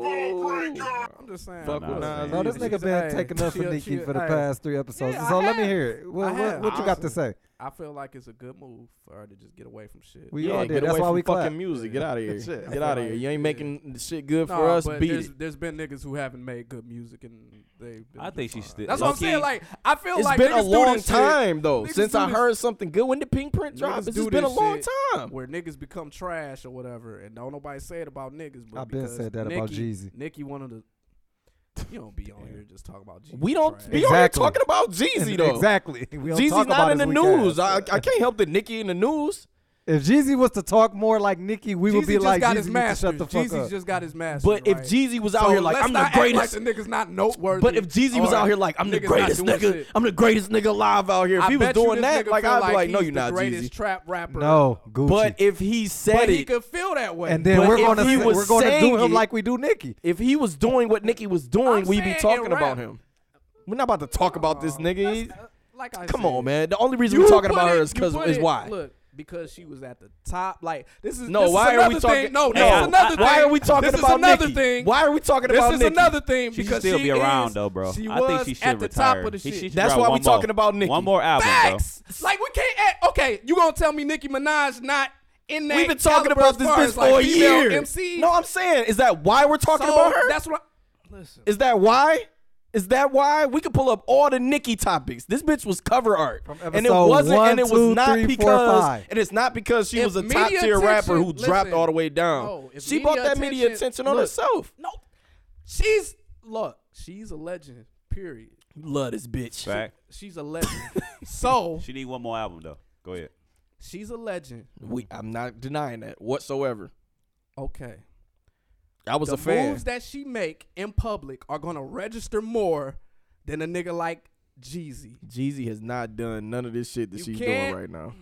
C: her.
D: I'm just saying.
A: Fuck
C: with Nas.
B: No, this
C: She's-
B: nigga been taking up for
D: She-
B: Nikki
D: she-
B: for the
D: hey,
B: past three episodes.
D: Yeah, I
B: so let me
D: have.
B: hear it.
D: I
B: What, what,
D: have,
B: what you got to
D: honestly.
B: say?
D: I feel like it's a good move for her to just get away from shit.
B: We
A: yeah,
B: all
A: get
B: did.
A: away
B: That's why
A: from
B: we
A: fucking
B: clapped.
A: music. Get out of here.
B: Shit.
A: Get out of here. You ain't
D: Yeah.
A: making shit good for
D: Nah,
A: us.
D: but
A: Beat
D: there's,
A: it.
D: there's been niggas who haven't made good music and they.
C: I think she's still-
D: That's what I'm saying.
C: low-key,
D: Like I feel
A: It's
D: like
A: been a
D: niggas do
A: long
D: this shit-
A: time though
D: Niggas
A: since
D: do
A: I
D: this-
A: heard something good. When did Pink Print drop?
D: niggas
A: It's
D: do
A: just been a
D: this
A: long
D: shit
A: time.
D: where niggas become trash or whatever, and don't nobody say it about niggas. But
B: I been
D: because
B: said that about
D: Nicki-
B: Jeezy.
D: Nicki one of the. You don't be on here just talking about Jeezy.
A: We don't
D: trash.
A: we are
B: Exactly.
A: talking about Jeezy
B: And-
A: though.
B: Exactly. We don't
A: Jeezy's
B: talk about
A: not in
B: his
A: the
B: weak
A: news. I,
B: ass.
A: I can't help that Nicki in the news.
B: If Jeezy was to talk more like Nicki, we would
D: Jeezy
B: be
D: just
B: like,
D: got
B: Jeezy,
D: his
B: you need to
D: masters.
B: shut the fuck
D: Jeezy
B: up.
D: just got his masters.
A: But if
D: right?
A: Jeezy was out
D: So
A: here like
D: let's
A: I'm
D: not
A: the
D: act
A: greatest,
D: Like the niggas not noteworthy.
A: but if Jeezy was
D: or
A: out here like I'm the
D: niggas not
A: greatest
D: doing
A: nigga,
D: shit.
A: I'm the greatest nigga alive out here.
D: I
A: If he was
D: bet you
A: doing
D: this
A: that,
D: nigga
A: like
D: feel
A: I'd be like, no,
D: he's
A: you're
D: the
A: not
D: greatest
A: Jeezy.
D: trap rapper.
B: no, Gucci.
A: But if he said
D: but he
A: it,
D: could feel that way.
B: and then
A: but
B: we're
A: if
B: gonna
A: he
B: say-
A: was
B: we're gonna do
A: saying
B: him
A: it-
B: like we do Nicki.
A: if he was doing what Nicki was doing,
D: I'm
A: we'd be
D: saying
A: talking
D: in
A: about
D: rap.
A: him. We're not about to talk about this nigga. He's-
D: like I
A: Come
D: said,
A: on, man. The only reason
D: you
A: we're talking
D: put
A: about
D: it-
A: her is
D: you
A: because
D: put
A: is
D: it-
A: why.
D: Look, because she was at the top. Like this is
A: No,
D: this is
A: why are we
D: another
A: talking?
D: Thing. No,
A: Hey,
D: this is
A: I-
D: another thing.
A: Why are we talking
D: this
A: about
D: is another
A: Nicki?
D: thing?
A: Why are we talking
D: this
A: about
D: is
A: Nicki?
D: another thing
C: She should
D: because
C: still
D: she
C: be around
D: is,
C: though, bro.
D: She
C: I
D: was
C: think she should
D: at the
C: retire.
D: top of the
C: He-
D: shit.
C: she should
A: That's
C: drop
A: why we
C: one more-
A: talking about Nicki.
C: One more album,
D: Facts. Like we can't. Act, okay, you gonna tell me Nicki Minaj not in that?
A: We've been talking
D: caliber
A: about
D: as
A: this
D: far
A: bitch
D: as, like,
A: for a
D: female
A: year.
D: MCs?
A: No, I'm saying, is that why we're talking
D: So,
A: about her?
D: That's what. I- Listen,
A: Is that why? Is that why we could pull up all the Nicki topics? This bitch was cover art, and it
B: episode
A: wasn't,
B: one,
A: and it was
B: two,
A: not
B: three, four,
A: because,
B: five.
A: and it's not because she
D: If
A: was a
D: media
A: top tier rapper who
D: attention-
A: dropped
D: listen,
A: all the way down.
D: no, if
A: she bought
D: media
A: that media
D: attention-
A: attention on
D: look.
A: herself.
D: no, she's look. She's a legend. Period.
A: Love this bitch.
C: Fact.
D: She's a legend. so
C: She need one more album though. Go ahead.
D: she's a legend.
A: We, I'm not denying that whatsoever.
D: Okay.
A: I was
D: the
A: a fan.
D: moves that she make in public are gonna register more than a nigga like Jeezy.
A: Jeezy has not done none of this shit that
D: You
A: she's
D: can't-
A: doing right now.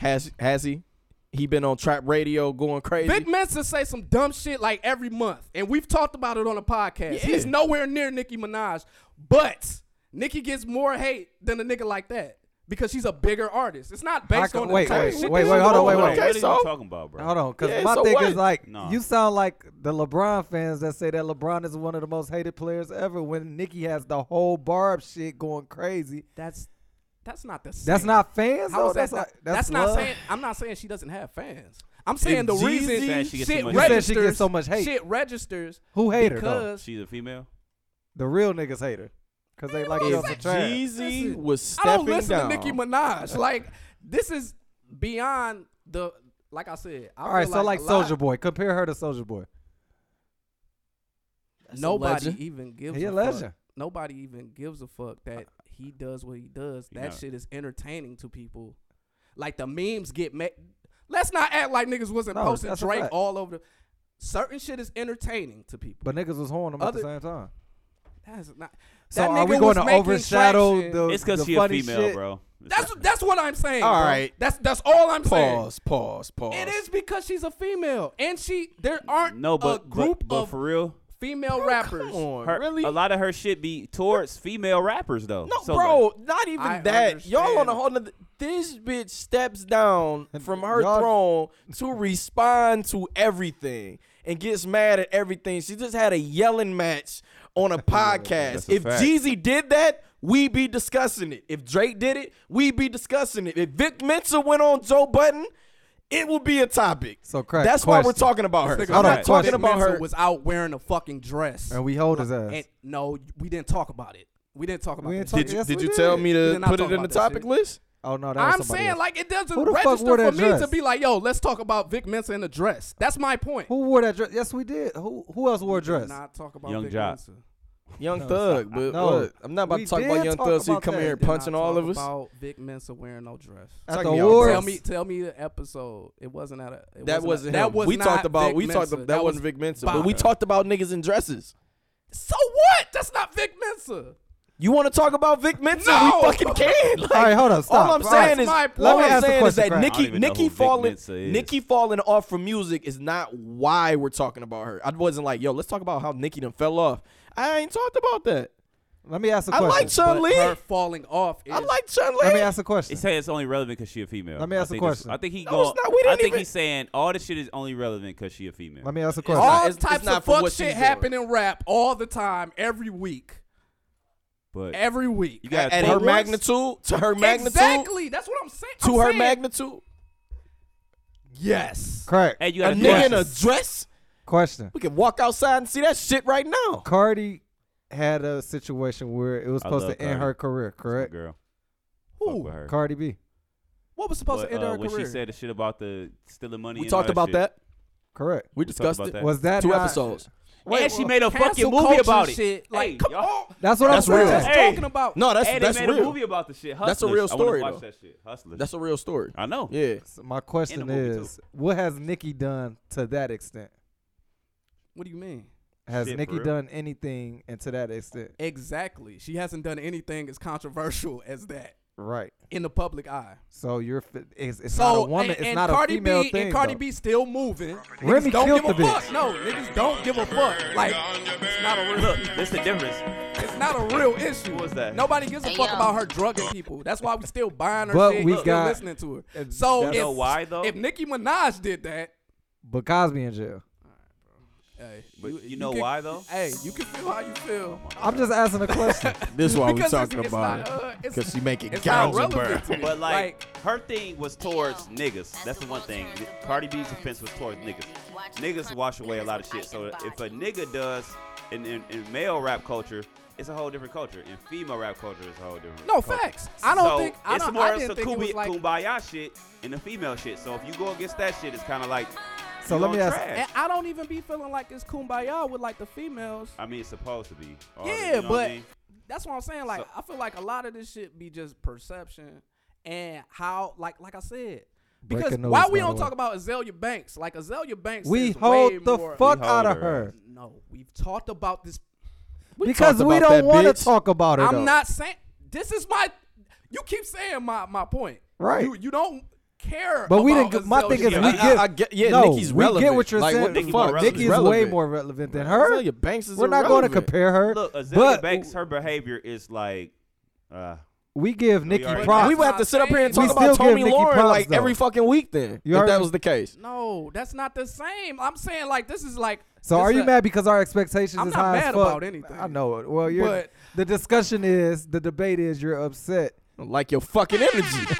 A: Has has he? He been on trap radio going crazy.
D: Big Mensa say some dumb shit like every month, and we've talked about it on the podcast. He's nowhere near Nicki Minaj, but Nicki gets more hate than a nigga like that because she's a bigger artist. It's not based
B: I
D: on
B: can,
D: the
B: wait,
D: type
B: wait,
D: of
B: wait,
D: shit
B: wait,
D: that
B: hold
D: she
B: on, wait,
D: does.
B: wait.
C: What are you talking about, bro?
B: Hold on, because
C: Yeah,
B: my
C: so
B: thing
C: what?
B: is like,
C: Nah.
B: you sound like the LeBron fans that say that LeBron is one of the most hated players ever. When Nikki has the whole Barb shit going crazy,
D: that's that's not the same.
B: That's not fans,
D: How
B: though?
D: is that
B: That's
D: not-
B: like-
D: that's,
B: that's
D: not
B: love?
D: saying. I'm not saying she doesn't have fans. I'm saying
C: If
D: the
C: Jeezy
D: reason
C: said she
D: shit
C: gets so much hate. You
D: registers.
C: said she gets so much hate.
D: Shit registers.
B: Who hate her, though?
D: because
C: She's a female.
B: the real niggas hate her because they like
D: He's
B: her off the
D: like-
B: track.
A: Jeezy was
D: I
A: stepping
D: don't listen
A: down.
D: to Nicki Minaj. Like this is beyond the. Like I said, I
B: All right,
D: feel
B: so like
D: a lot-
B: Soldier Boy, compare her to Soldier Boy.
A: a
D: nobody
A: legend.
D: even gives
B: He
D: a,
B: a legend.
D: fuck. Nobody even gives a fuck that he does what he does.
B: He
D: that
B: not.
D: shit is entertaining to people. Like the memes get made. Let's not act like niggas wasn't
B: No,
D: posting
B: that's a
D: Drake
B: fact.
D: all over. The, certain shit is entertaining to people.
B: But niggas was horning him
D: Other-
B: at the same time.
D: That's not.
B: So
D: that
B: are we
D: nigga
B: going
D: was
B: to
D: making
B: overshadow
D: traction.
B: the? the funny shit?
D: That's that's what I'm saying.
A: All
D: All
A: right.
D: right, that's that's all I'm saying.
A: Pause, pause, pause.
D: It is because she's a female, and she there aren't
C: No, but
D: a group
C: but, but
D: of
C: for
A: Oh,
C: real,
D: female rappers.
C: her, A lot of her shit be towards female rappers though. No,
A: Bro, not even that. Y'all on a whole nother. This bitch steps down from her throne to respond to everything and gets mad at everything. She just had a yelling match on a podcast.
C: a
A: if
C: fact.
A: Jeezy did that, we be discussing it. If Drake did it, we be discussing it. If Vic Mensa went on Joe Button, it would be a topic.
B: So crack.
A: That's why we're
B: question.
A: talking about her.
D: This nigga
A: I'm not
D: Vic
A: talking about
D: Mensa
A: her.
D: Was out wearing a fucking dress,
B: And we hold his ass.
D: And no, we didn't talk about it. We didn't talk about.
B: We
D: that
B: didn't talk-
D: shit.
B: Did you- yes,
A: Did
B: we
A: you tell
B: did.
A: me
D: We
A: to
D: did not
A: put it
D: talk
A: in the
D: about that
A: topic
D: shit.
A: list?
B: Oh no, that was
D: I'm
B: somebody
D: saying
B: else.
D: like it doesn't
B: Who the fuck
D: register
B: wore
D: for
B: that
D: me to
B: dress?
D: be like, yo, let's talk about Vic Mensa in a dress. That's my point.
B: Who wore that dress? Yes, we did. Who who else wore a dress?
D: Not talk about
C: Young
D: Vic
C: Jock.
D: Mensa.
A: Young
B: No,
A: Thug,
B: I-
A: but
B: no.
A: what? I'm not about
B: We
A: to talk about
B: did
A: Young
B: talk
A: Thug. So you
B: about
A: come
B: that.
A: here
B: Did not
A: punching all
D: Talk
A: of us.
D: about Vic Mensa wearing no dress.
B: At
A: Check
B: the
A: me out, bro.
B: awards.
D: Tell me, tell me the episode. It wasn't at a. It
A: that
D: wasn't.
A: wasn't
D: a-
A: him.
D: That was
A: we
D: not
A: talked about.
D: Vic
A: we talked.
D: Mensa.
A: That, wasn't Vic Mensa, but
D: Bob.
A: we talked about niggas in dresses.
D: So what? That's not Vic Mensa.
A: You want to talk about Vic Mensa?
D: No!
A: We fucking can. Like,
B: All right, hold on, stop.
A: All I'm
B: All
A: saying
B: right.
A: is,
D: My
A: all
B: point.
A: I'm
B: Ask the
A: saying is that
B: question, Craig.
C: I don't
A: Nikki,
C: even know who
A: Nikki
C: Vic
A: falling,
C: Mensa is.
A: Nikki falling off from music is not why we're talking about her. I wasn't like, yo, let's talk about how Nikki done fell off. I ain't talked about that.
B: Let me ask a
A: I
B: question.
A: like Chun
D: But
A: Li.
D: her falling off. Is,
A: I like Chun Li.
B: Let me ask a question.
C: He said it's only relevant because she a female.
B: Let me
C: I
B: ask a
C: think that's-
B: question.
C: I think he
A: No,
C: go.
A: it's not. We
C: I
A: didn't
C: think
A: even-
C: he's saying all this shit is only relevant because she a female.
B: Let me ask a question.
A: not-
D: all
A: it's- it's
D: types
A: not
D: of
A: for
D: fuck
A: what she's
D: shit
A: doing.
D: happen in rap all the time, every week,
C: but
D: every week.
C: you got
A: At her magnitude, to her magnitude,
D: Exactly. That's what I'm saying.
A: to
D: I'm
A: her
D: saying,
A: magnitude. Yes,
B: Craig,
C: Hey, you
A: a
C: got
A: nigga in a dress.
B: question.
A: We can walk outside and see that shit right now.
B: Cardi had a situation where it was
C: I
B: supposed to
C: love
B: end
C: Cardi.
B: her career, correct?
C: girl. Fuck
D: Who?
C: with her.
B: Cardi B.
D: What was supposed
C: But,
D: to end
C: uh,
D: her
C: when
D: career?
C: she said the shit about the stealing money.
A: We
C: and
A: talked
C: all
A: about
C: shit.
A: that.
B: Correct.
A: We
C: talked
A: discussed
C: about
A: it.
C: that.
B: Was that
A: two
B: not-
A: episodes?
B: Wait,
C: and she
B: wh-
C: made a
D: Cancel
C: fucking movie
D: culture
C: about it.
D: Shit. Like,
C: Hey,
D: come
C: y'all-
D: on.
B: That's what
A: That's
B: I'm
A: real.
B: saying.
D: That's
C: Hey.
D: talking about.
A: No, that's
C: Hey, they
A: that's
C: made
A: real.
C: a movie about the shit.
A: That's a
C: Hustlers.
A: real
C: I wanna
A: story,
C: Watch
A: though.
C: that shit. Hustlers.
A: That's a real story.
C: I know.
A: Yeah,
B: So my question
C: movie, too.
B: is, what has Nikki done to that extent?
D: What do you mean?
B: Has
C: Shit, for
B: Nikki
C: real.
B: done anything and to that extent?
D: Exactly. She hasn't done anything as controversial as that
B: Right.
D: in the public eye.
B: So you're fi- it's, it's
D: so
B: not a woman,
D: and,
B: it's
D: and
B: not
D: Cardi
B: a female
D: B
B: thing.
D: and Cardi
B: though.
D: B still moving.
B: Remy
D: niggas don't
B: killed
D: give a
B: the bitch.
D: fuck. No, niggas don't give a fuck. Like it's not a real,
C: Look, that's the difference.
D: it's not a real issue.
C: What's that?
D: Nobody gives a
G: Hey,
D: fuck
G: yo.
D: about her drugging people. That's why we still buying her
B: But
D: shit.
B: we
D: still
B: got-
D: listening to her.
B: and
D: So
B: that's-
D: if,
B: You
C: know why, though?
D: if Nicki Minaj did that,
B: But Cosby in jail.
D: hey,
C: But you know
D: can-
C: why, though?
D: Hey, you can feel how you feel.
B: I'm just asking a question.
A: this is why we
D: Because it's-
A: talking
D: it's
A: about
D: not, uh,
A: it
D: it's-
A: because she making
D: it's not
A: gouge and burn.
D: relevant to me.
C: But like,
D: Like-
C: her thing was towards niggas. That's the one thing. Cardi B's offense was towards niggas. Niggas wash away a lot of shit. So if a nigga does in, in, in male rap culture, it's a whole different culture. In female rap culture, it's a whole different.
D: No,
C: culture.
D: facts. I don't
C: So
D: think- I
C: it's
D: don't-
C: more
D: I
C: of some
D: didn't think it was
C: kubi-
D: like-
C: kumbaya shit and the female shit. So if you go against that shit, it's kind of like.
B: So
C: you
B: let
C: on
B: me ask-
A: eh.
C: trash.
D: And I don't even be feeling like it's kumbaya with like the females.
C: I mean, it's supposed to be. All the-
D: Yeah,
C: you know what I
D: but
C: mean?
D: that's what I'm saying. Like,
C: So-
D: I feel like a lot of this shit be just perception and how, like, like I said, Because
B: Breaking
D: why
B: news,
D: we
B: by
D: don't
B: the way.
D: talk about Azalea Banks? Like Azalea Banks,
B: We
D: is
B: hold
D: way
B: the
D: more-
B: fuck We hold outta her. her.
D: No, we've talked about this
B: because
A: talked
B: we
A: about
B: don't
A: that
B: want to
A: bitch.
B: talk about it.
D: I'm
B: though.
D: not saying this is my. You keep saying my my point.
B: Right.
D: You you don't care.
B: But we
D: about
B: didn't. My
D: Azalea
B: thing is, we
D: Banks.
B: get. no, We get what you're saying. Fuck, Nikki's way more relevant than her.
A: Azalea Banks is
B: We're not going to
A: irrelevant.
B: compare her.
C: Look, Azalea
B: but
C: Banks, her behavior is like. Uh,
B: we give
C: we
B: Nikki
C: already-
B: props.
A: We would have to sit up here and talk
B: We
A: about
B: still give
A: Tommy
B: Nikki
A: Lauren
B: props,
A: like
B: though.
A: every fucking week. Then, if
B: You
A: that
B: already-
A: was the case,
D: No, that's not the same. I'm saying like this is like.
B: So
D: this
B: are you
D: a-
B: mad because our expectations
D: I'm
B: is
D: not
B: high
D: mad
B: as fuck?
D: about anything.
B: I know it. Well, you're,
D: But-
B: the discussion is the debate is you're upset.
A: Like your fucking energy.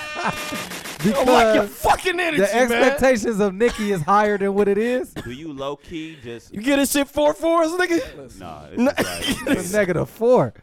B: because
A: don't like your fucking energy,
B: the
A: man.
B: expectations of Nikki is higher than what it is.
C: do you low key just?
A: you get this shit four fours, nigga.
C: Nah, it's
A: No.
C: just like,
B: It's a negative four.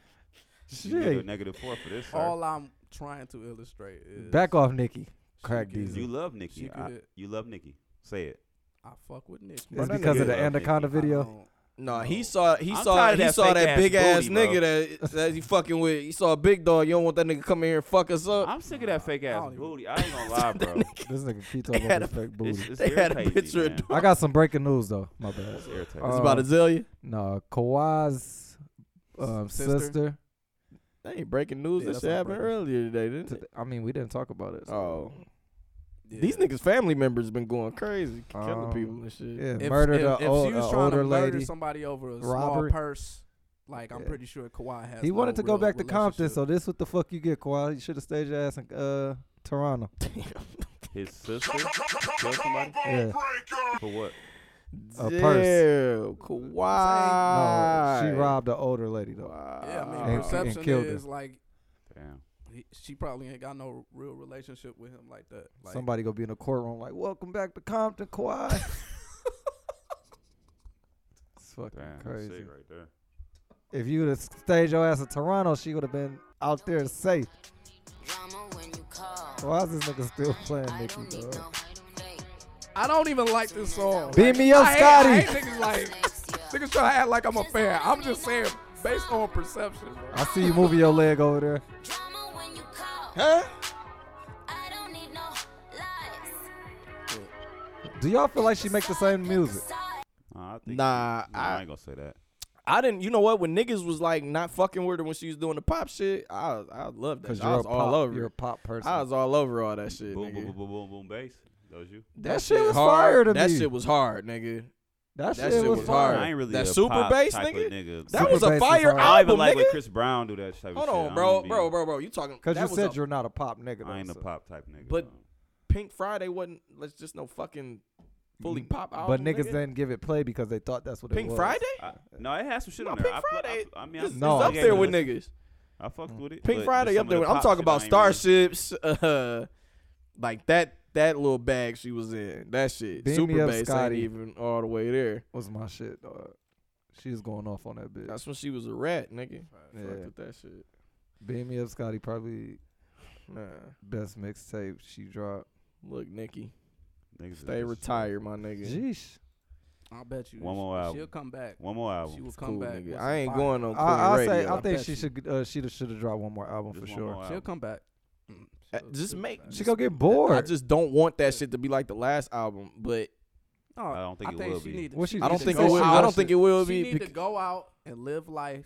C: You can do a
B: Shit.
C: negative four for this. Sir.
D: All I'm trying to illustrate is
B: Back off, Nikki. Crack
D: could-
B: these.
C: you love
D: She
C: Nikki. I-
D: could-
C: you love Nikki. Say it.
D: I fuck with Nick.
B: It's because of the Anaconda
D: Uh-huh.
B: video.
A: Nah, he saw he
C: I'm
A: saw
C: tired
A: he
C: of that
A: saw that
C: fake-ass
A: big ass
C: booty, bro.
A: nigga that that he fucking with. He saw a big dog. You don't want that nigga come in here and fuck us up.
C: I'm sick of that fake ass
D: don't even-
C: booty. I ain't gonna lie, bro.
B: This nigga keep talking
A: had a-
B: about his fake
C: It's,
B: booty.
C: it's
A: They had a
C: irritating,
A: picture of
C: man.
A: Dor-
B: I got some breaking news though. My bad.
C: It's irritating.
A: it's
B: Uh,
A: about Azalea.
B: No, Kawhi's um,
D: Sister.
B: sister.
A: That ain't breaking news.
D: Yeah,
A: that
D: that's
A: shit
D: not
A: happened
D: breaking.
A: earlier today, didn't it?
B: t- I mean, we didn't talk about it. so-
A: Oh,
D: Yeah.
A: these niggas' family members been going crazy, killing
B: Um,
A: people and shit.
B: yeah,
D: If-
B: murdered
D: if,
B: a
D: if
B: ol-
D: she was
B: a
D: trying
B: older
D: to murder
B: lady.
D: somebody over a
B: Robbery.
D: small purse, like I'm
B: Yeah.
D: pretty sure Kawhi has.
B: He wanted to
D: no
B: go
D: real
B: back to Compton,
D: relationship.
B: so this what the fuck you get, Kawhi. You should have stayed your ass in uh, Toronto.
C: His sister killed somebody
B: Yeah.
C: for what?
B: A purse.
A: Damn,
B: No,
A: Kawhi.
B: she robbed an older lady though.
D: yeah, I mean,
B: and- and
D: perception
B: killed her.
D: is like
C: Damn.
D: he, she probably ain't got no real relationship with him like that. Like,
B: Somebody gonna be in the courtroom like, "Welcome back to Compton, Kawhi." it's fucking
C: Damn. Crazy.
B: crazy.
C: right there.
B: If you would have stayed your ass in Toronto, she would have been out there safe. Why is this nigga still playing Nicki, dog?
D: I don't even like this song.
B: Beat
D: Like,
B: me up,
D: I hate-
B: Scotty.
D: I hate niggas like niggas try to act like I'm a fan. I'm just saying based on perception. Bro.
B: I see you moving your leg over there.
A: Huh?
B: Do y'all feel like she make the same music?
C: Nah, I think
A: Nah,
C: nah, I,
A: I-
C: ain't gonna say that.
A: I didn't. You know what? When niggas was like not fucking with her when she was doing the pop shit, I I loved that.
B: Cause
A: shit.
B: you're
A: I was
B: a
A: all
B: pop,
A: over.
B: You're a
A: it.
B: pop person.
A: I was all over all that shit.
C: Boom,
A: nigga.
C: boom, boom, boom, boom, boom, bass. That was you.
B: That shit was
A: hard.
B: fire to
A: that
B: me.
A: shit was hard, nigga.
B: that,
A: That shit was
B: fire.
A: hard.
C: I ain't really
A: that
C: a
A: super
C: pop
A: bass,
C: type
A: nigga.
C: of nigga.
A: That
B: Super
A: was a
B: bass was
A: fire album,
B: hard.
C: I don't even like when
A: nigga.
C: Chris Brown do that type of
A: Hold
C: shit.
A: on,
C: I
A: bro,
C: don't be-
A: bro, bro, bro. You talking?
B: Cause
A: that
B: you
A: was
B: said
A: a-
B: you're not a pop nigga.
C: I ain't a
B: though, so-
C: pop type nigga.
A: But-
C: though.
A: Pink Friday wasn't. Let's just no fucking fully pop album.
B: Mm, But niggas
A: nigga.
B: didn't give it play because they thought that's what it
A: Pink
B: was.
A: Friday.
C: I, no, it has some shit
A: No,
C: on
A: Pink
C: there. I fu- I
A: Friday
C: fu- I, mean,
A: It's,
C: I,
A: it's
B: no,
C: I
A: up
C: gave
A: there
C: it a
A: with
C: listen.
A: niggas.
C: I fucked with it.
A: Pink
C: but
A: Friday
C: just
A: up
C: some
A: there.
C: of
A: With,
C: the
A: I'm
C: pop
A: talking
C: shit
A: about
C: I ain't really-
A: starships, uh, like that that little bag she was in. That shit.
B: Beam me
A: Super
B: up,
A: bass ain't
B: Scotty.
A: even all the way there.
B: Was my shit. Dog. She was going off on that bitch.
A: That's when she was a rat, nigga.
B: Yeah.
A: Fucked with that shit.
B: Beam me up, Scotty. Probably
A: Nah,
B: best mixtape she dropped.
A: look, Nikki,
C: Niggas is
A: stay
C: just-
A: retired, my nigga.
B: Jeesh.
D: I bet you
C: One more
D: she-
C: album.
D: she'll come back.
C: One more album.
D: She will
A: It's
D: come
A: cool,
D: back.
A: nigga.
D: with
A: I ain't
D: some
A: going
D: fire.
A: on Queen
B: I, I
A: Radio.
B: say I think
D: bet
B: she
D: you.
B: should uh, she should have dropped one more album
C: Just
B: for
C: one
B: sure.
C: more album.
D: She'll come back. Mm,
A: Uh,
D: she'll-
A: just
D: she'll
A: make-
D: come
B: She
D: back.
B: gonna get
A: I
B: bored.
A: just don't want that shit to be like the last album, but
D: No,
C: I don't think it will
D: she
C: be.
D: need to-
B: What she-
D: she
A: I
D: need
A: don't
D: to
A: think
D: go
A: it will.
D: out.
A: I don't think it will
D: she
A: be.
D: need to
A: bec-
D: go out and live life,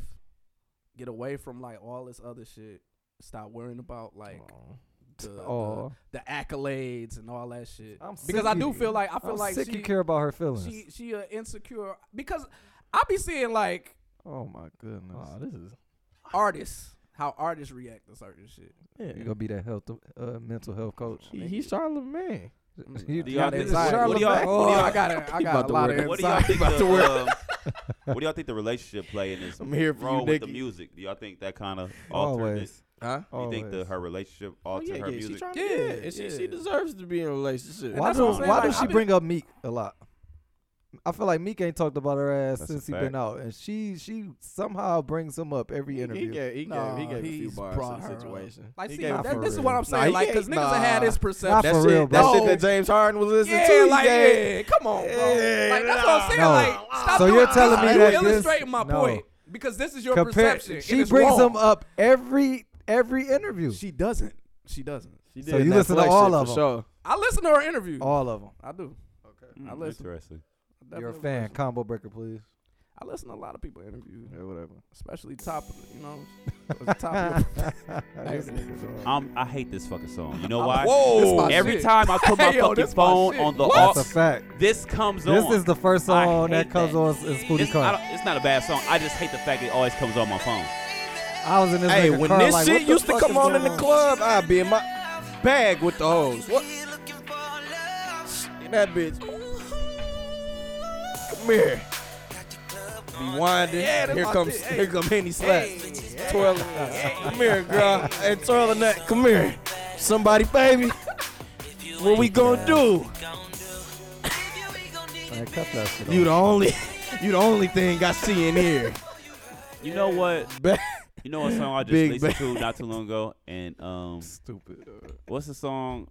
D: get away from like all this other shit. Stop worrying about like
B: Oh,
D: the, the-
B: Aw.
D: the accolades and all that shit.
B: oh. I'm
D: because I
B: sick
D: do
B: of-
D: feel like I feel
B: I'm
D: like
B: sick
D: she,
B: you care about her feelings.
D: she she a insecure because I be seeing like
B: oh my goodness.
A: this is
D: artists how artists react to certain shit.
B: You gonna be that health uh, mental health coach?
A: He, he's Charlemagne.
B: You-
C: Do
B: you
C: y'all
B: got
C: think-
B: inside-
C: what- what do y'all-
B: Charlemagne.
D: Oh, I got a, I
A: He
D: got
A: about
D: a
A: to
D: lot of
A: work.
C: What do y'all
D: insight.
C: think? The, um, what do y'all think the relationship play in this
A: I'm here for you,
C: role with the
A: Nikki.
C: music? Do y'all think that kind of altered it?
B: Always.
A: Huh?
C: You think the
B: Always.
C: her relationship
A: Oh
C: altered
A: yeah,
C: her
A: yeah. She
C: music?
A: trying
D: Yeah,
A: yeah, yeah. And she,
D: yeah.
A: she deserves to be in a relationship.
B: Why
D: that's
B: do
D: what I'm saying,
B: Why
D: like,
B: does
D: I
B: she
D: been-
B: bring up Meek a lot? I feel like Meek ain't talked about her ass
C: That's a
B: since he been
C: fact.
B: out, and she she somehow brings him up every
A: He
B: interview.
A: gave, he gave, he
D: Nah,
A: gave a few
D: he's
A: bars
D: brought
A: to
D: her
A: the
D: up.
A: situation.
D: Like,
A: He
D: see,
A: gave
D: that,
A: for
D: this is
A: real.
D: what I'm
A: Nah,
D: saying.
A: he
D: like,
A: gave-
D: because niggas have had
A: nah.
D: this perception.
B: Not
A: That
B: for
A: shit,
B: real,
A: that
B: bro.
A: shit that James Harden was listening
D: yeah,
A: to. he
D: like,
A: gave-
D: yeah, come on, bro. like, that's what I'm saying.
B: No.
D: Like, stop
B: So
D: doing
B: you're telling me that
D: this, You're
B: this-
D: illustrating my
B: no.
D: point because this is your
B: Compare-
D: perception. and
B: she
D: it's
B: brings
D: wrong.
B: him up every every interview.
D: She doesn't. She doesn't.
A: She
B: So you listen to all of them.
D: I listen to her interview.
B: All of them.
D: I do. Okay. I listen.
C: Interesting.
D: I
B: You're Oh. Mm, a
D: definitely
B: fan.
D: listen.
B: Combo breaker, please.
D: I listen to a lot of people interview.
B: Yeah, whatever.
D: Especially top, you know, top.
C: I'm, I hate this fucking song. You know why?
D: I'm- Whoa. This my
C: Every
D: shit.
C: time I put my
D: Hey, yo,
C: fucking
D: this my
C: phone
D: shit.
C: on the
D: What?
C: off,
D: That's a
B: fact.
C: This comes
B: This
C: on.
B: is the first
C: I
B: song that
C: hate
B: comes on is- is Booty
C: it's,
B: Call.
C: I don't- It's not a bad song. I just hate the fact it always comes on my phone.
B: I was in this.
A: Hey,
B: nigga
A: when
B: car
A: this
B: like, what
A: shit
B: the
A: used to
B: fuck
A: come
B: is
A: on in
B: going
A: the club, I'd be in my bag with the hoes. What? And that bitch. Come here. Be winding.
D: Yeah, that's
A: here
D: my
A: comes
D: shit. Hey.
A: here come Henny Slap.
D: Hey,
A: Twirling. Come here, girl. Hey, twirling that. Come here. Somebody, baby. What we gonna do?
B: Man, cut that shit
A: You
B: off.
A: the only, you the only thing I see in here.
C: You know what?
A: Ba-
C: you know what song I just
A: Big
C: listened
A: ba-
C: to not too long ago? And um,
B: stupid.
C: What's the song?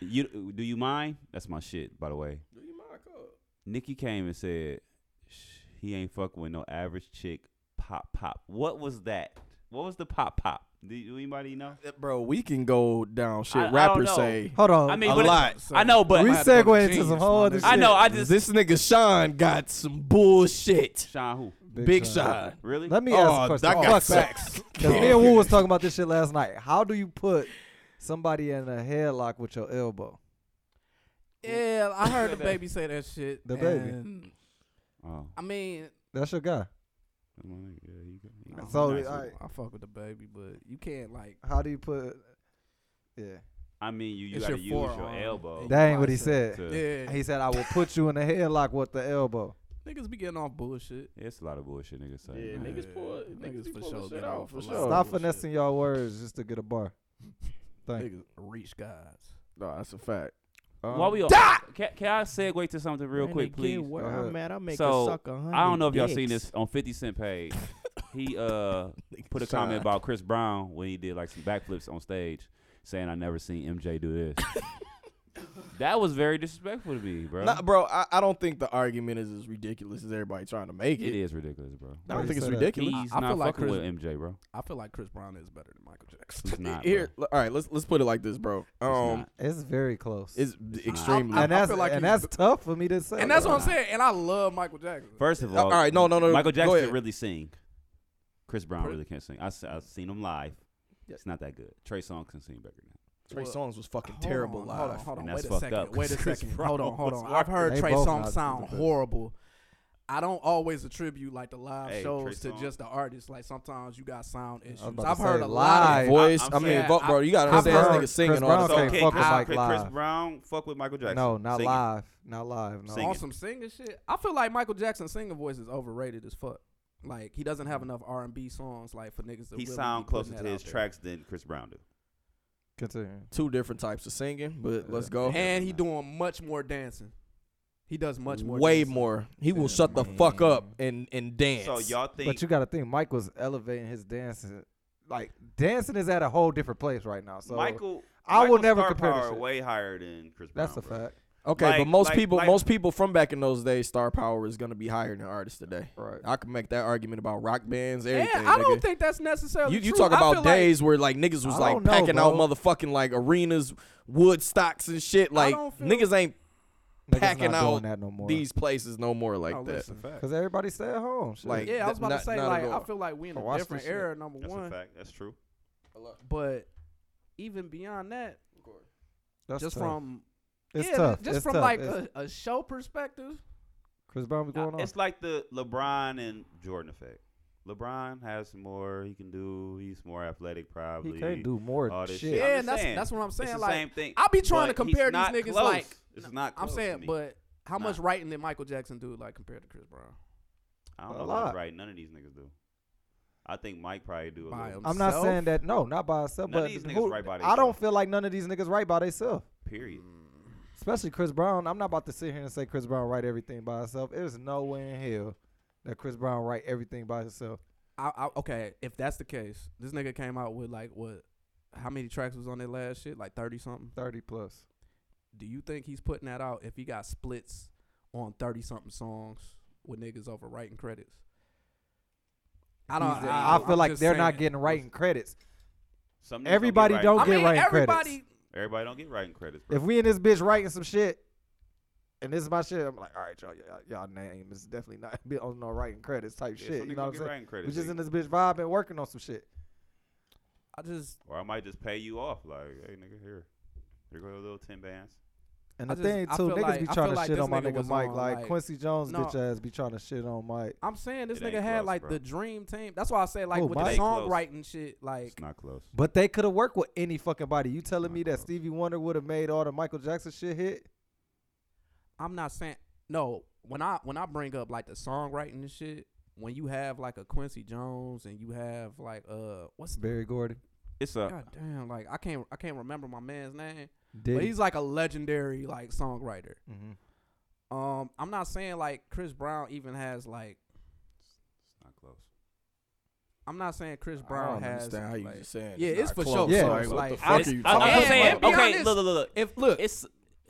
C: You do you mind? That's my shit, by the way. Do you mind? Nikki came and said "Sh- he ain't fucking with no average chick. Pop pop. What was that? What was the pop pop? Do you- anybody know?
A: Bro, we can go down shit.
C: I- I don't
A: Rappers
C: know.
A: say.
C: Hold on. I mean,
A: a
C: but it-
A: lot.
C: I know, but- We segue into some whole other I know, shit. I just-
A: this nigga Sean got some bullshit.
C: Sean who?
A: Big,
B: Sean.
A: Sean.
C: Really?
B: Let me
A: Oh,
B: ask a question.
A: that
B: Fuck
A: got
B: that.
A: facts.
B: 'Cause me and Wu was talking about this shit last night. How do you put somebody in a headlock with your elbow?
D: Yeah, I heard the baby say that shit.
B: The baby.
D: and
C: Oh.
D: I mean,
B: That's your guy.
C: Come on, nigga. Yeah, you got- you
D: I
C: got
B: So,
C: nice
B: I-
C: one.
D: I fuck with the baby, but you can't like.
B: How do you put? Yeah.
C: I mean, you, you
D: It's
C: gotta
D: your
C: use
D: forearm.
C: your elbow.
B: That ain't what he
D: Bicep.
B: said.
D: Yeah.
B: He said, "I will put you in a headlock with the elbow."
D: Niggas be getting off bullshit.
C: It's a lot of bullshit, niggas say.
A: Yeah,
C: man.
A: niggas pull it.
D: Niggas
A: Niggas
D: for
A: for sure
D: sure get off
A: for
D: a lot.
A: sure.
B: Stop finessing y'all words just to get a bar. Thank you.
D: Niggas reach guys.
A: No, that's a fact.
C: While we all, can, can I segue to something real
A: Um, Man,
C: quick,
A: they get
C: please?
A: where
B: Go
A: I'm
B: ahead.
A: at, I make a
C: so
A: sucker
C: I don't
A: hundred
C: know if y'all seen
A: dicks.
C: this on Fifty Cent page. he uh put a comment
A: Sean.
C: about Chris Brown when he did like some backflips on stage, saying I never seen MJ do this. that was very disrespectful to me, bro.
A: Nah, bro, I, I don't think the argument is as ridiculous as everybody trying to make
C: it
A: it.
C: is ridiculous, bro.
A: I don't
B: Why
A: think
B: you
A: it's
B: say that?
A: ridiculous.
C: He's
D: I feel
C: not
D: like
C: fucking
D: Chris-
C: with MJ, bro.
D: I feel like Chris Brown is better than Michael Jackson.
C: He's not.
A: Here, l- all right, let's let's put it like this, bro. Um,
C: not.
B: It's very close.
A: it's, extremely.
D: I-
B: and that's
D: feel like
B: and
D: he's-
B: that's tough for me to say.
D: And that's
B: bro.
D: what I'm saying. And I love Michael Jackson.
C: First of
A: Uh,
C: all,
A: all right, no, no, no,
C: Michael
A: go
C: Jackson
A: ahead.
C: can really sing. Chris Brown
D: Chris-
C: really can't sing. I have seen him live.
A: Yeah.
C: It's not that good. Trey Songz can sing better than that.
A: Trey
D: Well,
A: Songz was fucking
D: Hold
A: terrible
D: on,
A: live.
D: Hold on, hold on.
C: And
D: Wait
C: that's
D: a
C: fucked
D: second.
C: up,
D: Wait a
C: 'cause Chris
D: second. Hold
C: Brown
D: on, hold
C: was
D: on. I've heard
B: They
D: Trey
B: both
D: Songz
B: not
D: sound
B: the best.
D: horrible. I don't always attribute like the live
C: Hey, Trey
D: shows to
C: Songz.
D: just the artist. Like sometimes you got sound issues.
B: about to
D: I've heard
B: say,
D: a lot of
B: live.
A: Voice,
C: I'm
A: I mean,
C: saying,
A: vo- bro,
C: I-
A: you gotta
D: I've
A: understand this
D: heard
A: nigga singing
B: Chris
A: all
B: Brown
A: the
B: can't
A: time.
B: fuck with Mike
C: Chris,
B: live.
C: Chris Brown fuck with Michael Jackson.
B: No, not
C: Singing.
B: live. Not live. No.
C: Singing.
D: on some singing shit. I feel like Michael Jackson's singing voice is overrated as fuck. Like he doesn't have enough R and B songs like for niggas to
C: He
D: really
C: sound
D: be putting
C: closer
D: that
C: to his
D: out there.
C: tracks than Chris Brown do.
B: Continue.
A: Two different types of singing, but let's go.
D: And he doing much more dancing. He does much more.
A: way
D: dancing.
A: more. He will shut the fuck up and and dance.
C: So y'all think
B: But you got to think, Mike was elevating his dancing. Like dancing is at a whole different place right now. So
C: Michael?
B: I will
C: Michael's
B: never
C: star
B: compare this
C: power
B: shit.
C: way higher than Chris Brown.
B: that's a
C: bro.
B: fact.
A: okay,
C: like-
A: but most
C: like-
A: people,
C: like-
A: most people from back in those days, star power is gonna be higher than artists today.
B: Right.
A: I can make that argument about rock bands,
D: And
A: everything.
D: I don't
A: nigga.
D: think that's necessarily
A: you you
D: true.
A: talk
D: I
A: about
D: feel like-
A: days where like niggas was
B: I
A: like
B: don't know,
A: packing out
B: bro.
A: motherfucking like arenas, wood stocks and shit. Like
D: don't feel-
A: niggas ain't
B: Niggas
A: packing
B: not doing
A: out
B: that no more.
A: these places no more like
D: Oh,
A: that.
D: listen.
B: because everybody stay at home. Shit.
A: Like-
D: Yeah, I was about
A: Not-
D: to say
A: not at
D: like I
A: all.
D: feel like we in
B: I
D: a
B: watch
D: different
B: this shit.
D: era. Number
C: That's a
D: one,
C: fact. That's true.
D: but even beyond that,
B: That's
D: just
B: tough.
D: from
B: it's
D: yeah,
B: tough.
D: just
B: it's
D: from
B: tough.
D: like
B: It's-
D: a, a show perspective.
B: Chris Brown be going on.
C: It's like the LeBron and Jordan effect. LeBron has more he can do. He's more athletic, probably.
B: He can't do more
C: all this
B: shit.
C: shit. I'm
D: Yeah, and
C: just
D: that's-
C: saying,
D: that's what I'm saying,
C: It's
D: like,
C: the same thing.
D: I be trying to
C: but he's
D: compare these
C: not
D: niggas,
C: close.
D: like-
C: it's not.
D: I'm
C: close to
D: saying,
C: me.
D: but how much
C: Nah.
D: writing did Michael Jackson do like compared to Chris Brown?
C: I don't
B: A
C: know
B: lot.
C: what's right. None of these niggas do. I think Mike probably do a
D: By
C: little.
D: him.
B: I'm not
D: Self?
B: saying that. No, not by itself.
C: None of
B: but
C: these niggas
B: who-
C: right by they
B: I don't
C: self.
B: feel like none of these niggas right by themselves.
C: Period.
B: Mm. Especially Chris Brown. I'm not about to sit here and say Chris Brown write everything by himself. There's no way in hell that Chris Brown write everything by himself.
D: I, I, okay, if that's the case, this nigga came out with like what? How many tracks was on that last shit? Like thirty something.
B: Thirty plus.
D: Do you think he's putting that out if he got splits on thirty something songs with niggas over writing credits? I don't.
B: He's a-
D: I,
B: I feel
D: I'm
B: like
D: just
B: they're not
D: saying.
B: getting writing credits.
C: Some niggas
B: Everybody
C: get
B: don't
D: I
C: writing.
B: get
D: mean,
B: writing
D: everybody.
B: credits.
C: Everybody don't get writing credits, bro.
B: If we in this bitch writing some shit, and this is my shit, I'm like, all right, y'all, y'all, y'all name is definitely not be on no writing credits type
C: Yeah,
B: shit.
C: some
B: You
C: niggas
B: know what I'm
C: get
B: saying?
C: writing
B: we
C: credits,
B: just
C: nigga.
B: in this bitch vibe and working on some shit.
D: I just
C: or I might just pay you off, like, hey, nigga, here, here go your little ten bands.
B: And
D: I
B: the
D: just-
B: thing too,
D: I feel
B: niggas
D: like-
B: be trying
D: I feel
B: to
D: like
B: shit
D: this
B: on my
D: nigga
B: nigga
D: was
B: Mike,
D: on,
B: like,
D: like-
B: Quincy Jones,
D: No.
B: bitch ass, be trying to shit on Mike.
D: I'm saying this
B: It
D: nigga
B: ain't
D: had
B: close,
D: like
B: bro.
D: the dream team. That's why I say like
B: Oh,
D: with
B: Mike.
D: the
B: It ain't close.
D: songwriting shit, like
C: it's not close.
B: But they could have worked with any fucking body. You telling me that Stevie Wonder would have made all the Michael Jackson shit hit?
D: I'm not saying no. When I when I bring up like the songwriting and shit, when you have like a Quincy Jones and you have like uh what's
B: Barry Gordon.
C: It's
D: God damn, like I can't I can't remember my man's name. but
B: Diddy.
D: he's like a legendary like songwriter.
B: Mhm.
D: Um, I'm not saying like Chris Brown even has like.
C: It's not close.
D: I'm not saying Chris
A: I
D: Brown
A: don't
D: has.
A: understand how you
D: like-
A: just saying
D: Yeah,
A: it's not
D: it's, for
A: close.
D: sure.
A: Yeah,
D: so,
A: like, what the
D: like,
A: fuck
D: I-
A: are you
D: I-
A: talking
D: I'm
A: about?
D: saying,
A: Okay,
D: be honest,
A: look,
K: look, look.
D: If look,
K: it's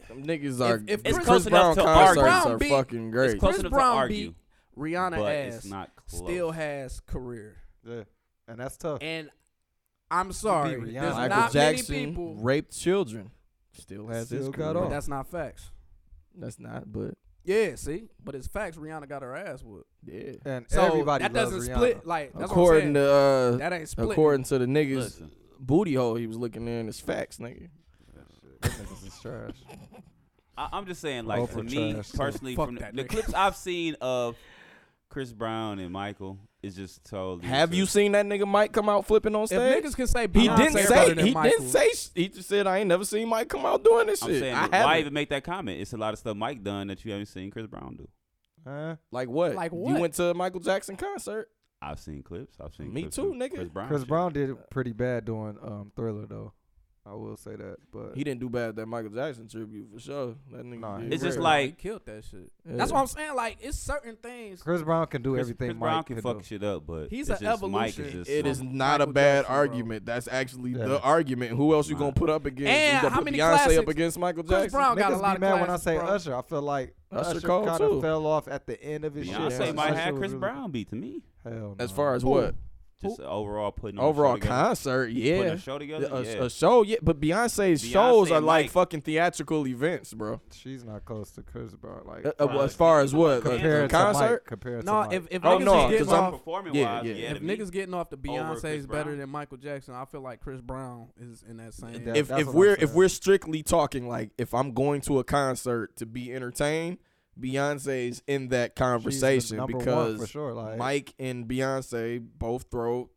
A: Them niggas are.
D: if
A: Chris,
D: Chris
A: Brown
D: Brown
A: concerts
D: Brown
A: are
D: beat-
A: fucking great.
D: It's close Chris
C: enough to
D: Brown
C: argue,
D: beat Rihanna
C: but
D: ass.
C: it's not close.
D: Still has career.
B: Yeah, and that's tough.
D: And I'm sorry,
A: Rihanna.
D: there's
A: Michael
D: not
A: Jackson
D: many people.
A: raped children. Still has his
B: Still got
A: career.
B: off.
D: That's not facts.
A: That's not, but
D: Yeah, see, but it's facts. Rihanna got her ass whooped.
A: Yeah,
B: And
D: so
B: everybody
D: that
B: loves
D: doesn't
B: Rihanna.
D: split. Like that's
A: according
D: what
A: to
D: I'm
A: uh,
D: saying. that ain't split.
A: according to the niggas
C: Listen.
A: booty hole he was looking in is facts, nigga.
B: niggas is trash.
C: I, I'm just saying, like
B: Oprah
C: to me
B: trash, too.
C: personally,
B: Fuck
C: from the,
B: that
C: the
B: nigga.
C: clips I've seen of Chris Brown and Michael is just totally.
A: Have you seen that nigga Mike come out flipping on stage?
D: niggas can say
A: he
D: Beyonce
A: didn't
D: better
A: say
D: than
A: he
D: Michael.
A: didn't say sh- he just said I ain't never seen Mike come out doing this
C: I'm
A: shit.
C: saying,
A: I
C: why
A: haven't.
C: even make that comment? It's a lot of stuff Mike done that you haven't seen Chris Brown do.
B: Huh?
A: Like what?
D: Like
A: You
D: what?
A: went to a Michael Jackson concert.
C: I've seen clips. I've seen
A: Me
C: clips
A: too,
C: of
A: nigga.
C: Chris Brown.
B: Chris
C: shit.
B: Brown did pretty bad doing um, Thriller though. I will say that, but
A: He didn't do bad at that Michael Jackson tribute for sure. That nigga.
B: Nah,
A: did
B: he It's just
A: great.
C: like-
D: he killed that shit.
A: Yeah.
D: That's what I'm saying. Like it's certain things.
B: Chris Brown can do
C: Chris-
B: everything.
C: Chris
B: Mike
C: Brown can
B: could
C: fuck
B: do.
C: shit up, but
D: He's
C: it's
D: a
C: just Mike is
D: evolution.
C: just
A: It
C: so-
A: is not a bad argument. That's actually the argument. Who else you gonna put up against?
D: And
A: you gonna
D: how
A: put
D: many
A: Beyonce up
D: classics?
A: against Michael
D: Chris
A: Jackson?
D: Brown got
B: Niggas
D: a lot
B: be
D: of
B: mad when I
D: classics,
B: say
D: bro.
B: Usher. I feel like
A: Usher
B: Usher,
A: cold,
B: kind
A: too.
B: of fell off at the end of his shit.
C: Beyonce
B: Usher
C: might have
B: was
C: Chris
B: really-
C: Brown beat to me.
B: Hell
A: As
B: no.
A: far as what?
C: Just overall putting on a show
A: Overall
C: together.
A: concert, yeah.
C: Putting a show together,
A: A,
C: yeah.
A: a show, yeah. But Beyonce's
C: Beyonce
A: shows are
C: and
A: like
C: Mike.
A: fucking theatrical events, bro.
B: She's not close to Chris Brown. Like
A: Uh, uh, well, as far as what? Like,
B: compared to
A: concert?
B: Mike, compared
D: No,
B: to Mike.
D: if if
A: Oh,
D: niggas
A: no,
D: is getting
A: 'cause I'm-
D: off,
C: Performing yeah, wise, yeah. yeah,
D: if
C: to me,
D: niggas getting off the
C: over Chris
D: Beyonce's better
C: Brown.
D: than Michael Jackson, I feel like Chris Brown is in that same.
B: That-
A: if
B: that's
A: if
B: what I'm
A: we're if
B: saying.
A: we're strictly talking like if I'm going to a concert to be entertained, Beyonce's in that conversation
B: number one
A: because
B: for sure, like-
A: Mike and Beyonce both throw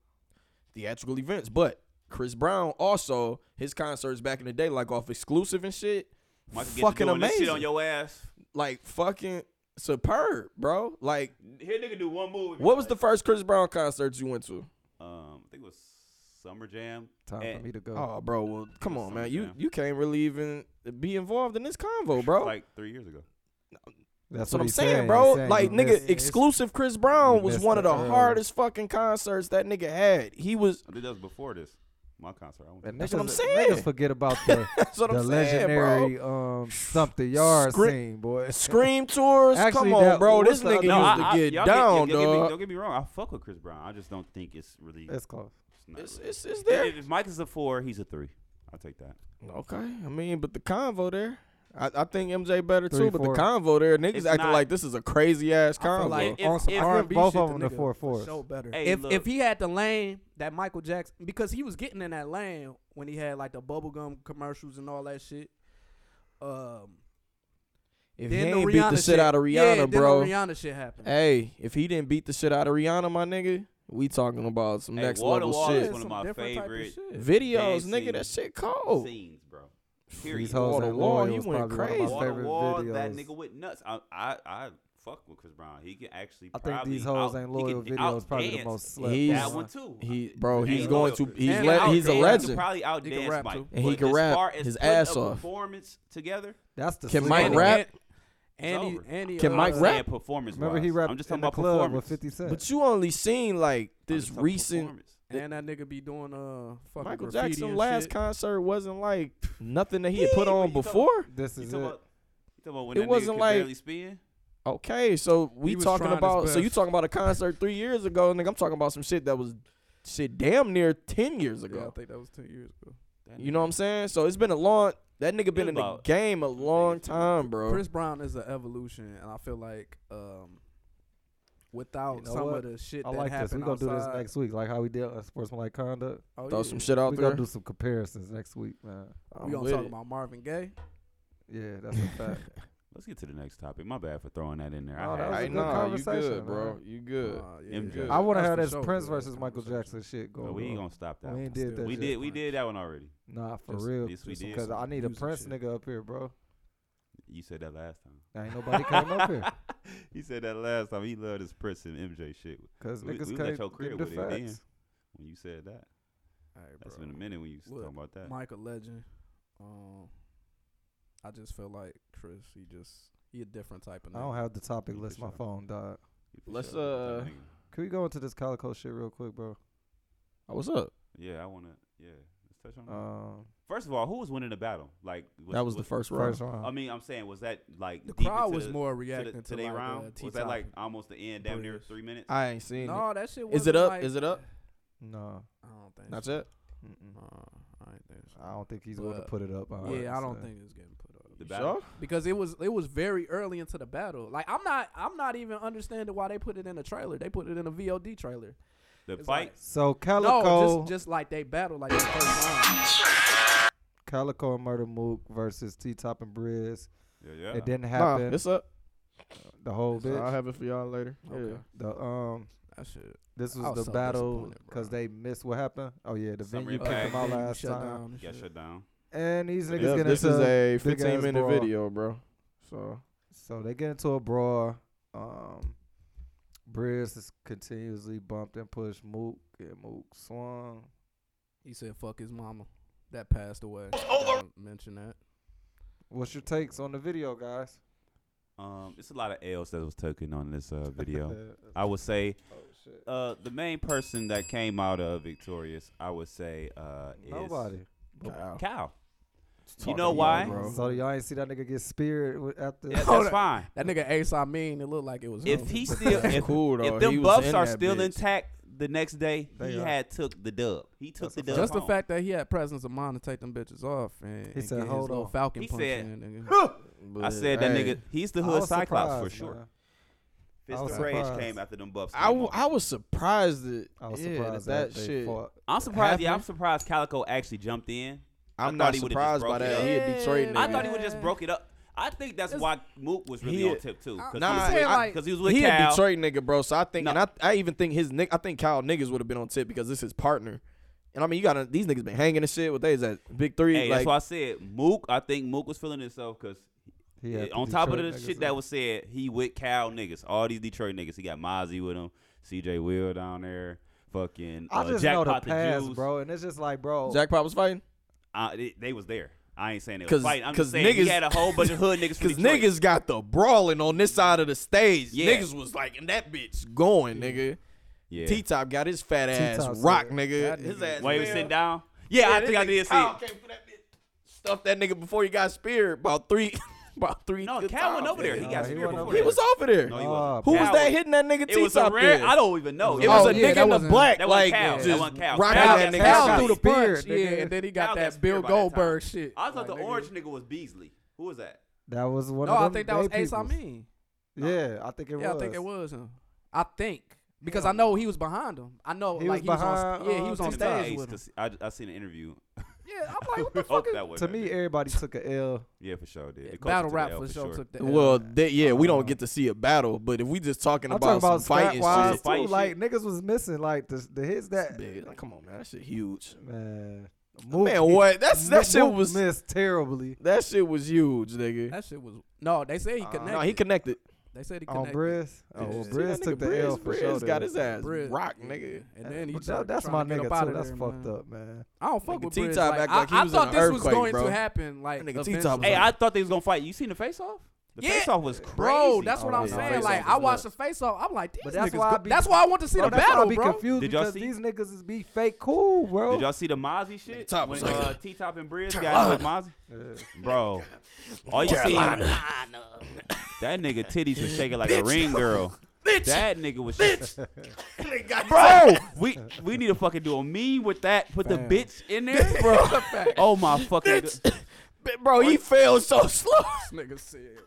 A: theatrical events, but Chris Brown also his concerts back in the day like off exclusive and shit,
C: Mike get to
A: fucking
C: doing this
A: amazing.
C: shit on your ass.
A: like fucking superb, bro. Like
C: Here, nigga, do one move.
A: what was the first Chris Brown concert you went to?
C: Um, I think it was Summer Jam.
B: Time for
C: And-
B: me to go.
A: Oh, bro. Well, come on, man. You
C: Summertime.
A: you can't really even be involved in this convo, bro.
C: Like three years ago.
A: That's
B: That's
A: what, I'm
B: he's
A: saying,
B: He's
A: bro.
B: saying
A: like,
B: you
A: nigga,
B: missed-
A: exclusive Chris Brown
B: you
A: was
B: missed
A: one of the
B: the, uh,
A: hardest fucking concerts that nigga had. He was.
C: I think that was before this. My concert. I went to.
B: And
A: That's what I'm
B: niggas-
A: saying.
B: Niggas forget about the,
A: That's what I'm
B: the
A: saying, bro.
B: legendary um, stump the yard
A: Scre-
B: scene, boy.
A: Scream tours.
B: Actually,
A: come on,
B: that-
A: bro.
B: what's
A: This
B: the
A: nigga
B: other-
A: used
B: No,
A: to
C: I- I-
A: get
C: y'all
A: down,
C: y'all Get me,
A: dog.
C: don't get me wrong. I fuck with Chris Brown. I just don't think it's really.
B: It's close.
C: not
A: It's-
C: really-
A: it's- it's there.
C: If, if Mike is a four, he's a three. I'll take that.
A: Okay, I mean, but the convo there. I, I think MJ better
B: Three,
A: too, but the
B: four.
A: convo there, niggas
C: It's
A: acting
C: not-
A: like this is a crazy ass
D: I feel
A: convo.
D: like
C: If-
B: on some
C: if-
B: R&B both
D: shit,
B: of
D: the
B: them the
D: nigga
B: four
D: for
B: fours.
D: Show better.
C: Hey,
D: if
C: look.
D: if he had the lane that Michael Jackson, because he was getting in that lane when he had like the bubblegum commercials and all that shit. Um,
A: if he
D: then
A: ain't
D: the
A: beat
D: Rihanna
A: the shit,
D: shit-
A: out of
D: yeah,
A: Rihanna,
D: then the
A: bro.
D: Rihanna shit happened.
A: Hey, if he didn't beat the shit out of Rihanna, my nigga, we talking about some
C: Hey,
A: next
C: Wall to
A: level
C: Wall is
A: shit.
C: one of
D: Some
C: my
D: different type of
C: favorite
D: shit.
A: Videos, nigga,
C: dancing
A: that shit cold.
C: Scenes, bro.
B: These
C: Period.
B: hoes
A: Wall to
B: at
A: wall,
B: Loyal
A: he
B: was
A: went
B: probably
A: crazy.
B: One of
C: Wall
B: my
C: to
B: favorite
C: wall,
B: videos.
C: that nigga went nuts. I, I, I fuck with Chris Brown. He can actually.
B: I think
C: probably
B: these hoes
C: out-
B: ain't
C: he
B: loyal
C: can
B: video is probably the
C: outdance
B: most slept.
A: He's
C: that one too.
A: He, bro, he's
C: Ain't
A: going
C: loyal.
A: to. He's
D: And
A: le-
D: out-
A: he's a
D: and
C: He could
A: legend.
C: probably
D: He can
C: outdance
D: rap,
C: Mike,
D: too.
A: And he
C: but
A: can
C: as
A: rap
C: far as
A: his
C: putting
A: ass
C: a
A: off.
C: Performance together.
B: That's the
A: Can
B: sleep
A: Mike
B: on it.
A: rap?
D: And, and,
C: over.
D: he, and he,
A: Can
D: uh,
A: Mike
C: I'm
A: rap?
C: saying performance.
B: Remember he
C: wise.
B: rapped
C: I'm just
B: in
C: talking
B: the
C: about
B: club with
C: performance.
B: 50 Cent.
A: But you only seen like
C: I'm
A: this
C: just talking
A: recent.
C: performance.
D: and that nigga be doing uh fucking
A: Michael
D: graffiti
A: Jackson
D: and
A: last
D: shit.
A: concert wasn't like nothing that he had put
C: Yeah, but
A: on
C: you talking-
A: before.
B: this
C: You
B: is
C: talking
B: it.
C: about- you talking about when
A: It
C: that nigga
A: wasn't
C: could
A: like-
C: barely spin?
A: Okay, so we
D: He was
A: talking
D: trying his
A: about. So
D: best.
A: you talking about a concert three years ago, nigga? I'm talking about some shit that was shit damn near ten years
D: Yeah, I
A: ago.
D: think that was ten years ago.
A: You know what I'm saying? So it's been a long. That nigga been in the
D: about-
A: game a long time, bro.
D: Chris Brown is an evolution, and I feel like um, without
B: You know
D: some
B: what?
D: of the shit
B: I
D: that
B: like this.
D: happened
B: We're gonna do this
D: outside-
B: next week, like how we did uh, sportsmanlike conduct.
D: Oh,
A: Throw yeah. some shit out
B: we
A: there.
B: gonna do some comparisons next week, man.
D: we gonna talk about Marvin Gaye.
B: Yeah, that's a fact.
C: Let's get to the next topic. My bad for throwing that in there.
B: Oh,
C: I
B: that was a
C: had
B: good conversation,
A: good, bro.
B: man.
A: You good. Aw, yeah.
C: MJ.
B: I want to
A: That's
B: have
A: for
B: this
A: sure,
B: Prince
A: bro.
B: versus Michael Jackson shit going.
C: But we ain't
B: on.
C: gonna stop that.
B: We ain't
C: one.
B: did that.
C: We
B: shit.
C: did. We did that one already.
B: Nah, for
C: Just-
B: real.
C: Yes, we did.
B: Because I need a Prince nigga up here, bro.
C: You said that last time.
B: Ain't nobody came up here.
C: He said that last time. He loved his Prince and MJ shit.
B: 'Cause
C: we,
B: niggas
C: we
B: can't
C: was at your
B: give
C: crib
B: the
C: with it then.
B: facts.
C: When you said that,
D: Alright,
C: that's
D: bro.
C: been a minute when you was
D: Look,
C: talking about that.
D: Mike a legend. Um, I just feel like Chris. He just he a different type of.
B: I don't
D: nigga.
B: have the topic list. My phone, dog.
A: Let's uh.
B: Can we go into this Calico shit real quick, bro?
A: Oh, what's up?
C: Yeah, I wanna. Yeah, let's touch on that.
B: Um,
C: First of all, who was winning the battle? Like
A: That was the first round. First
B: round.
C: I mean, I'm saying, was that like
D: The
C: deep
D: crowd
C: into
D: was
C: the-
D: more
C: to uh, the-
D: reacting to,
C: they
D: like, uh,
C: round?
D: the
C: was that
D: T-Top
C: like almost the end, damn near
D: bridge.
C: three minutes?
A: I ain't seen it.
D: No, that shit
A: Is it
D: wasn't
A: up?
D: like-
A: Is it up?
B: No.
D: I don't think.
A: Not
D: so.
A: yet.
D: Uh, I ain't think so.
B: I don't think he's going to
D: But-
B: put it up. I
D: yeah, I don't
B: understand.
D: think it's getting put up.
C: The battle? sure?
D: because it was it was very early into the battle. Like I'm not I'm not even understanding why they put it in a trailer. They put it in a VOD trailer.
C: The
D: It's
C: fight?
D: like-
B: So Calico,
D: no, just, just like they battle like the first round.
B: Calico and Murder Mook versus T Top and Briz.
C: Yeah, yeah.
B: It didn't
A: Nah,
B: happen.
A: it's up.
B: The whole
A: So
B: bitch.
A: I'll have it for y'all later.
D: Okay.
A: Yeah.
B: The um,
D: That shit.
B: this was
D: I was
B: the
D: so
B: battle
D: disappointed,
B: because they missed what happened. Oh yeah, the
C: Some
B: venue kicked
C: impact.
B: them out
D: Venue
B: last
D: shut
B: time.
D: down and
C: Got
D: shit.
C: shut down.
B: And these niggas
A: Yep,
B: get
A: this
B: into
A: is a
B: big-ass
A: 15 minute
B: brawl.
A: video, bro. So
B: So they get into a brawl. Um, Briz is continuously bumped and pushed Mook, and Mook swung.
D: He said, "Fuck his mama." That passed away. Don't Mention that.
B: What's your takes on the video, guys?
C: Um, it's a lot of L's that was taken on this uh, video. I would say,
B: Oh,
C: uh, the main person that came out of victorious, I would say, uh, is
B: Nobody.
A: Kyle.
C: Cal.
A: Talk
C: You know
A: to
C: why?
A: y'all, bro.
B: So y'all ain't see that nigga get speared wi- after.
C: Yeah,
D: Hold
C: that's
D: up.
C: fine.
D: That nigga Ace, I mean, it looked like it was. him.
C: If he still,
A: That's
C: if,
A: cool, though.
C: if them
A: He was
C: buffs
A: in
C: are
A: that
C: still
A: bitch.
C: intact, the next day
B: They
C: he
B: are.
C: had took the dub. He took the dub.
D: Just the
C: home.
D: fact that he had presence of mind to take them bitches off and, and
B: said,
D: get his
B: "Hold
D: little
B: on."
D: Falcon
C: He
D: punch
C: said,
D: in, nigga.
C: I
A: But,
C: said that
A: hey,
C: nigga. He's the
B: I
C: hood
B: was
C: Cyclops for
B: surprised,
C: sure.
B: man.
C: Fist
B: I
C: of
B: was
C: Rage
B: surprised.
C: came after them buffs.
A: I,
C: came
A: w-
C: on.
A: I was surprised that.
B: I was
A: yeah,
B: surprised
A: that,
B: that, they
A: shit.
B: fought.
C: I'm surprised. Yeah, I'm
A: happened.
C: surprised Calico actually jumped in. I
A: I'm
C: thought
A: not
C: he would've just
A: surprised by
C: broke it
A: that.
C: up.
A: He a Detroit nigga.
C: I thought he would just broke it up. I think that's why Mook was really
A: He-
C: on tip too. Cause
A: Nah,
C: he was with,
A: I-
D: like-
C: cause he was with
A: he
C: Cal.
A: a Detroit nigga, bro. So I think,
C: No.
A: and I, I even think his nick. I think Kyle niggas would have been on tip because this is his partner. And I mean, you gotta these niggas been hanging and shit. What they is that? Big three.
C: Hey,
A: like,
C: that's why I said Mook. I think Mook was feeling himself because
B: He had the
C: on top of
B: Detroit
C: the
B: niggas
C: shit
B: in.
C: that was said, he with Cal niggas, all these Detroit niggas. He got Mozzie with him, CJ Will down there, fucking
B: I
C: uh,
B: just know
C: Jackpot
B: the pass,
C: Juice.
B: bro, and it's just like, bro.
A: Jackpot was fighting
C: Uh, they, they was there. I ain't saying they was
A: because
C: fighting. I'm
A: because
C: just saying he
A: niggas
C: had a whole bunch of hood niggas.
A: Because
C: Because niggas,
A: niggas got the brawling on this side of the stage.
C: Yeah.
A: Niggas was like, and that bitch going, nigga.
C: yeah.
A: T top got his fat
B: T-Top
A: ass rock,
B: said,
A: nigga.
B: "That
A: His
B: nigga-
A: ass
C: While he was
A: fell.
C: sitting down, yeah, I
A: this
C: think I
A: nigga
C: did see.
A: Kyle
C: it.
A: came for that bitch. Stuffed that nigga before he got speared. About three, about three.
C: No,
A: good
C: Cal went
A: times,
C: over there. He
A: nigga.
C: got
B: Nah, he
C: speared
B: went
C: before
B: over
A: He
C: that.
A: was over there.
C: No, he wasn't.
A: Who was
C: Cal
A: that hitting that nigga
C: It was
A: T
C: a
A: top
C: rare.
A: there?
C: I don't even know.
A: It was
B: Oh,
A: a
B: yeah,
A: nigga
B: that
A: in the
B: wasn't-
A: black,
C: that wasn't
A: like
C: Cal. That
A: just
C: wasn't Cal.
A: rocking
C: Cal
A: that
C: got
A: nigga.
D: Cal
B: got
D: through the
B: speared,
D: punch,
B: nigga.
D: yeah, and then he
C: Cal
D: got that
C: speared
D: Bill
C: by that time.
D: Goldberg shit.
C: I thought
D: Like,
C: the
D: nigga,
C: orange nigga was Beasley. Who was that?
B: That was one
D: No,
B: of
D: I
B: them
D: think that was
B: gay
D: Ace. I
B: peoples.
D: mean,
B: Yeah, I think it was.
D: yeah, I think it was him. I think because I know he was behind him. I know
B: He
D: like
B: was
D: he was on.
B: behind,
D: st- Yeah, he
B: uh,
D: was on
B: Tim
D: stage
C: Ace,
D: with him.
C: 'cause I, I seen an interview.
D: Yeah, I'm like, what the fuck
C: Hope
D: is
C: that was
B: To
C: that
B: me,
C: nigga.
B: everybody took a L.
C: yeah, for sure. Dude. It cost
D: battle
C: us an
D: rap
C: L
D: for sure took that.
A: Well, they, yeah, we don't get to see a battle, but if we just talking
B: I'm
A: about,
B: talking about
A: some fighting
B: stat-wise,
A: shit,
C: Fight
B: too.
C: shit.
B: Like niggas was missing like the, the hits that
A: Big. Like, come on, man, that shit huge.
B: man.
A: Man, what? That's that shit
B: Mook
A: was
B: missed terribly
A: that shit was huge, nigga.
D: that shit was no. They said he connected.
A: No, he connected.
D: They said he
B: on
D: connected.
B: Briz. Oh,
A: Did you
B: well,
A: see
B: Briz
A: that
B: took
A: nigga
B: the
A: Briz?
B: L for
A: Briz
B: sure.
A: got
B: though.
A: his ass
D: Briz.
A: rock, nigga.
D: And then he
B: But
D: tried-
B: that- that's
D: trying
B: my
D: to get
B: nigga
D: up out
B: too.
D: of
B: That's
D: there,
B: fucked
D: man.
B: up, man.
D: I don't fuck
A: Nigga,
D: with
A: T-Top
D: Briz. Like,
A: act
D: I,
A: like he
D: I
A: was in
D: thought
A: an
D: this was
A: earthquake,
D: going
A: bro.
D: to happen. Like
A: That nigga
D: eventually.
A: T-Top was
C: Hey,
A: like-
C: I thought they was gonna fight. You seen the face off? The
D: Yeah.
C: face off was crazy.
D: Bro, that's what
B: Oh,
D: I'm
B: yeah.
D: saying.
B: Face-off
D: Like,
A: was
D: I watched the
A: nuts.
D: face off. I'm like,
B: But
D: these
B: that's
D: niggas
B: why I
D: good.
B: be-
D: that's why I want to see
B: Bro,
D: the
B: that's why I
D: battle,
B: be
D: bro.
B: confused
C: Did y'all
B: because
C: see-
B: these niggas is be fake cool, bro.
C: Did y'all see the Mozzie shit?
A: Top
C: when
A: was
C: uh, T Top and Briz got with Mozzie? Bro, all you see that nigga titties was shaking like a ring girl.
I: Bitch.
C: That nigga was
I: Bitch. Got
C: Bro, we we need to fucking do a meme with that. Put
A: Fam.
C: the bitch in there, bro. oh my fucking.
A: Bro, he failed so slow.
D: This nigga said.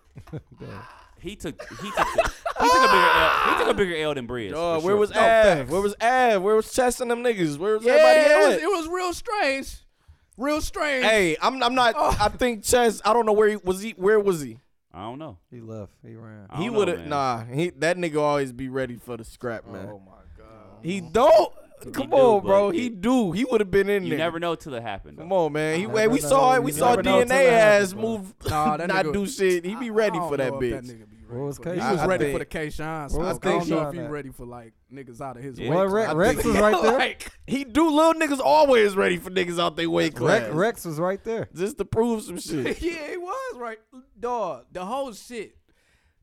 C: He took he took the, he took a bigger L. He took a bigger L than Briz.
A: Dog,
C: for
A: where
C: sure.
A: was Av? Where was Av? Where was Chess and them niggas? Where was
D: Yeah,
A: everybody
D: it
A: at?
D: was, it was real strange. Real strange.
A: hey, I'm I'm not. I think Chess. I don't know where he was. He where was he?
C: I don't know.
B: He left. He ran.
C: Oh,
A: He would have nah. He that nigga always be ready for the scrap, man.
B: Oh
A: my god. He don't. Come
C: do,
A: on, bro.
C: but
A: He do. He would have been in
C: You
A: there.
C: never know till it happened.
A: Come on, man. He,
C: I
A: hey, we
C: never
A: saw
C: know.
A: it. We
C: You
A: saw
C: never know
A: DNA
C: till it happens,
A: ass
C: bro.
A: move.
D: Nah, that
A: not
D: nigga-
A: do shit. He be ready
D: I
A: for
D: don't
A: that
D: know if
A: bitch.
D: That nigga be
B: What
D: ready
B: was
D: for that.
B: K-
D: He was
B: I
D: ready
B: think-
D: for the K Shine
B: What was
D: smoke. I don't know if
B: K-Shine
D: he
B: at?
D: ready for like niggas out of his
C: Yeah.
D: way.
B: Well,
D: class.
B: Rex-
D: I
B: Rex
D: think-
B: was right there.
D: like,
A: He do little niggas always ready for niggas out their way class.
B: Rex, Rex was right there.
A: Just to prove some shit.
D: yeah, he was right, dog. The whole shit,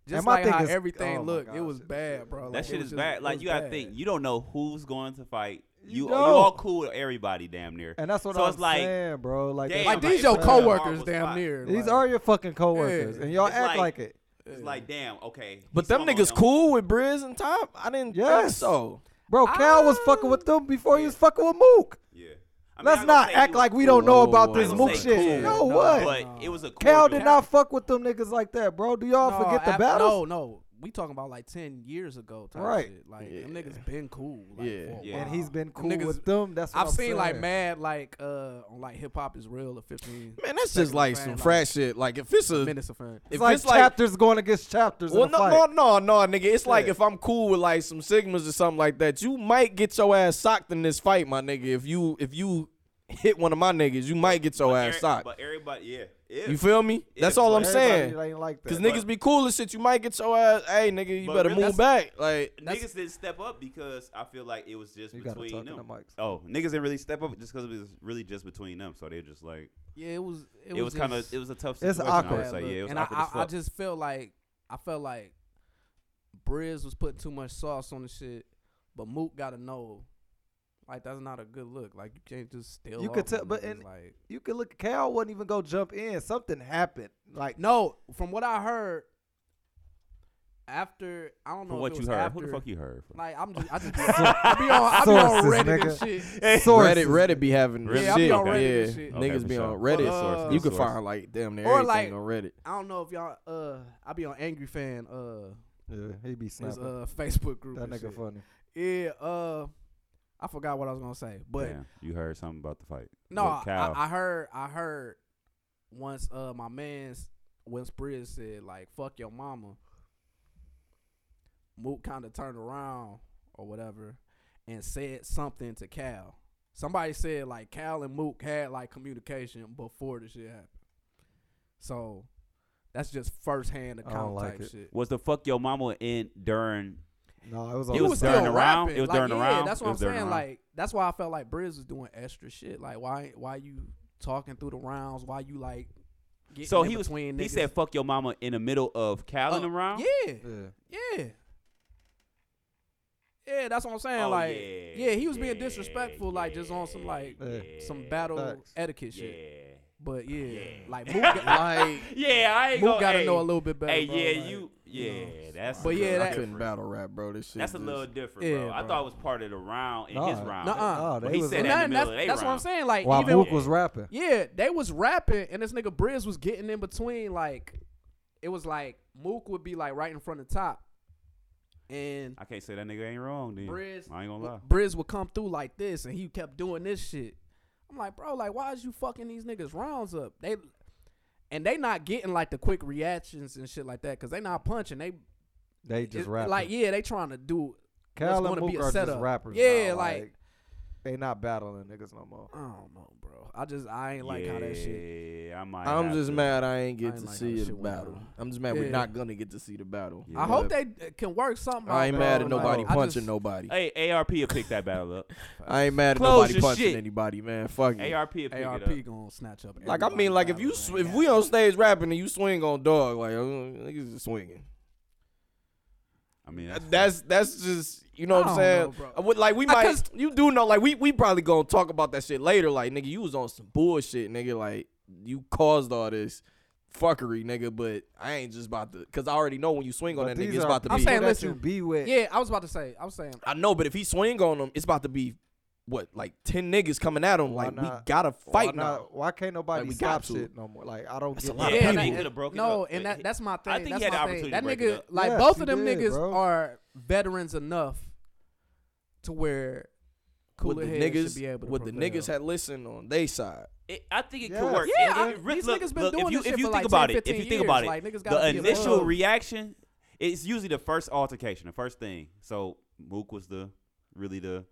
D: just
B: And my
D: like
B: thing
D: how
B: is-
D: everything
B: oh my
D: looked, it
B: gosh,
D: was
B: it-
D: bad, bro.
C: That
D: Like, it
C: shit
D: was
C: is
D: just-
C: bad.
D: it
C: Like
D: was
C: you gotta
D: bad.
C: think. You don't know who's going to fight. You you
B: don't.
C: all cool with everybody, damn near.
B: And that's what
C: so
B: I'm
C: it's like,
B: saying, bro. Like,
C: damn,
B: that's
D: Like
B: what
D: these
B: I'm
D: your
C: Like,
B: saying.
D: coworkers,
C: Marvel
D: damn
C: spot.
D: near.
B: These
D: like-
B: are your fucking coworkers,
D: Yeah.
B: and y'all
C: It's
B: act
C: like-
B: like, it.
C: It's like, damn, okay.
A: But
C: he's
A: them
C: someone
A: niggas
C: else.
A: cool with Briz and Top? I didn't think
B: Yes.
A: so.
B: Bro, Cal was fucking with them before he was fucking with Mook.
C: Yeah. I mean, I
B: Let's
C: ain't gonna
B: not
C: say
B: act
C: he was
B: like we
C: cool,
B: don't know about
A: I
B: this
A: ain't
B: Mook
A: gonna
C: say
B: shit.
C: cool,
B: no,
D: no,
B: what?
C: But it was a
B: Cal
C: cordial-
B: did not fuck with them niggas like that, bro. Do y'all
D: No,
B: forget the
D: ab-
B: battles?
D: No, no, we talking about like ten years ago, type
B: Right.
D: Shit. Like them niggas been cool. Like,
A: Yeah.
D: for a
C: Yeah.
B: And
D: while.
B: he's been
D: Them
B: cool
D: niggas-
B: with them. That's what
D: I've
B: I'm
D: seen like
B: saying.
D: mad like uh on like hip hop is real or fifteen.
A: Man, that's
D: Second
A: just like
D: fan,
A: some
D: like,
A: frat shit. Like if it's a
D: minutes of fame.
B: It's
A: if
B: like
A: it's like
B: chapters going against chapters
A: well
B: in a
A: no
B: fight.
A: no no no nigga. It's like
B: Yeah.
A: if I'm cool with like some sigmas or something like that, you might get your ass socked in this fight, my nigga. If you if you hit one of my niggas, you might get your
C: But
A: ass
C: every-
A: socked.
C: But everybody, yeah. yeah.
A: You feel me?
C: Yeah,
A: That's all
C: but
A: I'm
B: Everybody
A: saying.
B: ain't like that.
A: Cause niggas be cool as shit. You might get your ass. Hey nigga, you
C: But
A: better
C: really-
A: move back. Like
C: Niggas didn't step up because I feel like it was just
B: You gotta
C: between
B: talk in
C: them.
B: the mics.
C: Oh, niggas didn't really step up just because it was really just between them. So they're just like,
D: Yeah, it was. It,
C: it, was kind of,
D: just
C: it was a tough
B: It's
C: situation. I
B: awkward.
C: would say,
D: look,
C: yeah, it was
D: and
C: awkward
D: I,
C: as
D: I, I
C: fuck.
D: just felt like I felt like Briz was putting too much sauce on the shit, but Mook got to know, like that's not a good look. Like you can't just steal.
B: You
D: off
B: could tell-
D: on
B: but
D: niggas,
B: in-
D: like
B: You could look. Cal wouldn't even go jump in. Something happened. Like
D: no, from what I heard, after I don't know
C: From
D: if
C: what
D: it
C: you
D: was
C: heard,
D: after,
C: who the fuck you heard? From?
D: Like I'm just, I just be, I be on, I be on
B: Sources,
D: Reddit and
B: nigga.
D: shit.
A: Reddit,
B: sources.
A: Reddit be having
C: Really?
D: Yeah, I
A: shit.
D: be on Reddit and
A: yeah,
D: shit.
C: Okay,
A: niggas
C: for
A: be
C: sure.
A: on Reddit.
D: Well, uh,
A: you can
C: Sources.
A: find like damn near
D: Or,
A: everything
D: like-
A: on Reddit.
D: I don't know if y'all, uh, I be on Angry Fan, uh,
B: Yeah, he be
D: his
B: snapping.
D: uh Facebook group.
B: that
D: and
B: nigga
D: shit.
B: funny.
D: Yeah, uh, I forgot what I was gonna say, but
C: Damn, you heard something about the fight.
D: no,
C: With
D: I,
C: Cal.
D: I, I heard, I heard once uh my man's once Briz said like "fuck your mama," Mook kind of turned around or whatever and said something to Cal. Somebody said like Cal and Mook had like communication before this shit happened, so that's just firsthand
B: I don't
D: account
B: like
D: type
B: it.
D: shit.
C: was the fuck your mama in during
B: No, it was.
C: It
B: all-
C: was during the round? It was
D: like,
C: during the
D: yeah,
C: round?
D: That's
C: It
D: what I'm
C: was during the
D: saying.
C: round?
D: Like that's why I felt like Briz was doing extra shit. Like why why you talking through the rounds? Why you like? Getting
C: So
D: in
C: he was.
D: Between
C: He
D: niggas?
C: said, "Fuck your mama" in the middle of Cal in
D: Uh,
C: the round.
D: Yeah,
B: Yeah.
D: yeah, yeah. That's what I'm saying.
C: Oh,
D: like
C: yeah,
D: yeah, he was being
C: yeah,
D: disrespectful. Like just on some like
B: Yeah.
D: some battle
B: Facts.
D: etiquette
C: Yeah.
D: shit. But yeah,
C: Yeah.
D: like Mook, got- like
C: Yeah, I ain't
D: Mook
C: gonna-
D: got to
C: hey,
D: know a little bit better.
C: Hey,
D: bro,
C: yeah,
D: like,
C: you. Yeah,
D: know.
C: that's.
D: But
C: a
D: yeah,
C: little
D: that-
A: I couldn't
C: different.
A: battle rap, bro. This shit.
C: That's a
A: just-
C: little different,
D: Yeah,
C: bro. I
D: bro.
C: thought it was part of the round in his
B: Nah.
C: round.
D: Nuh-uh.
B: Oh,
C: But
B: they
C: he
B: was
C: said
B: like-
C: that
D: Nah,
C: in the
D: that's,
C: middle of they
D: that's what I'm
C: round.
D: saying. Like
B: While
D: even
B: Mook was rapping.
D: Yeah, they was rapping, and this nigga Briz was getting in between. Like, it was like Mook would be like right in front of top, and
C: I can't say that nigga ain't wrong, then.
D: Briz,
C: I ain't gonna lie.
D: Briz would come through like this, and he kept doing this shit. I'm like, bro, like, why is you fucking these niggas rounds up? They and they not getting like the quick reactions and shit like that because they not punching. They
B: They just
D: it-
B: rapping.
D: like, yeah, they trying to do.
B: Cal
D: what's
B: and
D: gonna be
B: Mook
D: a
B: are just
D: setup.
B: rappers.
D: Yeah,
B: now,
D: like-
B: they not battling niggas no more.
D: I don't know, bro. I just I ain't like how that shit.
C: Yeah, I might.
A: I'm
C: have
A: just
C: to-
A: mad I ain't
D: I
A: get
D: ain't
A: to
D: like how
A: see
D: this
A: the
D: shit went
A: battle.
D: down.
A: I'm just mad
D: Yeah.
A: we're not gonna get to see the battle.
C: Yeah.
D: I hope they uh, can work something.
A: I ain't
D: out,
A: mad
D: bro.
A: at nobody
D: Like, I
A: punching
D: just-
A: nobody.
C: Hey, ARP will pick that battle up.
A: I ain't mad at
C: Close
A: nobody
C: your
A: punching
C: shit.
A: anybody, man. Fuck it.
C: ARP will pick it up.
D: ARP gonna snatch up.
A: Like I mean,
D: everybody's
A: like if you
D: battles,
A: sw-
D: man.
A: if we on stage rapping and you swing on dog, like uh, niggas is swinging.
C: I mean, that's,
A: That's that's just you know
D: I
A: what I'm
D: don't
A: saying.
D: know, bro.
A: I would- like we
D: I
A: might
D: cause-
A: you do know like we we probably gonna talk about that shit later. Like nigga, you was on some bullshit, nigga. Like you caused all this. fuckery, nigga. But I ain't just about to, cause I already know when you swing on
B: But
A: that nigga,
B: these
A: it's
B: are
A: about to be.
B: people that you
A: be with.
D: Yeah, I was about to say. I was saying.
A: I know, but if he swing on him, it's about to be what like ten niggas coming at him. like we
B: not?
A: gotta
B: Why
A: fight now.
B: not? Why can't nobody
A: Like, we got
B: stop
A: to.
B: shit no more? Like I don't
A: That's
B: get
A: a lot of
B: it.
A: Yeah, people. and that-
C: could've broken
D: no,
C: up.
D: and that, that's my thing.
C: I think
D: that's
C: he had
D: my
C: the
D: thing.
C: opportunity
D: That
C: to break
D: nigga,
C: it up.
D: like
B: Yes,
D: both
B: he
D: of them
B: did,
D: niggas
B: bro.
D: are veterans enough to where
A: Would
D: cooler
A: the
D: heads
A: niggas,
D: should be able to
A: would the
D: prevail.
A: niggas had listened on they side.
C: It, I think it
D: Yes.
C: could work.
D: Yeah,
C: If-
D: I-
C: if- re-
D: these
C: look,
D: niggas been
C: look,
D: doing
C: if you,
D: this shit
C: if you
D: for
C: think
D: like
C: about
D: 10,
C: it, if you
D: 15
C: think about
D: years,
C: it,
D: like, niggas
C: the
D: gotta be above.
C: initial reaction is usually the first altercation, the first thing. So Mook was the really the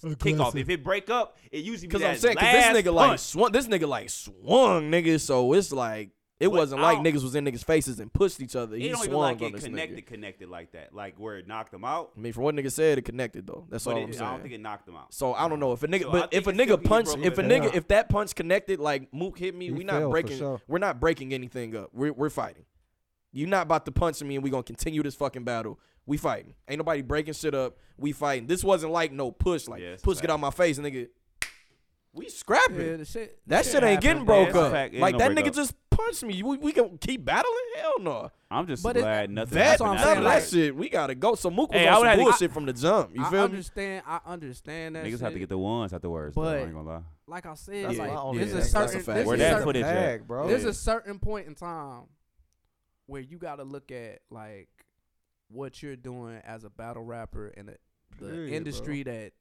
C: kickoff.
A: Aggressive.
C: If it break up, it usually be
A: Cause
C: that
A: I'm saying, cause this
C: last
A: nigga like
C: punch.
A: swung, this nigga like swung, nigga. So it's like it
C: But
A: wasn't
C: I
A: like
C: don't-
A: niggas was in niggas faces and pushed each other.
C: It
A: He
C: don't
A: swung
C: even like
A: on
C: it
A: this
C: connected,
A: nigga.
C: connected like that, like where it knocked him out.
A: I mean, from what nigga said, it connected though. That's
C: But
A: all
C: it-
A: I'm
C: I
A: saying.
C: don't think it knocked him out.
A: So I don't know if a nigga,
C: So I
A: but
C: think
A: if a
C: it still
A: nigga
C: can
A: punch,
C: be broken
A: if a
C: down.
A: nigga, if that punch connected, like Mook hit me,
C: He
A: we
C: fell,
A: not
C: for
A: breaking,
C: sure.
A: we're not breaking anything up. We're we're fighting. You not about to punch me, and we gonna continue this fucking battle. We fighting. Ain't nobody breaking shit up. We fighting. This wasn't like no push, like
C: it's a
A: push get
C: fact.
A: out my face, nigga. We scrapping.
D: Yeah, the shit-
A: that
D: shit
A: shit ain't
D: happens,
A: getting
D: man.
A: broke
D: It's a
A: up.
C: fact. It
A: Like
C: don't
A: that
C: break
A: nigga
C: up.
A: just punched me. We, we gonna keep battling? Hell no.
C: I'm just
D: But it-
C: glad nothing.
A: That,
C: happened
A: none
C: after
A: of
C: that.
A: that shit. We gotta go. So Mook was
C: Hey, I
A: on
C: would've
A: some
C: had to-
A: bullshit from the jump. You
D: I
A: feel me?
D: understand. I understand that.
C: Niggas
D: shit,
C: have to get the ones afterwards. But, though, I
D: But
C: ain't gonna lie.
D: like I said,
C: That's
D: like,
C: my only
D: there's a
C: thing.
D: certain,
C: That's a fact.
D: there's
C: Where
D: a
C: that
D: certain-
C: footage at? Bag, bro.
D: There's
C: Yeah.
D: a certain point in time where you got to look at like what you're doing as a battle rapper and the
A: Period,
D: industry that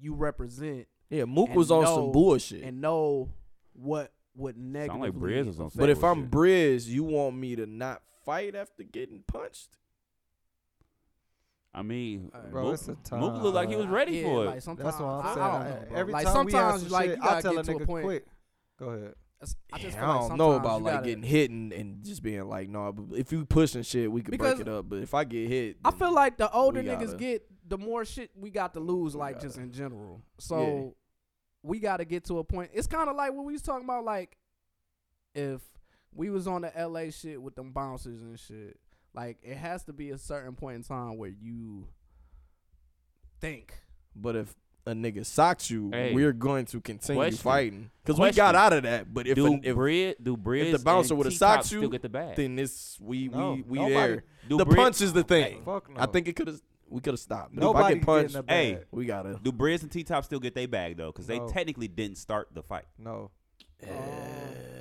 D: you represent.
A: Yeah, Mook
D: and
A: was on some
D: know-
A: bullshit.
D: and know what would negatively.
C: Briz was on
D: affect-
A: But if I'm Briz, you want me to not fight after getting punched?
C: I mean,
B: Bro,
C: Mook,
B: it's a time.
C: Mook looked like he was ready
D: yeah,
C: for it.
D: like sometimes
B: That's what I'm saying.
D: I, I don't know. bro.
B: Every
D: like
B: time we have
D: sometimes,
B: some
D: like
B: shit,
D: you
B: I
D: gotta
B: tell
D: get
B: a
D: to a
B: nigga
D: point.
B: quick. Go ahead.
D: That's- I just
A: Yeah,
D: feel
A: I
D: like
A: don't know
D: sometimes
A: about
D: you
A: like
D: gotta-
A: getting hit and, and just being like, no, but if you pushing shit, we could
D: Because-
A: break it up. But if I get hit,
D: I feel like the older
A: we gotta-
D: niggas get, the more shit we got to lose, like just in general. So we got to get to a point. It's kind of like what we was talking about, like if we was on the LA shit with them bouncers and shit. Like it has to be a certain point in time where you think.
A: but if a nigga socks you,
C: Hey.
A: we're going to continue
C: Question.
A: fighting because we got
C: Question.
A: out of that. But if
C: do
A: a, if,
C: Brid, do Brid
A: if the bouncer would have socked you,
C: still get the bag.
A: then this we
C: No,
A: we we
C: nobody-
A: there.
C: Do
A: the
C: Brid-
A: punch is the thing.
B: Fuck no.
A: I think it could have we could have stopped. But if I
B: Nobody's
A: get punched,
B: getting a
C: hey,
B: bag.
A: we gotta.
C: do Briz and T Top still get their bag though? Because
B: No.
C: they technically didn't start the fight.
B: No.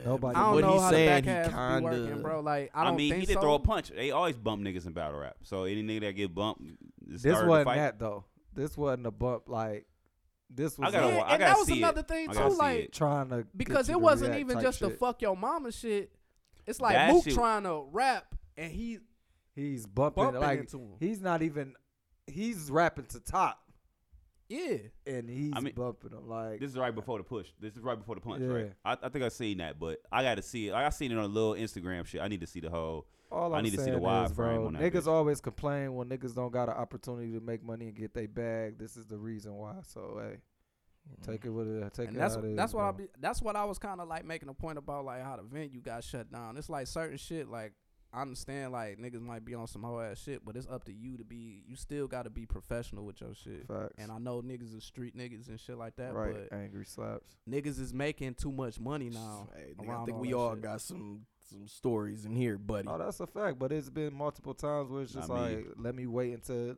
B: Nobody.
D: um, I don't
A: what
D: know
A: he's
D: how
A: saying,
D: the
A: he
D: back half be
A: kinda-
D: working, bro. Like I don't
C: mean,
D: think
C: he didn't
D: so.
C: throw a punch. They always bump niggas in battle rap. So any nigga that get bumped,
B: This
C: started the
B: wasn't
C: fight.
B: that though. This wasn't a bump. Like this was.
C: I gotta,
B: like,
C: wa- I
D: and
C: gotta
D: that was
C: see
D: another
C: it.
D: thing
C: I
D: too,
C: gotta see
D: like,
C: it.
B: trying to get
D: because
B: you
D: it
B: to
D: wasn't
B: react
D: even
B: type
D: just the
B: shit.
D: fuck your mama shit. It's like
C: That
D: Mook
C: shit-
D: trying to rap and he
B: He's bumping,
D: bumping
B: like
D: into him.
B: he's not even. He's rapping to top,
D: yeah.
B: and he's
C: I mean,
B: bumping him like.
C: This is right before the push. This is right before the punch, right?
B: Yeah.
C: I, I think I seen that, but I gotta see it. Like, I seen it on a little Instagram shit. I need to see the whole.
B: All
C: I
B: I'm
C: need to see the
B: saying
C: wide
B: is,
C: frame
B: bro,
C: on that.
B: niggas
C: bitch.
B: always complain when niggas don't got an opportunity to make money and get they bag. This is the reason why. So hey, take it with it. Take
D: And
B: it
D: that's
B: how it
D: that's
B: is,
D: what I
B: bro.
D: be, that's what I was kind of like making a point about like how the venue got shut down. It's like certain shit like I understand like niggas might be on some whole ass shit, but it's up to you to be. You still got to be professional with your shit.
B: Facts.
D: And I know niggas is street niggas and shit like that,
B: right.
D: but
B: Angry slaps.
D: niggas is making too much money now.
A: Hey, nigga, I
D: around
A: think
D: all
A: we
D: that
A: all
D: shit.
A: got some some stories in here, buddy.
B: Oh, that's a fact. But it's been multiple times where it's just
C: Not me.
B: like, let me wait until
C: Not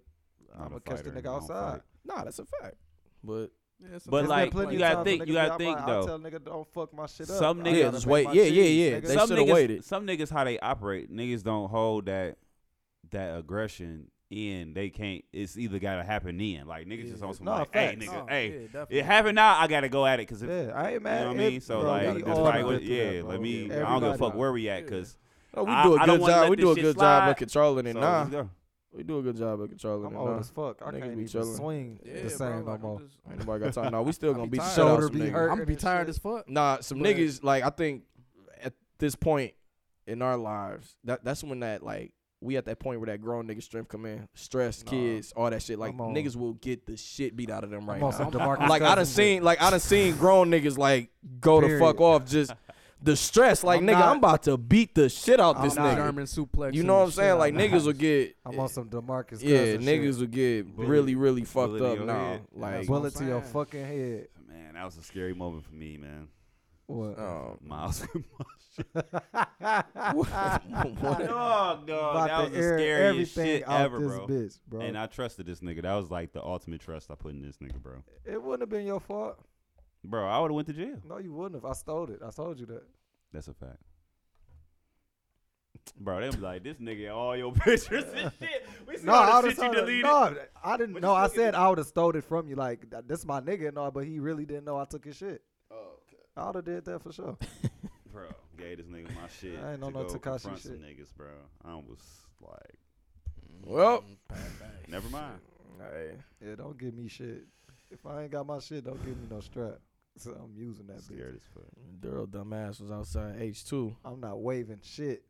B: I'm
C: a
B: gonna catch the
C: fighter. I
B: nigga
C: don't
B: outside.
C: fight.
A: Nah, that's a fact. But
D: Yeah, it's a
B: There's been
C: But,
D: fact.
C: like,
B: plenty
C: you
B: of
C: gotta
B: times
C: think-
B: when
C: you
B: niggas
C: gotta
B: be out,
C: think,
B: like,
C: though.
B: I'll tell nigga don't fuck my shit up.
C: Some
B: I
C: niggas-
B: gotta
C: Yeah,
A: just
B: make
A: wait.
B: my
A: Yeah, yeah,
B: cheese,
A: yeah.
B: nigga.
A: They
C: some
A: shoulda
C: niggas,
A: waited.
C: Some niggas how they operate. Niggas don't hold that that aggression in. They can't. It's either gotta happen in. Like niggas just on some
B: No,
C: like, hey
B: facts.
C: nigga,
D: No, yeah,
C: hey,
D: definitely.
C: it happened now. I gotta go at it because
B: Yeah, I ain't mad.
C: You know what I
B: It-
C: mean? So
B: bro,
C: like,
B: we
C: this
B: all
C: fight
B: been
C: was,
B: through that,
C: yeah.
B: bro.
C: let me. I don't give a
B: Everybody
C: fuck
B: done.
C: where we at because
A: No, Oh, we
C: I-
A: do a
C: I don't
A: good
C: wanna
A: job.
C: let
A: We
C: this
A: do a
C: shit
A: good job
C: slide.
A: of controlling it
C: So,
A: now.
C: let's go.
A: We do a good job of controlling
B: I'm
A: it
B: old
A: now.
B: as fuck. I
A: Niggas
B: can't
A: be
B: even
A: chilling.
B: swing
D: Yeah,
B: the
D: bro,
B: same
D: like, I'm
B: no more.
D: just-
A: Ain't nobody got time. No, we still
D: I
A: gonna
D: be
A: beat the
D: tired.
A: shit out
B: Shoulder
A: some
B: be
A: niggas.
B: hurt.
D: I'm gonna be
B: and
D: tired
B: shit.
D: as fuck.
A: Nah, some
B: But-
A: niggas like I think at this point in our lives, that that's when that like we at that point where that grown nigga strength come in, stress,
B: Nah.
A: kids, all that shit. Like
B: I'm on-
A: niggas will get the shit beat out of them right
B: I'm on
A: now.
B: some DeMarcus
A: Like I done
B: Cousins
A: seen, like I done seen grown niggas like go the
B: Period.
A: fuck off. Just the stress, like
B: I'm
A: nigga,
B: not-
A: I'm about to beat the shit out
B: I'm
A: this
B: not-
A: nigga.
D: German suplex.
A: You
D: and
A: know what I'm
D: shit.
A: saying? Like
B: I'm not-
A: niggas will get,
B: I'm on some Demarcus.
A: yeah,
B: Cousins shit.
A: niggas will get
C: Bullet-
A: really, really fucked
C: bullet
A: up
C: your
A: now.
C: head.
A: Like
B: bullet to your
D: saying.
B: fucking head.
C: man, that was a scary moment for me, man.
B: What?
A: Oh,
C: Miles with
B: What?
C: Dog, dog,
B: About
C: Uh, that was
B: to
C: the
B: air
C: scariest
B: everything
C: shit
B: out
C: ever,
B: this
C: bro.
B: bitch, bro.
C: And I trusted this nigga. That was like the ultimate trust I put in this nigga, bro.
B: It wouldn't have been your fault.
C: Bro, I would have went to jail.
B: No, you wouldn't have. I stole it. I told you that.
C: That's a fact. Bro, they was like, this nigga, all your pictures and shit. We see
B: No, I
C: all the
B: would've
C: shit you
B: told her-
C: deleted.
B: no, I didn't
C: What
B: know.
C: you
B: I
C: looking
B: said
C: at?
B: I would have stole it from you. Like th- this, my nigga, no, but he really didn't know I took his shit.
H: Oh, okay.
B: I would have did that for sure.
C: Bro, gave this nigga my shit.
B: I ain't know
C: to
B: no
C: go
B: Tekashi
C: confront Some
B: shit.
C: niggas, bro. I was like,
A: Well,
C: never mind.
B: Yeah, don't give me shit. If I ain't got my shit, don't give me no strap. So I'm using that. bitch.
C: Scared as fuck.
A: Daryl dumbass was outside H two.
B: I'm not waving shit.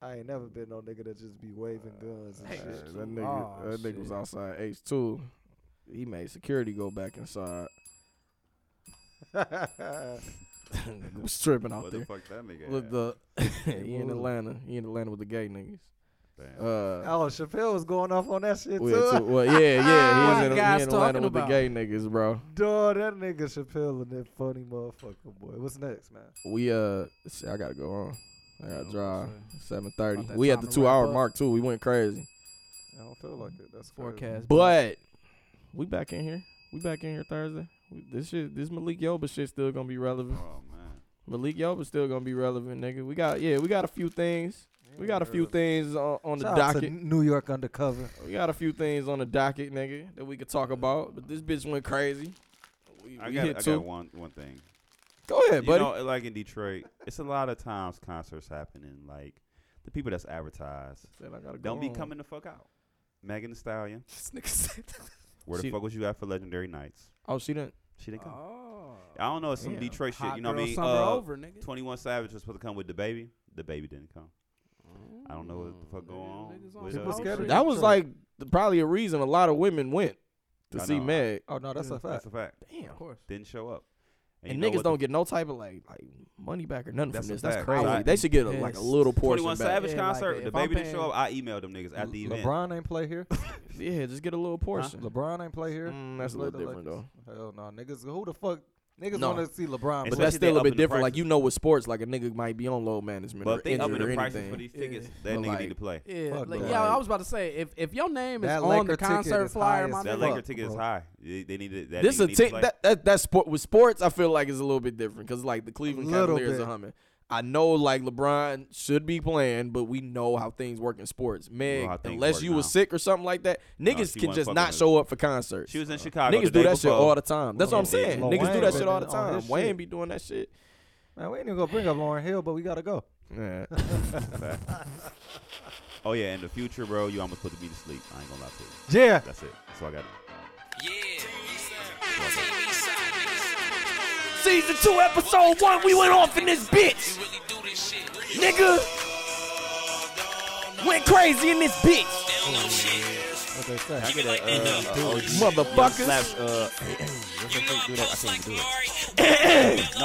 B: I ain't never been no nigga that just be waving guns and shit.
A: that nigga, that nigga was outside H two. He made security go back inside. Nigga was tripping out
C: What the
A: there.
C: fuck that nigga
A: With
C: had?
A: the he in
B: was.
A: Atlanta. He in Atlanta with the gay niggas.
C: Damn.
A: Uh,
B: Oh, Chappelle was going off on that shit too.
A: we had two- well, yeah, yeah. He was in, he
D: guys
A: in Atlanta
D: talking
A: with the
D: about?
A: gay niggas, bro.
B: Dog, that nigga Chappelle and that funny motherfucker boy. What's next, man?
A: We uh, see, I gotta go on. I gotta drive seven thirty.
D: About that
A: We at
D: time
A: the
D: to
A: two
D: wrap
A: hour
D: up.
A: mark too. We went crazy,
B: I don't feel like it. That's crazy.
D: Forecast.
A: but we back in here. We back in here Thursday. We, this shit, this Malik Yoba shit still gonna be relevant.
C: Oh, man.
A: Malik Yoba still gonna be relevant, nigga. We got yeah, we got a few things. We got a few things on, on the
B: Shout out to
A: docket.
B: New York undercover.
A: We got a few things on the docket, nigga, that we could talk about. But this bitch went crazy. We,
C: I
A: we
C: got,
A: hit
C: I
A: two.
C: got one, one thing.
A: Go ahead,
C: you
A: buddy.
C: know, like in Detroit, it's a lot of times concerts happening. Like the people that's advertised
A: Said I gotta
C: don't
A: go
C: be
A: on.
C: coming the fuck out. Megan Thee Stallion,
D: This nigga said that.
C: where
A: She-
C: the fuck was you at for Legendary Nights?
A: Oh, she didn't.
C: She didn't come.
D: Oh.
C: I don't know. It's some
A: damn.
C: Detroit shit.
D: Hot
C: You know what I
D: girl
C: mean?
D: summer
C: Uh,
D: over, nigga.
C: 21 Savage was supposed to come with the baby. The baby didn't come. I don't know what the fuck
D: Niggas-
C: going on.
D: Mm. niggas on
C: with,
D: People
C: uh,
D: scared of
C: Detroit.
A: Oh, That was like the, probably a reason a lot of women went to
C: I
A: see
C: know.
A: Meg.
B: Oh no, that's a fact.
C: That's a fact.
A: Damn.
D: Of course.
C: Didn't show up.
A: And
C: you know
A: niggas
C: what
A: don't get no type of like like money back or nothing
C: That's a
A: from this. That's
C: fact.
A: crazy.
C: I-
A: they should get a, like a
D: Yes.
A: little
C: the-
A: portion
C: 21
A: back.
C: Savage
D: Yeah, like,
C: concert. the
D: if I'm
C: baby didn't
D: paying-
C: show up. I emailed them niggas at the event.
B: LeBron ain't play here.
A: Yeah, just get a little portion.
B: LeBron ain't play here.
A: Mm, that's a
B: Play
A: little
B: the
A: different
B: Lakers.
A: though.
B: Hell no, niggas. Who the fuck? Niggas
A: No.
B: want to see LeBron.
A: But
C: Especially
B: play.
A: that's
C: if they
A: still a
C: up
A: bit
C: in the
A: different. Like
C: prices.
A: you know, with sports, like a nigga might be on load management
C: But if
A: or
C: they upping
A: injured or
C: the prices
A: anything.
C: for these tickets,
A: But
C: that nigga
A: like-
C: need to play.
D: Yeah,
B: Fuck
D: like,
B: that.
D: yeah. I was about to say if if your name is
B: That
D: on
B: Laker
D: the
B: ticket
D: concert
B: is
D: flyer,
B: high
D: my
B: as
C: That
B: fuck.
C: Laker
D: nigga,
C: ticket is
B: bro.
C: high. They, they need to, that
A: this
C: nigga
A: a
C: need to
A: tick
C: play.
A: that, that that sport with sports. I feel like is a little bit different because like the Cleveland
B: little
A: Cavaliers
B: bit.
A: are humming. I know like LeBron should be playing, but we know how things work in sports. Meg,
C: how things
A: unless
C: work
A: you was
C: now.
A: sick or something like that, niggas
C: she
A: can
C: wasn't
A: just
C: fucking
A: not
C: with
A: show up for concerts.
C: She was in
A: Uh,
C: Chicago. the
A: Niggas do
C: day
A: that shit
C: before.
A: all the time. That's what I'm
C: Yeah, yeah.
A: saying. Niggas
B: Lil
A: do that
B: Wayne been
A: shit all the
B: on
A: time.
B: his
A: Wayne
B: shit.
A: be doing that shit.
B: Man, we ain't even gonna bring up Lauren Hill, but we gotta go.
A: Yeah.
C: Oh yeah, in the future, bro, you almost put me to sleep. I ain't gonna lie to you.
B: Yeah.
C: That's it. That's all I got.
K: Season 2, episode 1, we went off in this bitch. Nigga. Went crazy in this bitch.
B: What they say?
C: Can I get a, uh,
A: Oh,
C: a OG
A: Motherfuckers.
C: slap? Uh, what's that thing? Do that? I can't even do it.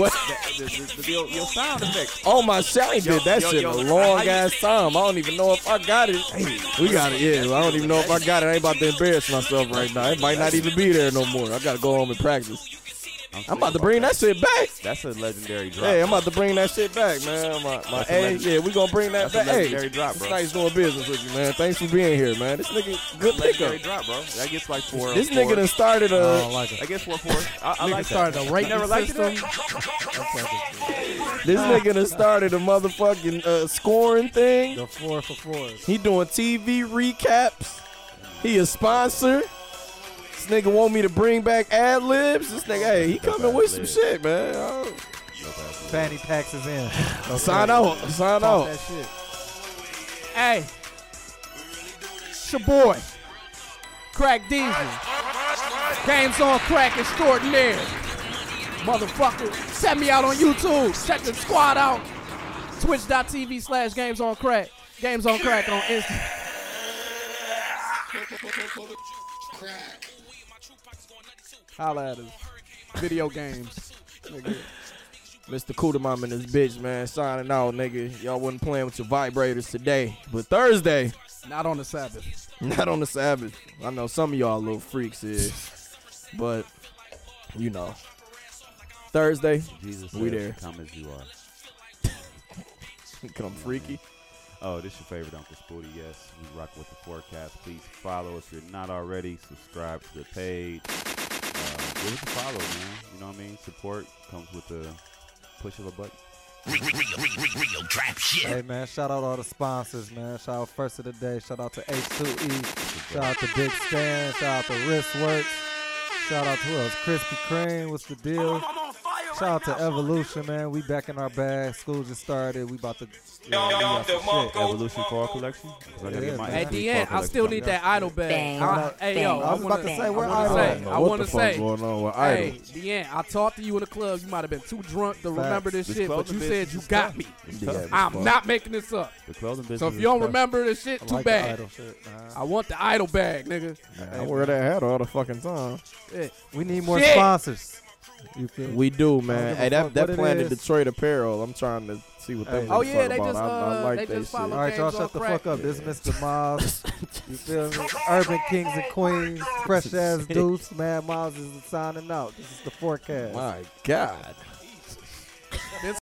A: What?
C: That- the- the- the- your, your sound effect.
A: Oh my shit, I ain't did that
C: yo,
A: shit in
C: yo.
A: a long ass time. I don't even know if I got it. we got it, yeah. I don't even know if I got it. I ain't about to embarrass myself right now. It might not even be there no more. I gotta go home and practice. I'm about to bring that shit back.
C: That's a legendary drop.
A: Hey, I'm about to bring that shit back, man. My, my
C: a
A: hey,
C: leg-
A: yeah, we gonna bring that
C: that's
A: back.
C: a
A: Hey,
C: legendary drop,
A: it's
C: bro.
A: nice doing business with you, man. Thanks for being here, man. This nigga, good
C: legendary
A: pickup.
C: drop, bro. That gets like four.
A: This
C: four.
A: nigga done started
B: I
A: a
B: don't like it.
C: That gets four four. I, I like
D: nigga
C: that.
D: started a rating
C: never liked
D: system.
A: this nigga done started a motherfucking uh, scoring thing.
B: The four for fours.
A: He doing TV recaps. He a sponsor. This nigga want me to bring back ad libs. This nigga, hey, he coming with some shit, man. Oh,
B: Fanny packs is in. No
A: Sign
B: fanny.
A: out, sign
B: Pop
D: Oh.
A: out.
B: that shit.
D: Hey, it's your boy, Crack Diesel. Games on Crack Extraordinaire. Motherfucker, check me out on YouTube. Check the squad out. Twitch.tv slash Games on Crack. Games on Crack on Insta.
B: Holla at us.
D: Video games. Nigga.
A: Mr. Kudamam and this bitch, man, signing out, nigga. Y'all wasn't playing with your vibrators today, but Thursday,
D: Not on the Sabbath.
A: not on the Sabbath. I know some of y'all little freaks is, but you know, Thursday.
C: Jesus
A: we
C: says,
A: there.
C: Come as you are.
A: Come freaky.
C: Oh, this your favorite Uncle Spooty. Yes, we rock with the forecast. Please follow if you're not already. Subscribe to the page. Uh, give us a follow, man. You know what I mean? Support comes with the push of a button.
E: Real, real, real, real trap shit.
B: Hey man, shout out all the sponsors, man. Shout out first of the day. Shout out to H2E. Shout out to Big Stan. Shout out to Wristworks. Shout out to who else? Krispy Kreme. What's the deal? Shout out to Evolution, man. We back in our bag. School just started. We about to. Yeah, we got some shit.
C: Evolution Fall Collection. 'Cause I gotta get my
B: man.
D: At
C: Evolution
D: the
C: Fall
D: end, I still
C: collection.
D: need that idol bag.
B: Bang,
D: I, hey, yo,
B: bang. I was about
D: wanna-
B: to say, where
D: I wanna
B: idol?
D: say,
B: I don't know
D: I
B: what
D: want to
B: the fuck's
D: say,
B: going on with
D: hey,
B: idol.
D: the end, I talked to you in the club. You might have been too drunk to
C: Facts.
D: remember this,
C: This
D: shit, but
C: clothing
D: you
C: business
D: said you
C: is
D: got
C: tough.
D: me.
C: It's tough.
D: I'm
C: Fuck.
D: not making this up.
C: The clothing
D: So
C: business
D: if
C: is
D: you don't
C: tough.
D: remember this shit,
B: I
D: too
B: like the
D: bad.
B: idol shit, man.
D: I want the idol bag, nigga.
A: I wear that hat all the fucking time.
D: Yeah.
B: We need more
D: Shit.
B: sponsors. You feel me?
A: We do,
B: I don't
A: man.
B: give a
A: Hey,
B: fuck
A: that
B: what
A: that
B: it
A: Planet
B: is.
A: Detroit apparel. I'm trying to see what
B: Hey.
A: they.
B: Oh,
D: yeah, they
A: about.
D: just,
A: I, I
D: uh,
A: like
D: they
A: that
D: just
A: shit.
D: follow-
B: All right, y'all
D: Games on
B: shut the
D: crack.
B: fuck up. This is Mr. Miles. you feel me? Urban Kings and Queens, Fresh Ass Deuce, Mad Miles is signing out. This is the forecast.
A: My God.
D: This